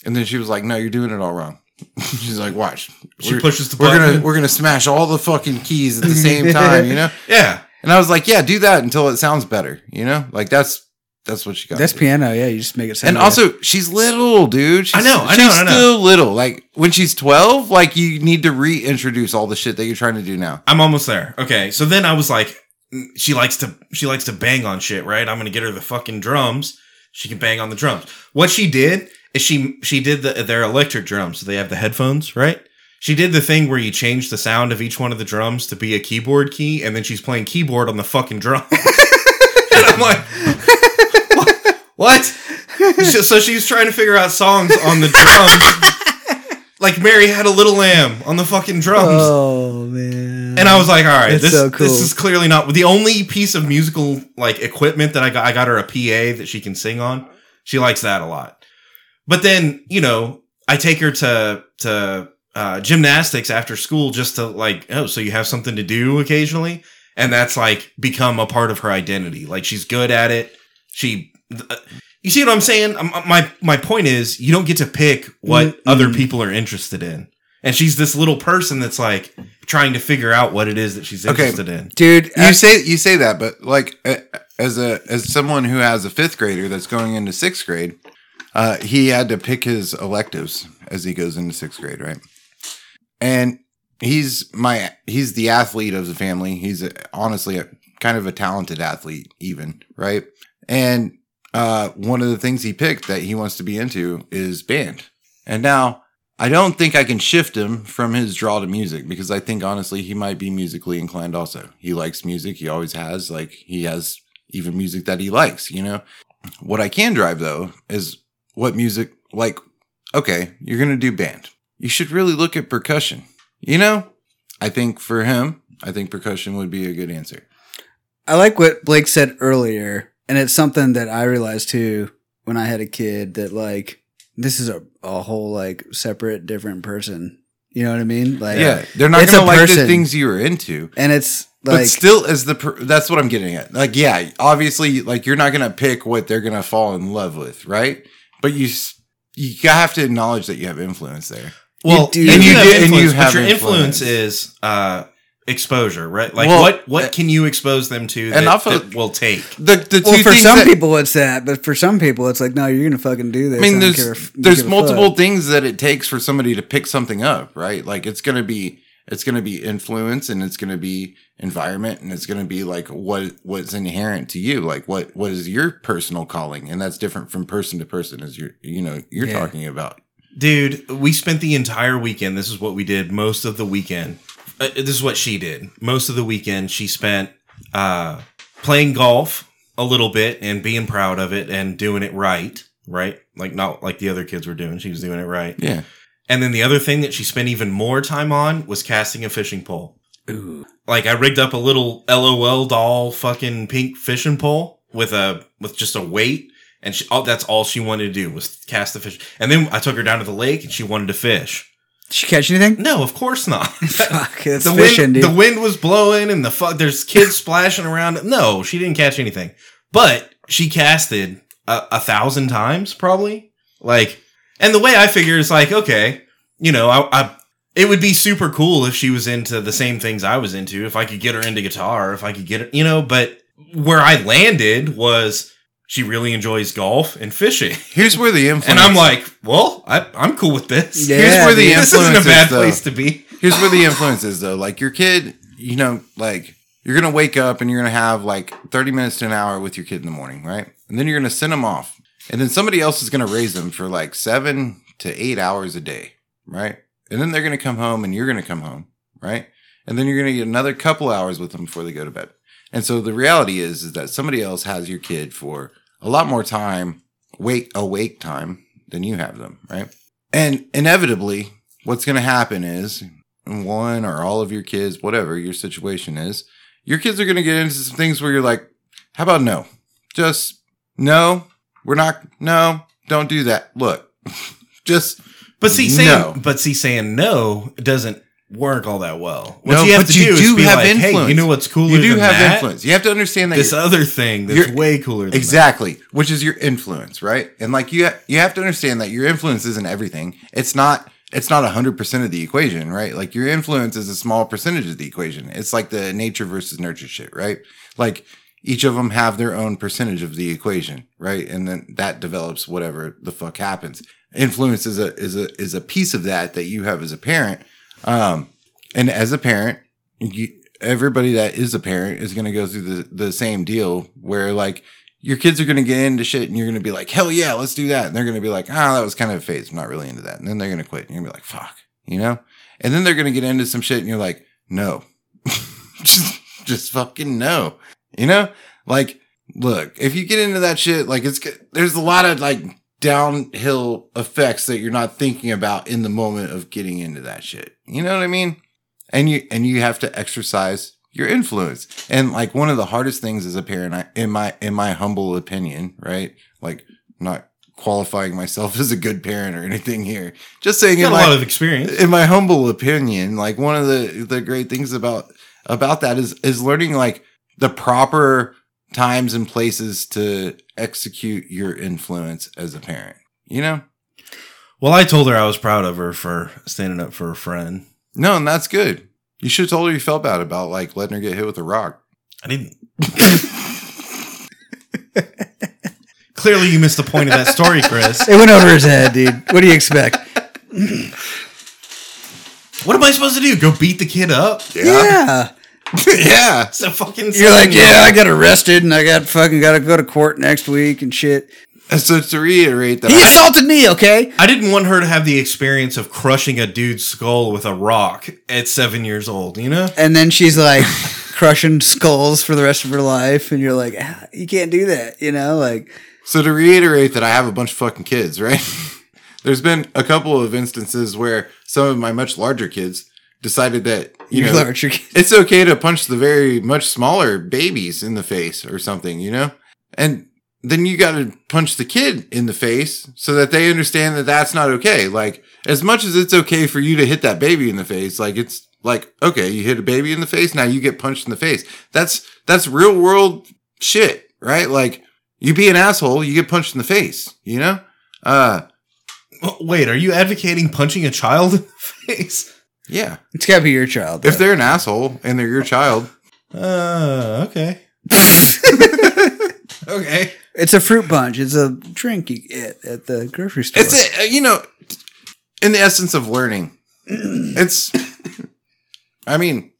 [SPEAKER 1] And then she was like, no, you're doing it all wrong. She's like, watch.
[SPEAKER 2] She
[SPEAKER 1] We're-
[SPEAKER 2] pushes the
[SPEAKER 1] We're
[SPEAKER 2] button.
[SPEAKER 1] gonna we're gonna smash all the fucking keys at the same time, you know.
[SPEAKER 2] yeah.
[SPEAKER 1] And I was like, yeah, do that until it sounds better, you know. Like that's that's what she got.
[SPEAKER 5] That's
[SPEAKER 1] to do.
[SPEAKER 5] piano. Yeah, you just make it sound.
[SPEAKER 1] And
[SPEAKER 5] good.
[SPEAKER 1] also, she's little, dude. She's,
[SPEAKER 2] I know, I know,
[SPEAKER 1] she's
[SPEAKER 2] I know.
[SPEAKER 1] still little. Like when she's twelve, like you need to reintroduce all the shit that you're trying to do now.
[SPEAKER 2] I'm almost there. Okay. So then I was like, mm, she likes to she likes to bang on shit, right? I'm gonna get her the fucking drums. She can bang on the drums. What she did is she she did the their electric drums. So they have the headphones, right? She did the thing where you change the sound of each one of the drums to be a keyboard key, and then she's playing keyboard on the fucking drum. and I'm like, what? what? So so she's trying to figure out songs on the drums. like Mary had a little lamb on the fucking
[SPEAKER 1] um,
[SPEAKER 2] drums.
[SPEAKER 5] oh man.
[SPEAKER 2] And I was like, all right,
[SPEAKER 5] That's
[SPEAKER 2] this
[SPEAKER 5] so cool.
[SPEAKER 2] this is clearly not the only piece of musical like equipment that I got. I got her a PA that she can sing on. She likes that a lot. But then you know, I take her to to uh, gymnastics after school just to like, oh, so you have something to do occasionally, and that's like become a part of her identity. Like she's good at it. She. th- you see what I'm saying? Um, My my point is, you don't get to pick what other people are interested in, and she's this little person that's like, trying to figure out what it is that she's
[SPEAKER 1] Okay.
[SPEAKER 2] interested in.
[SPEAKER 5] Dude,
[SPEAKER 1] You say you say that, but like a- as a as someone who has a fifth grader that's going into sixth grade, uh, he had to pick his electives as he goes into sixth grade, right? And he's my he's the athlete of the family. He's a, honestly a kind of a talented athlete, even right. And uh, one of the things he picked that he wants to be into is band. And now I don't think I can shift him from his draw to music because I think honestly he might be musically inclined also. He likes music, he always has, like he has even music that he likes, you know. What I can drive though is what music like okay, you're going to do band. You should really look at percussion. You know, I think for him, I think percussion would be a good answer.
[SPEAKER 5] I like what Blake said earlier, and it's something that I realized too when I had a kid that like this is a, a whole like separate different person. You know what I mean? Like
[SPEAKER 1] Yeah, they're not
[SPEAKER 5] It's
[SPEAKER 1] going to
[SPEAKER 5] a
[SPEAKER 1] like the
[SPEAKER 5] person.
[SPEAKER 1] things you were into.
[SPEAKER 5] And it's
[SPEAKER 1] but
[SPEAKER 5] like
[SPEAKER 1] still as the per- that's what i'm getting at like yeah obviously like you're not gonna pick what they're gonna fall in love with right but you s- you have to acknowledge that you have influence there
[SPEAKER 2] Well,
[SPEAKER 5] do-
[SPEAKER 2] and you
[SPEAKER 1] you
[SPEAKER 2] have
[SPEAKER 1] do- and
[SPEAKER 2] influence,
[SPEAKER 1] you
[SPEAKER 2] but
[SPEAKER 1] have
[SPEAKER 2] your
[SPEAKER 1] influence.
[SPEAKER 2] influence, is uh, exposure, right? Like
[SPEAKER 1] Well,
[SPEAKER 2] what what
[SPEAKER 1] uh,
[SPEAKER 2] can you expose them to that,
[SPEAKER 1] and I'll fo-
[SPEAKER 2] that will take?
[SPEAKER 1] the, the two
[SPEAKER 5] well for
[SPEAKER 1] things
[SPEAKER 5] some
[SPEAKER 1] that-
[SPEAKER 5] people it's that, but for some people it's like no, you're gonna fucking do this.
[SPEAKER 1] I mean,
[SPEAKER 5] don't
[SPEAKER 1] there's
[SPEAKER 5] care if-
[SPEAKER 1] there's
[SPEAKER 5] give a
[SPEAKER 1] multiple
[SPEAKER 5] fuck.
[SPEAKER 1] things that it takes for somebody to pick something up, right? Like it's gonna be it's gonna be influence, and it's gonna be environment, and it's gonna be like what what's inherent to you, like what what is your personal calling, and that's different from person to person, as you're you know you're
[SPEAKER 5] Yeah.
[SPEAKER 1] talking about.
[SPEAKER 2] Dude, we spent the entire weekend. This is what we did most of the weekend. Uh, this is what she did most of the weekend. She spent uh, playing golf a little bit and being proud of it and doing it right, right? Like not like the other kids were doing. She was doing it right.
[SPEAKER 1] Yeah,
[SPEAKER 2] And then the other thing that she spent even more time on was casting a fishing pole. Like I rigged up a little LOL doll fucking pink fishing pole with a with just a weight and she, all, that's all she wanted to do was cast the fish. And then I took her down to the lake and she wanted to fish.
[SPEAKER 5] Did you catch anything?
[SPEAKER 2] No, of course not.
[SPEAKER 5] Fuck, it's
[SPEAKER 2] the
[SPEAKER 5] fishing,
[SPEAKER 2] wind,
[SPEAKER 5] dude.
[SPEAKER 2] the wind was blowing and the fuck there's kids splashing around. No, she didn't catch anything. But she casted a, a thousand times probably. Like and the way I figure is like, okay, you know, I, I it would be super cool if she was into the same things I was into, if I could get her into guitar, if I could get her, you know, but where I landed was she really enjoys golf and fishing.
[SPEAKER 1] here's where the influence
[SPEAKER 2] And I'm like, well, I, I'm cool with this.
[SPEAKER 5] Yeah,
[SPEAKER 1] here's where the
[SPEAKER 5] dude.
[SPEAKER 2] this isn't a
[SPEAKER 1] influence
[SPEAKER 2] bad
[SPEAKER 1] is, though.
[SPEAKER 2] place to be.
[SPEAKER 1] here's where the influence is though. Like your kid, you know, like you're gonna wake up and you're gonna have like 30 minutes to an hour with your kid in the morning, right? And then you're gonna send them off. and then somebody else is going to raise them for like seven to eight hours a day, right? And then they're going to come home, and you're going to come home, right? And then you're going to get another couple hours with them before they go to bed. And so the reality is, is that somebody else has your kid for a lot more time, wake awake time than you have them, right? And inevitably, what's going to happen is one or all of your kids, whatever your situation is, your kids are going to get into some things where you're like, how about no? Just no, we're not, no, don't do that. Look, just,
[SPEAKER 2] But see, saying
[SPEAKER 1] No.
[SPEAKER 2] but see, saying no doesn't work all that well. What
[SPEAKER 1] No,
[SPEAKER 2] you have
[SPEAKER 1] but
[SPEAKER 2] to
[SPEAKER 1] you
[SPEAKER 2] do,
[SPEAKER 1] do
[SPEAKER 2] is be
[SPEAKER 1] have
[SPEAKER 2] like,
[SPEAKER 1] influence.
[SPEAKER 2] Hey, you know what's cooler?
[SPEAKER 1] you do
[SPEAKER 2] than
[SPEAKER 1] have
[SPEAKER 2] that?
[SPEAKER 1] influence. You have to understand that
[SPEAKER 2] This
[SPEAKER 1] you're-
[SPEAKER 2] other thing that's
[SPEAKER 1] you're-
[SPEAKER 2] way cooler. Than
[SPEAKER 1] Exactly, which is your influence, right? And like you, ha- you have to understand that your influence isn't everything. It's not. It's not hundred percent of the equation, right? Like your influence is a small percentage of the equation. It's like the nature versus nurture shit, right? Like each of them have their own percentage of the equation, right? And then that develops whatever the fuck happens. Influence is a is a is a piece of that that you have as a parent. Um, and as a parent, you, everybody that is a parent is going to go through the, the same deal where like your kids are going to get into shit and you're going to be like, hell yeah, let's do that. And they're going to be like, ah, that was kind of a phase. I'm not really into that. And then they're going to quit. And you're going to be like, fuck, you know? And then they're going to get into some shit and you're like, no, just, just fucking no, you know? Like, look, if you get into that shit, like it's, g- there's a lot of like downhill effects that you're not thinking about in the moment of getting into that shit. You know what I mean? and you and you have to exercise your influence and like one of the hardest things as a parent I, in my in my humble opinion right like not qualifying myself as a good parent or anything here just saying
[SPEAKER 2] That.
[SPEAKER 1] in
[SPEAKER 2] Got a
[SPEAKER 1] my,
[SPEAKER 2] lot of experience.
[SPEAKER 1] in my humble opinion like one of the the great things about about that is is learning like the proper times and places to execute your influence as a parent you know
[SPEAKER 2] Well, I told her I was proud of her for standing up for a friend.
[SPEAKER 1] no and that's good you should have told her you felt bad about like letting her get hit with a rock
[SPEAKER 2] I didn't. Clearly, you missed the point of that story, Chris.
[SPEAKER 5] It went over his head, dude. What do you expect?
[SPEAKER 2] What am I supposed to do? Go beat the kid up?
[SPEAKER 5] yeah.
[SPEAKER 1] yeah.
[SPEAKER 2] It's a fucking.
[SPEAKER 5] You're like,
[SPEAKER 2] song.
[SPEAKER 5] yeah, I got arrested and I got fucking got to go to court next week and shit.
[SPEAKER 1] And so to reiterate that,
[SPEAKER 5] He
[SPEAKER 1] I,
[SPEAKER 5] assaulted me, okay?
[SPEAKER 2] I didn't want her to have the experience of crushing a dude's skull with a rock at seven years old. You know.
[SPEAKER 5] And then she's like crushing skulls for the rest of her life. And you're like, ah, you can't do that, you know? Like,
[SPEAKER 1] so to reiterate that I have a bunch of fucking kids, right? There's been a couple of instances where some of my much larger kids decided that you
[SPEAKER 5] you're
[SPEAKER 1] know
[SPEAKER 5] large. You're,
[SPEAKER 1] it's okay to punch the very much smaller babies in the face or something, you know? And then you got to punch the kid in the face so that they understand that that's not okay. Like, as much as it's okay for you to hit that baby in the face, like, it's like, okay, you hit a baby in the face, now you get punched in the face. That's, that's real world shit, right? Like, you be an asshole, you get punched in the face, you know? Uh,
[SPEAKER 2] Oh, Wait, are you advocating punching a child in the face?
[SPEAKER 1] yeah.
[SPEAKER 5] it's got to be your child.
[SPEAKER 1] If
[SPEAKER 5] though.
[SPEAKER 1] they're an asshole and they're your child,
[SPEAKER 2] Uh, okay. okay.
[SPEAKER 5] it's a fruit punch. It's a drink you get at the grocery store.
[SPEAKER 1] It's a, uh, you know, in the essence of learning. It's, I mean,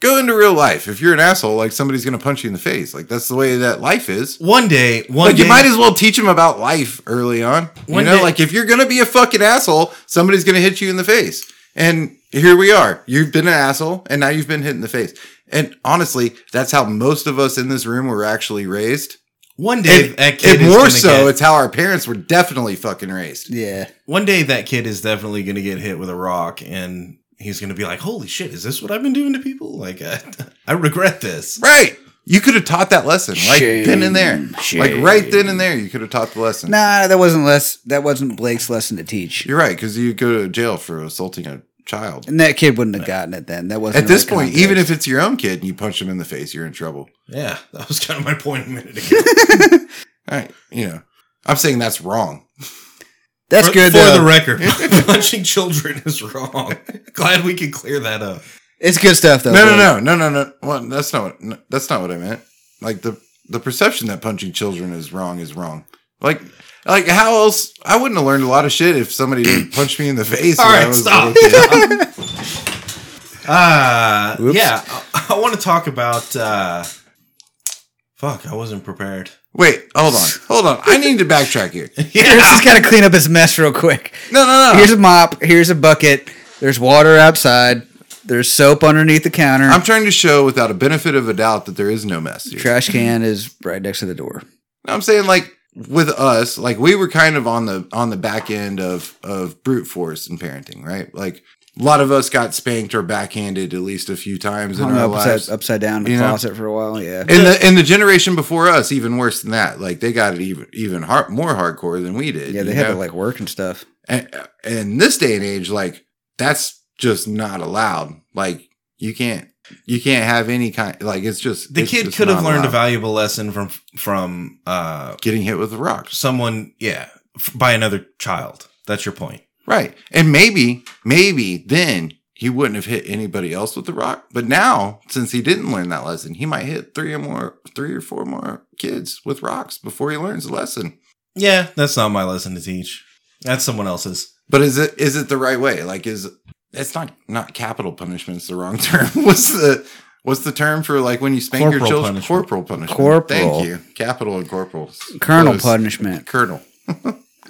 [SPEAKER 1] go into real life. If you're an asshole, like somebody's gonna punch you in the face. Like that's the way that life is.
[SPEAKER 2] One day, one
[SPEAKER 1] Like
[SPEAKER 2] day,
[SPEAKER 1] you might as well teach them about life early on. You
[SPEAKER 2] One
[SPEAKER 1] know,
[SPEAKER 2] day-
[SPEAKER 1] like if you're gonna be a fucking asshole, somebody's gonna hit you in the face. And here we are. You've been an asshole, and now you've been hit in the face. And honestly, that's how most of us in this room were actually raised.
[SPEAKER 2] one day
[SPEAKER 1] And,
[SPEAKER 2] that kid
[SPEAKER 1] and
[SPEAKER 2] is
[SPEAKER 1] more
[SPEAKER 2] gonna
[SPEAKER 1] so,
[SPEAKER 2] get-
[SPEAKER 1] it's how our parents were definitely fucking raised.
[SPEAKER 5] yeah.
[SPEAKER 2] one day that kid is definitely going to get hit with a rock, and he's going to be like, "Holy shit, is this what I've been doing to people? Like, I, I regret this."
[SPEAKER 1] Right. You could have taught that lesson like then and there. Like right then and there, you could have taught the lesson.
[SPEAKER 5] Nah, that wasn't less. That wasn't Blake's lesson to teach.
[SPEAKER 1] You're right, because you go to jail for assaulting a child.
[SPEAKER 5] And that kid wouldn't have gotten it then. That wasn't
[SPEAKER 1] At this
[SPEAKER 5] really
[SPEAKER 1] point,
[SPEAKER 5] context.
[SPEAKER 1] even if it's your own kid and you punch him in the face, you're in trouble.
[SPEAKER 2] Yeah, that was kind of my point a minute ago.
[SPEAKER 1] All right. You know, I'm saying that's wrong.
[SPEAKER 5] that's
[SPEAKER 2] for,
[SPEAKER 5] good
[SPEAKER 2] for
[SPEAKER 5] though.
[SPEAKER 2] the record. punching children is wrong. Glad we could clear that up.
[SPEAKER 5] it's good stuff though.
[SPEAKER 1] No, no,
[SPEAKER 5] Blake.
[SPEAKER 1] no, no, no, no. Well, that's not what, no, that's not what I meant. Like the the perception that punching children is wrong is wrong. Like like how else? I wouldn't have learned a lot of shit if somebody didn't punch me in the face.
[SPEAKER 2] All
[SPEAKER 1] when I
[SPEAKER 2] right,
[SPEAKER 1] was a
[SPEAKER 2] stop.
[SPEAKER 1] little kid.
[SPEAKER 2] Uh, yeah, I, I want to talk about uh, Fuck, I wasn't prepared.
[SPEAKER 1] Wait, hold on, hold on. I need to backtrack here.
[SPEAKER 3] Here's just gotta clean up his mess real quick.
[SPEAKER 1] No, no, no.
[SPEAKER 3] Here's a mop. Here's a bucket. There's water outside. There's soap underneath the counter.
[SPEAKER 1] I'm trying to show without a benefit of a doubt that there is no mess. Here.
[SPEAKER 3] Trash can is right next to the door.
[SPEAKER 1] I'm saying like with us, like we were kind of on the on the back end of of brute force and parenting, right? Like a lot of us got spanked or backhanded at least a few times in
[SPEAKER 3] Hung
[SPEAKER 1] our lives.
[SPEAKER 3] upside, upside down in the
[SPEAKER 1] You know?
[SPEAKER 3] closet for a while. Yeah.
[SPEAKER 1] And the and the generation before us, even worse than that. Like they got it even even hard, more hardcore than we did.
[SPEAKER 3] Yeah, they
[SPEAKER 1] you
[SPEAKER 3] had
[SPEAKER 1] know?
[SPEAKER 3] to like work and stuff.
[SPEAKER 1] and, and this day and age, like that's just not allowed. Like you can't you can't have any kind. Like it's just
[SPEAKER 2] The
[SPEAKER 1] it's
[SPEAKER 2] kid
[SPEAKER 1] just
[SPEAKER 2] could have
[SPEAKER 1] not
[SPEAKER 2] learned
[SPEAKER 1] allowed.
[SPEAKER 2] a valuable lesson from from uh
[SPEAKER 1] getting hit with the rocks.
[SPEAKER 2] someone, yeah, f- by another child. That's your point.
[SPEAKER 1] Right. And maybe, maybe then he wouldn't have hit anybody else with the rock. But now, since he didn't learn that lesson, he might hit three or more, three or four more kids with rocks before he learns the lesson.
[SPEAKER 2] Yeah, that's not my lesson to teach. That's someone else's.
[SPEAKER 1] But is it is it the right way? Like is it's not not capital punishment is the wrong term. what's the what's the term for like when you spank your
[SPEAKER 2] Corporal
[SPEAKER 1] children?
[SPEAKER 2] punishment.
[SPEAKER 1] Corporal punishment.
[SPEAKER 3] Corporal.
[SPEAKER 1] Thank you. Capital and corporal.
[SPEAKER 3] Colonel
[SPEAKER 1] Close.
[SPEAKER 3] punishment.
[SPEAKER 1] Colonel.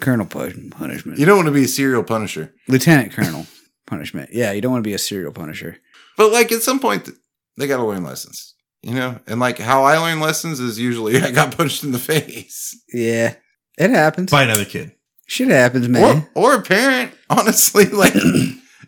[SPEAKER 3] Colonel pu- punishment.
[SPEAKER 1] You don't want to be a serial punisher.
[SPEAKER 3] Lieutenant colonel punishment. Yeah, you don't want to be a serial punisher.
[SPEAKER 1] But like at some point, th- they got to learn lessons, you know. And like how I learn lessons is usually I got punched in the face,
[SPEAKER 3] Yeah, it happens.
[SPEAKER 2] By another kid.
[SPEAKER 3] Shit happens, man.
[SPEAKER 1] or or a parent. Honestly, like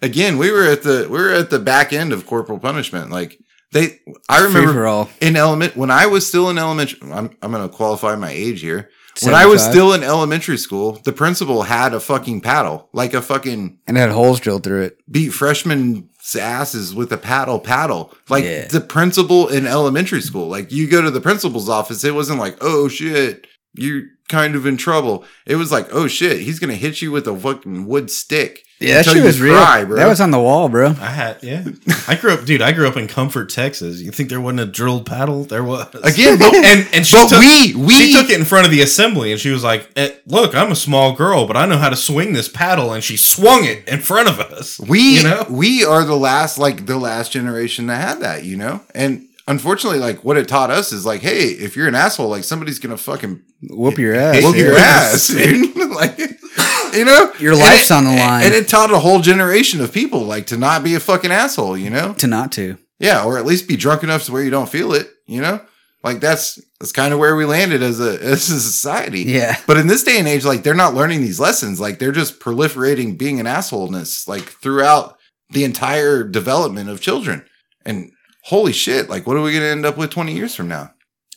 [SPEAKER 1] again, we were at the we were at the back end of corporal punishment. Like they, I
[SPEAKER 3] Free
[SPEAKER 1] remember
[SPEAKER 3] for all.
[SPEAKER 1] in element when I was still in elementary. I'm I'm gonna qualify my age here. When I was
[SPEAKER 3] 75.
[SPEAKER 1] still in elementary school, the principal had a fucking paddle, like a fucking
[SPEAKER 3] and it had holes drilled through it.
[SPEAKER 1] beat freshmen's asses with a paddle paddle like
[SPEAKER 3] Yeah.
[SPEAKER 1] the principal in elementary school like you go to the principal's office it wasn't like oh shit you're kind of in trouble it was like oh shit he's gonna hit you with a fucking wood stick
[SPEAKER 3] Yeah, that
[SPEAKER 1] until
[SPEAKER 3] shit
[SPEAKER 1] you
[SPEAKER 3] was real.
[SPEAKER 1] cry, bro.
[SPEAKER 3] That was on the wall, bro.
[SPEAKER 2] I had, yeah. I grew up, dude, I grew up in Comfort, Texas. You think there wasn't a drilled paddle? There was.
[SPEAKER 1] again but,
[SPEAKER 2] And, and she,
[SPEAKER 1] but
[SPEAKER 2] took,
[SPEAKER 1] we we
[SPEAKER 2] she took it in front of the assembly and she was like, eh, Look, I'm a small girl, but I know how to swing this paddle. And she swung it in front of us.
[SPEAKER 1] we
[SPEAKER 2] you know?
[SPEAKER 1] we are the last like the last generation that had that you know and unfortunately like what it taught us is like hey if you're an asshole like somebody's gonna fucking
[SPEAKER 3] Whoop your ass.
[SPEAKER 1] whoop your
[SPEAKER 3] Yeah.
[SPEAKER 1] ass, dude. like, you know,
[SPEAKER 3] Your
[SPEAKER 1] And
[SPEAKER 3] life's
[SPEAKER 1] it-
[SPEAKER 3] on the line.
[SPEAKER 1] and it taught a whole generation of people like to not be a fucking asshole. You know,
[SPEAKER 3] To not to.
[SPEAKER 1] yeah, or at least be drunk enough to where you don't feel it. You know, like that's that's kind of where we landed as a as a society.
[SPEAKER 3] Yeah.
[SPEAKER 1] But in this day and age, like they're not learning these lessons. Like they're just proliferating being an assholeness like throughout the entire development of children. And holy shit, like what are we gonna end up with twenty years from now?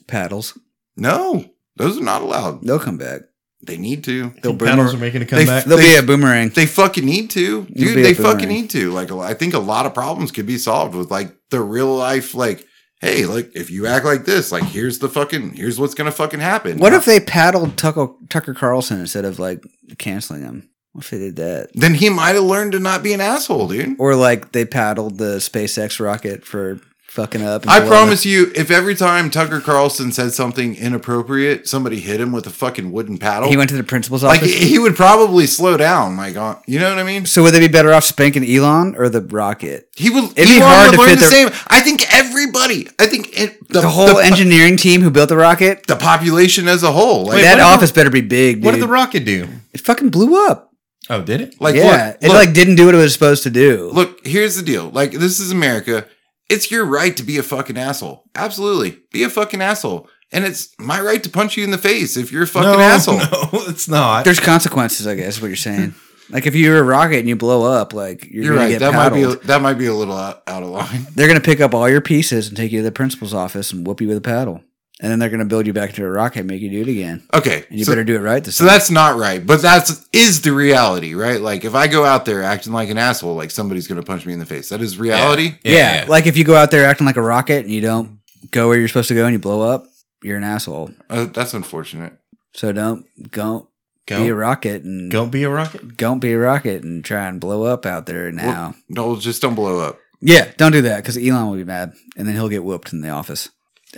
[SPEAKER 3] Paddles.
[SPEAKER 1] No, those are not allowed.
[SPEAKER 3] Theyll come back.
[SPEAKER 1] They need to.
[SPEAKER 3] They'll,
[SPEAKER 2] Paddles
[SPEAKER 3] boomer-
[SPEAKER 2] are making a
[SPEAKER 1] They-
[SPEAKER 2] comeback.
[SPEAKER 3] they'll
[SPEAKER 1] they-
[SPEAKER 3] be a boomerang.
[SPEAKER 1] They fucking need to,
[SPEAKER 3] You'd
[SPEAKER 1] dude.
[SPEAKER 3] be a
[SPEAKER 1] They fucking
[SPEAKER 3] boomerang.
[SPEAKER 1] need to. Like, I think a lot of problems could be solved with like the real life. Like, hey, like if you act like this, like here's the fucking here's what's gonna fucking happen.
[SPEAKER 3] What if they paddled Tucker, Tucker Carlson instead of like canceling him? What if they did that?
[SPEAKER 1] then he might have learned to not be an asshole, dude?
[SPEAKER 3] Or like they paddled the SpaceX rocket for fucking up. and
[SPEAKER 1] I
[SPEAKER 3] blowing
[SPEAKER 1] promise you, if every time Tucker Carlson said something inappropriate, somebody hit him with a fucking wooden
[SPEAKER 3] up.
[SPEAKER 1] paddle,
[SPEAKER 3] He went to the principal's
[SPEAKER 1] like
[SPEAKER 3] office.
[SPEAKER 1] he would probably slow down. Like, on, you know what I mean?
[SPEAKER 3] so would they be better off spanking Elon or the rocket?
[SPEAKER 1] He would. he
[SPEAKER 3] It'd be
[SPEAKER 1] would
[SPEAKER 3] hard to
[SPEAKER 1] learn
[SPEAKER 3] fit
[SPEAKER 1] the
[SPEAKER 3] their-
[SPEAKER 1] same. I think everybody. I think it,
[SPEAKER 3] The, whole engineering team who built the rocket?
[SPEAKER 1] the population as a whole. Like,
[SPEAKER 3] that
[SPEAKER 2] what did
[SPEAKER 3] office better be big, dude.
[SPEAKER 2] What did the rocket do?
[SPEAKER 3] it fucking blew up.
[SPEAKER 2] Oh, did it?
[SPEAKER 1] like
[SPEAKER 3] yeah.
[SPEAKER 1] look,
[SPEAKER 3] it
[SPEAKER 1] look,
[SPEAKER 3] like didn't do what it was supposed to do.
[SPEAKER 1] look, here's the deal. Like, this is America. It's your right to be a fucking asshole. Absolutely. Be a fucking asshole. And it's my right to punch you in the face if you're a fucking
[SPEAKER 2] no,
[SPEAKER 1] asshole.
[SPEAKER 2] No, it's not.
[SPEAKER 3] There's consequences, I guess, is what you're saying. like if you're a rocket and you blow up, like you're,
[SPEAKER 1] You're
[SPEAKER 3] gonna
[SPEAKER 1] right.
[SPEAKER 3] get
[SPEAKER 1] That
[SPEAKER 3] paddled.
[SPEAKER 1] might be that might be a little out, out of line.
[SPEAKER 3] they're gonna pick up all your pieces and take you to the principal's office and whoop you with a paddle. And then they're gonna build you back into a rocket and make you do it again.
[SPEAKER 1] Okay.
[SPEAKER 3] And you
[SPEAKER 1] so,
[SPEAKER 3] better do it right this
[SPEAKER 1] so
[SPEAKER 3] time.
[SPEAKER 1] that's not right, but that's is the reality, right? Like if I go out there acting like an asshole, like somebody's gonna punch me in the face. That is reality.
[SPEAKER 3] yeah, Like if you go out there acting like a rocket and you don't go where you're supposed to go and you blow up, you're an asshole.
[SPEAKER 1] Uh, that's unfortunate.
[SPEAKER 3] So don't don't
[SPEAKER 2] Go,
[SPEAKER 3] be a rocket and
[SPEAKER 2] go be a rocket.
[SPEAKER 3] don't be a rocket and try and blow up out there now.
[SPEAKER 1] Well, no, just don't blow up.
[SPEAKER 3] Yeah, don't do that because Elon will be mad, and then he'll get whooped in the office,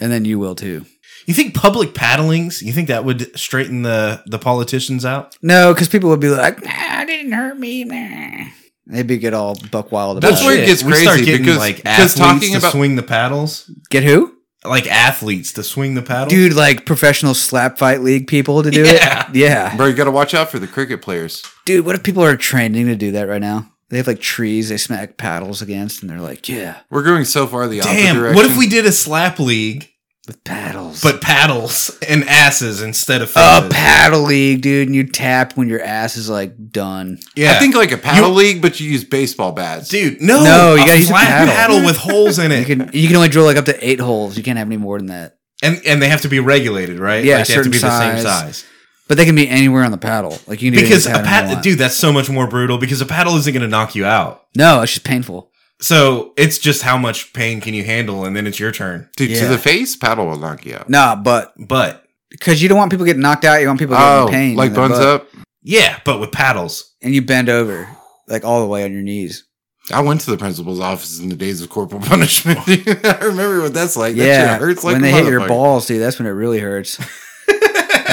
[SPEAKER 3] and then you will too.
[SPEAKER 2] You think public paddlings? You think that would straighten the the politicians out?
[SPEAKER 3] No, because people would be like, "Nah, it didn't hurt me." Nah. They'd be get all buck wild about
[SPEAKER 1] That's
[SPEAKER 3] it.
[SPEAKER 1] where it gets
[SPEAKER 2] We start
[SPEAKER 1] crazy
[SPEAKER 2] getting
[SPEAKER 1] because-
[SPEAKER 2] like
[SPEAKER 1] because
[SPEAKER 2] athletes
[SPEAKER 1] talking
[SPEAKER 2] to
[SPEAKER 1] about-
[SPEAKER 2] swing the paddles.
[SPEAKER 3] Get who?
[SPEAKER 2] like athletes to swing the paddle.
[SPEAKER 3] dude, like professional slap fight league people to do it. Yeah,
[SPEAKER 1] Bro, you got to watch out for the cricket players.
[SPEAKER 3] dude. What if people are training to do that right now? They have like trees they smack paddles against, and they're like, yeah,
[SPEAKER 1] We're going so far the opposite
[SPEAKER 2] Damn,
[SPEAKER 1] direction.
[SPEAKER 2] what if we did a slap league
[SPEAKER 3] with paddles.
[SPEAKER 2] but paddles and asses instead of
[SPEAKER 3] a
[SPEAKER 2] faces?
[SPEAKER 3] paddle league, dude, and you tap when your ass is like done.
[SPEAKER 2] Yeah,
[SPEAKER 1] I think like a paddle league, but you use baseball bats.
[SPEAKER 2] dude. No,
[SPEAKER 3] No, you
[SPEAKER 2] a
[SPEAKER 3] gotta use a
[SPEAKER 2] flat
[SPEAKER 3] paddle.
[SPEAKER 2] with holes in
[SPEAKER 3] You
[SPEAKER 2] it,
[SPEAKER 3] can you can only drill like up to eight holes. You can't have any more than that.
[SPEAKER 2] and and they have to be regulated, right?
[SPEAKER 3] Yeah,
[SPEAKER 2] like, they have to
[SPEAKER 3] certain
[SPEAKER 2] be the
[SPEAKER 3] size.
[SPEAKER 2] same size.
[SPEAKER 3] But they can be anywhere on the paddle. Like you can do
[SPEAKER 2] Because a
[SPEAKER 3] any pattern you
[SPEAKER 2] paddle,
[SPEAKER 3] want.
[SPEAKER 2] dude, that's so much more brutal. Because a paddle isn't going to knock you out.
[SPEAKER 3] No, it's just painful.
[SPEAKER 2] So it's just how much pain can you handle, and then it's your turn.
[SPEAKER 1] Dude, to
[SPEAKER 3] Yeah.
[SPEAKER 1] the face, paddle will knock you out.
[SPEAKER 3] Nah, but
[SPEAKER 2] But
[SPEAKER 3] because you don't want people getting knocked out, you want people getting
[SPEAKER 1] Oh,
[SPEAKER 3] in pain.
[SPEAKER 1] like
[SPEAKER 3] in their
[SPEAKER 1] buns
[SPEAKER 3] butt.
[SPEAKER 1] up.
[SPEAKER 2] yeah, but with paddles,
[SPEAKER 3] and you bend over like all the way on your knees.
[SPEAKER 1] I went to the principal's office in the days of corporal punishment. I remember what that's like. that
[SPEAKER 3] yeah,
[SPEAKER 1] shit hurts like
[SPEAKER 3] when
[SPEAKER 1] a
[SPEAKER 3] they hit your
[SPEAKER 1] motherfucker.
[SPEAKER 3] balls, dude, that's when it really hurts.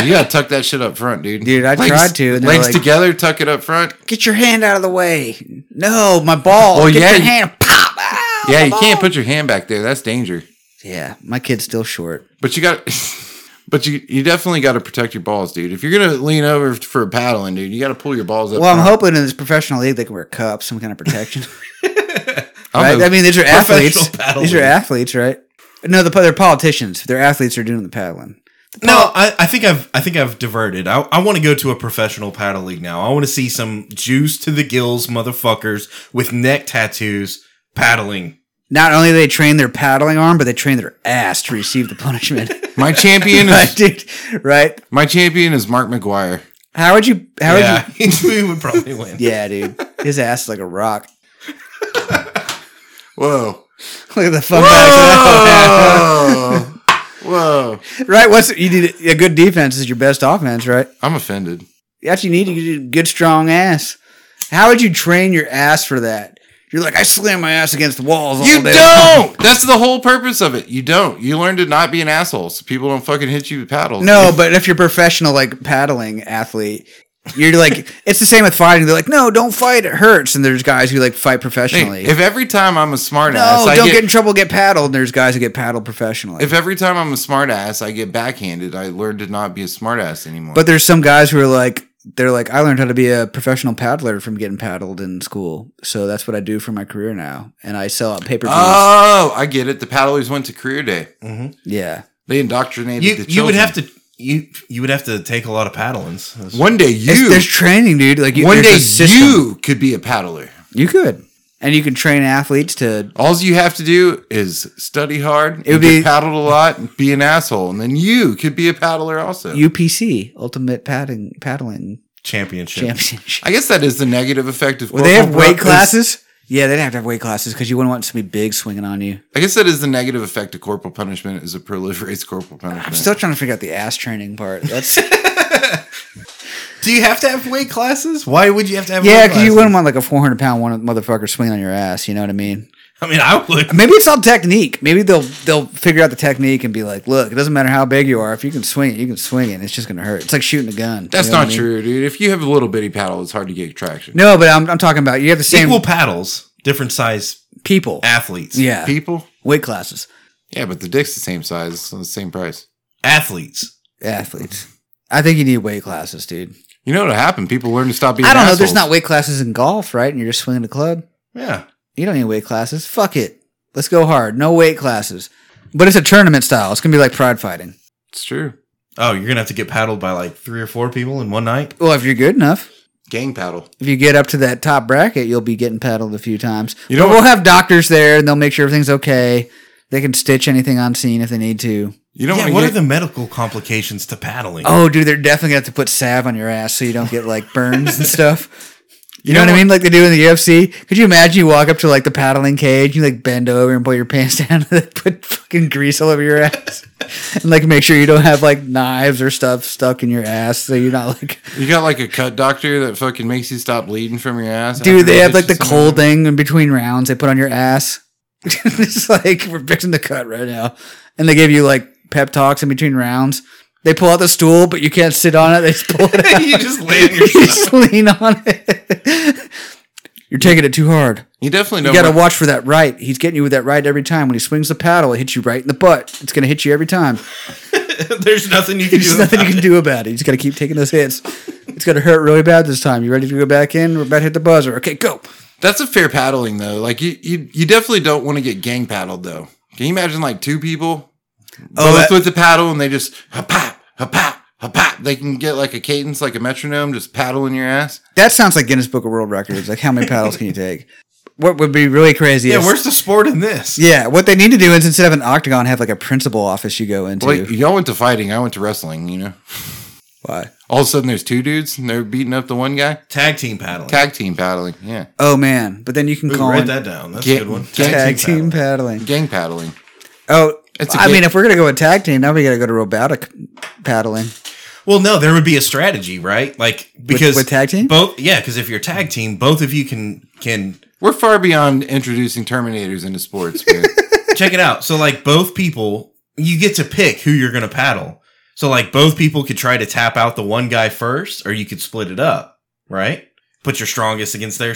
[SPEAKER 1] You gotta tuck that shit up front, dude.
[SPEAKER 3] Dude, I tried to, and they're
[SPEAKER 1] legs
[SPEAKER 3] like-
[SPEAKER 1] together, tuck it up front.
[SPEAKER 3] Get your hand out of the way. No, my ball.
[SPEAKER 1] Well,
[SPEAKER 3] Get
[SPEAKER 1] yeah,
[SPEAKER 3] your
[SPEAKER 1] you-
[SPEAKER 3] hand. Pop. Ow,
[SPEAKER 1] Yeah,
[SPEAKER 3] my
[SPEAKER 1] you
[SPEAKER 3] ball.
[SPEAKER 1] can't put your hand back there. That's danger.
[SPEAKER 3] Yeah, my kid's still short.
[SPEAKER 1] But you got, but you you definitely got to protect your balls, dude. If you're gonna lean over for paddling, dude, you got to pull your balls up.
[SPEAKER 3] Well, I'm
[SPEAKER 1] front.
[SPEAKER 3] hoping in this professional league they can wear cups, some kind of protection.
[SPEAKER 1] I'm
[SPEAKER 3] right?
[SPEAKER 1] a-
[SPEAKER 3] I mean, these are
[SPEAKER 2] Professional
[SPEAKER 3] athletes.
[SPEAKER 2] paddle
[SPEAKER 3] These are
[SPEAKER 2] league.
[SPEAKER 3] athletes, right? No, the, they're politicians. Their athletes are doing the paddling.
[SPEAKER 2] no, I, I think I've I think I've diverted. I, I want to go to a professional paddle league now. I want to see some juice to the gills, motherfuckers with neck tattoos paddling.
[SPEAKER 3] Not only do they train their paddling arm, but they train their ass to receive the punishment.
[SPEAKER 1] my champion
[SPEAKER 3] right,
[SPEAKER 1] is
[SPEAKER 3] dude? Right?
[SPEAKER 1] my champion is Mark McGuire.
[SPEAKER 3] How would you? How would you?
[SPEAKER 2] yeah, we would probably win.
[SPEAKER 3] Yeah, dude. His ass is like a rock.
[SPEAKER 1] Whoa,
[SPEAKER 3] Look at the fun back.
[SPEAKER 1] whoa, whoa!
[SPEAKER 3] right? What's you need a good defense is your best offense, right?
[SPEAKER 1] I'm offended.
[SPEAKER 3] That's what you need you need a good strong ass. How would you train your ass for that? You're like, I slam my ass against the walls all
[SPEAKER 1] You
[SPEAKER 3] day.
[SPEAKER 1] don't. That's the whole purpose of it. You don't. You learn to not be an asshole, so people don't fucking hit you with paddles.
[SPEAKER 3] No, but if you're a professional like paddling athlete, you're like it's the same with fighting. They're like, no, don't fight, it hurts. And there's guys who like fight professionally.
[SPEAKER 1] Hey, if every time I'm a smartass,
[SPEAKER 3] no,
[SPEAKER 1] I
[SPEAKER 3] don't
[SPEAKER 1] get,
[SPEAKER 3] get, in trouble, get paddled. And there's guys who get paddled professionally.
[SPEAKER 1] if every time I'm a smartass, I get backhanded. I learn to not be a smartass anymore.
[SPEAKER 3] But there's some guys who are like, they're like, I learned how to be a professional paddler from getting paddled in school. So that's what I do for my career now. And I sell out paper.
[SPEAKER 1] oh, I get it. The paddlers went to career day.
[SPEAKER 3] yeah.
[SPEAKER 1] They indoctrinated
[SPEAKER 2] You
[SPEAKER 1] the children.
[SPEAKER 2] you would have to you you would have to take a lot of paddlings.
[SPEAKER 1] One day you.
[SPEAKER 3] It's, there's training, dude. Like you,
[SPEAKER 1] one day
[SPEAKER 3] there's a system.
[SPEAKER 1] you could be a paddler.
[SPEAKER 3] you could, and you could train athletes to.
[SPEAKER 1] All you have to do is study hard. It
[SPEAKER 3] would
[SPEAKER 1] would be
[SPEAKER 3] be-
[SPEAKER 1] paddled a lot, and be an asshole, and then you could be a paddler also.
[SPEAKER 3] UPC Ultimate Paddling Paddling
[SPEAKER 2] Championship.
[SPEAKER 3] Championship.
[SPEAKER 1] I guess that is the negative effect of.
[SPEAKER 3] Would they have
[SPEAKER 1] corporal
[SPEAKER 3] weight
[SPEAKER 1] pun-
[SPEAKER 3] classes? Yeah, they'd have to have weight classes because you wouldn't want somebody big swinging on you.
[SPEAKER 1] I guess that is the negative effect of corporal punishment. Is it proliferates corporal punishment?
[SPEAKER 3] I'm still trying to figure out the ass training part. That's
[SPEAKER 2] Do you have to have weight classes? Why would you have to have?
[SPEAKER 3] yeah,
[SPEAKER 2] weight
[SPEAKER 3] because you
[SPEAKER 2] classes?
[SPEAKER 3] wouldn't want like a 400 pound one motherfucker swinging on your ass. You know what I mean?
[SPEAKER 2] I mean, I would.
[SPEAKER 3] Maybe it's all technique. Maybe they'll they'll figure out the technique and be like, look, it doesn't matter how big you are. If you can swing it, you can swing it. It's just gonna hurt. It's like shooting a gun.
[SPEAKER 1] That's
[SPEAKER 3] You know what
[SPEAKER 1] not
[SPEAKER 3] I mean?
[SPEAKER 1] true, dude. If you have a little bitty paddle, it's hard to get traction.
[SPEAKER 3] No, but I'm, I'm talking about you have the same
[SPEAKER 2] Equal paddles, different size
[SPEAKER 3] people.
[SPEAKER 2] athletes.
[SPEAKER 3] Yeah,
[SPEAKER 1] People?
[SPEAKER 3] weight classes,
[SPEAKER 1] Yeah, but the dick's the same size. It's the same price.
[SPEAKER 2] athletes.
[SPEAKER 3] athletes. I think you need weight classes, dude.
[SPEAKER 1] You know what'll happen? People learn to stop being
[SPEAKER 3] I don't know. There's
[SPEAKER 1] assholes.
[SPEAKER 3] not weight classes in golf, right? And you're just swinging the club.
[SPEAKER 2] Yeah,
[SPEAKER 3] You don't need weight classes. Fuck it. Let's go hard. No weight classes. But it's a tournament style. It's gonna be like pride fighting.
[SPEAKER 1] It's true.
[SPEAKER 2] Oh, you're gonna have to get paddled by like three or four people in one night.
[SPEAKER 3] Well, if you're good enough.
[SPEAKER 1] Gang paddle.
[SPEAKER 3] if you get up to that top bracket, you'll be getting paddled a few times.
[SPEAKER 1] You
[SPEAKER 3] You
[SPEAKER 1] know
[SPEAKER 3] know, we'll have doctors there, and they'll make sure everything's okay. They can stitch anything on scene if they need to.
[SPEAKER 1] You don't
[SPEAKER 2] yeah,
[SPEAKER 1] want
[SPEAKER 2] what
[SPEAKER 1] to
[SPEAKER 2] are
[SPEAKER 1] get
[SPEAKER 2] the medical complications to paddling?
[SPEAKER 3] Oh, dude, they're definitely gonna have to put salve on your ass so you don't get like burns and stuff. You, know,
[SPEAKER 1] know
[SPEAKER 3] what I mean? Like they do in the UFC. Could you imagine you walk up to like the paddling cage, you like bend over and pull your pants down, and they put fucking grease all over your ass, and like make sure you don't have like knives or stuff stuck in your ass, so you're not like
[SPEAKER 1] you got like a cut doctor that fucking makes you stop bleeding from your ass.
[SPEAKER 3] Dude,
[SPEAKER 1] after
[SPEAKER 3] they
[SPEAKER 1] you
[SPEAKER 3] have
[SPEAKER 1] hit
[SPEAKER 3] like the
[SPEAKER 1] you
[SPEAKER 3] cold
[SPEAKER 1] somewhere?
[SPEAKER 3] thing in between rounds they put on your ass. it's like we're fixing the cut right now. And they give you like pep talks in between rounds. They pull out the stool, but you can't sit on it. They just pull it out.
[SPEAKER 2] you just lay on
[SPEAKER 3] you
[SPEAKER 2] your
[SPEAKER 3] just lean on it. You're taking it too hard.
[SPEAKER 1] You definitely know.
[SPEAKER 3] You got to
[SPEAKER 1] when-
[SPEAKER 3] watch for that right. He's getting you with that right every time. When he swings the paddle, it hits you right in the butt. It's going to hit you every time.
[SPEAKER 2] There's nothing you can
[SPEAKER 3] There's
[SPEAKER 2] do.
[SPEAKER 3] nothing
[SPEAKER 2] Nothing
[SPEAKER 3] you can do about it. You just got to keep taking those hits. It's going to hurt really bad this time. You ready to go back in? We're about to hit the buzzer. Okay, go.
[SPEAKER 1] that's a fair paddling though. Like you, you, you definitely don't want to get gang paddled though. Can you imagine like two people,
[SPEAKER 3] Oh,
[SPEAKER 1] both
[SPEAKER 2] that-
[SPEAKER 1] with the paddle, and they just ha pop, ha pop, ha pop. They can get like a cadence, like a metronome, just paddling your ass.
[SPEAKER 3] That sounds like Guinness Book of World Records. Like, how many paddles can you take? What would be really crazy
[SPEAKER 2] yeah,
[SPEAKER 3] is.
[SPEAKER 2] where's the sport in this?
[SPEAKER 3] yeah, what they need to do is instead of an octagon, have like a principal office you go into.
[SPEAKER 1] Like y'all went to fighting, I went to wrestling. You know,
[SPEAKER 3] Why?
[SPEAKER 1] all of a sudden there's two dudes and they're beating up the one guy.
[SPEAKER 2] Tag team paddling.
[SPEAKER 1] Tag team paddling, yeah,
[SPEAKER 3] Oh, man. But then you can
[SPEAKER 2] Ooh,
[SPEAKER 3] call
[SPEAKER 2] write
[SPEAKER 3] it
[SPEAKER 2] that down. That's
[SPEAKER 1] Get-
[SPEAKER 2] a good one.
[SPEAKER 1] get-
[SPEAKER 3] tag team
[SPEAKER 2] paddling.
[SPEAKER 3] paddling.
[SPEAKER 1] gang paddling.
[SPEAKER 3] Oh,
[SPEAKER 1] It's a
[SPEAKER 3] I
[SPEAKER 1] game.
[SPEAKER 3] mean, if we're gonna go with tag team, now we gotta go to robotic paddling.
[SPEAKER 2] Well, no, there would be a strategy, right? Like because
[SPEAKER 3] with tag team?
[SPEAKER 2] both. Yeah, because if you're tag team, both of you can can
[SPEAKER 1] We're far beyond introducing Terminators into sports. man.
[SPEAKER 2] check it out. So like both people, you get to pick who you're gonna paddle. So like both people could try to tap out the one guy first, or you could split it up, right? Put your strongest against their,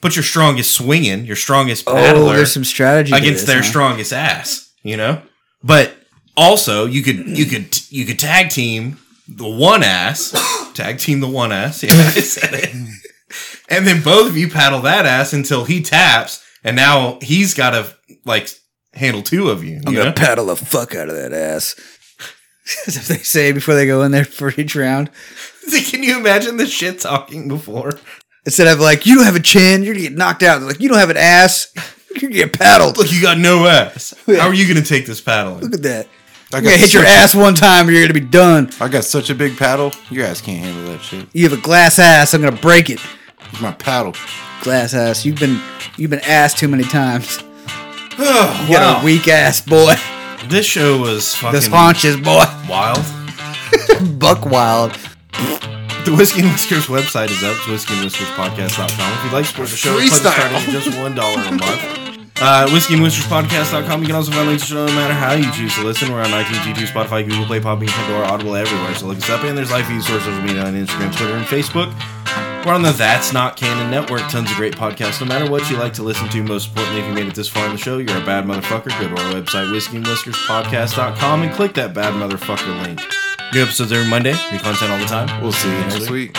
[SPEAKER 2] put your strongest swinging, your strongest
[SPEAKER 3] Oh,
[SPEAKER 2] paddler
[SPEAKER 3] there's some strategy to
[SPEAKER 2] against
[SPEAKER 3] this,
[SPEAKER 2] their
[SPEAKER 3] huh?
[SPEAKER 2] strongest ass, you know. But also, you could you could you could tag team the one ass, tag team the one ass. Yeah, I said it. And then both of you paddle that ass until he taps, and now he's got to like handle two of you.
[SPEAKER 3] I'm
[SPEAKER 2] you
[SPEAKER 3] gonna
[SPEAKER 2] know?
[SPEAKER 3] paddle the fuck out of that ass. As if they say before they go in there for each round.
[SPEAKER 2] Can you imagine the shit talking before?
[SPEAKER 3] Instead of like, you don't have a chin, you're gonna get knocked out. They're like, you don't have an ass, you're gonna get paddled.
[SPEAKER 2] Look, you got no ass. How are you going to take this paddling?
[SPEAKER 3] Look at that.
[SPEAKER 1] I
[SPEAKER 3] You're gonna hit your
[SPEAKER 1] such-
[SPEAKER 3] ass one time or you're gonna be done.
[SPEAKER 1] I got such a big paddle. Your ass can't handle that shit.
[SPEAKER 3] You have a glass ass, I'm gonna break it.
[SPEAKER 1] It's my paddle.
[SPEAKER 3] Glass ass. You've been you've been asked too many times.
[SPEAKER 2] Oh,
[SPEAKER 3] You got a weak ass boy.
[SPEAKER 2] This show was fucking
[SPEAKER 3] The haunches boy.
[SPEAKER 2] wild.
[SPEAKER 3] Buck wild.
[SPEAKER 2] The Whiskey and Whiskers website is up. It's whiskeyandwhiskerspodcast.com. If you'd like to support the show, it's
[SPEAKER 1] Freestyle.
[SPEAKER 2] starting at just $1 a month. Uh, whiskeyandwhiskerspodcast.com. You can also find links to the show no matter how you choose to listen. We're on iTunes, YouTube, Spotify, Google Play, Podbean, Pandora, Audible, everywhere. So look us up. And there's live feed, source, social media on Instagram, Twitter, and Facebook. We're on the That's Not Canon Network. Tons of great podcasts. No matter what you like to listen to, most importantly, if you made it this far in the show, you're a bad motherfucker. Go to our website, whiskeyandwhiskerspodcast.com, and click that bad motherfucker link. New episodes every Monday. New content all the time.
[SPEAKER 1] We'll see you next week.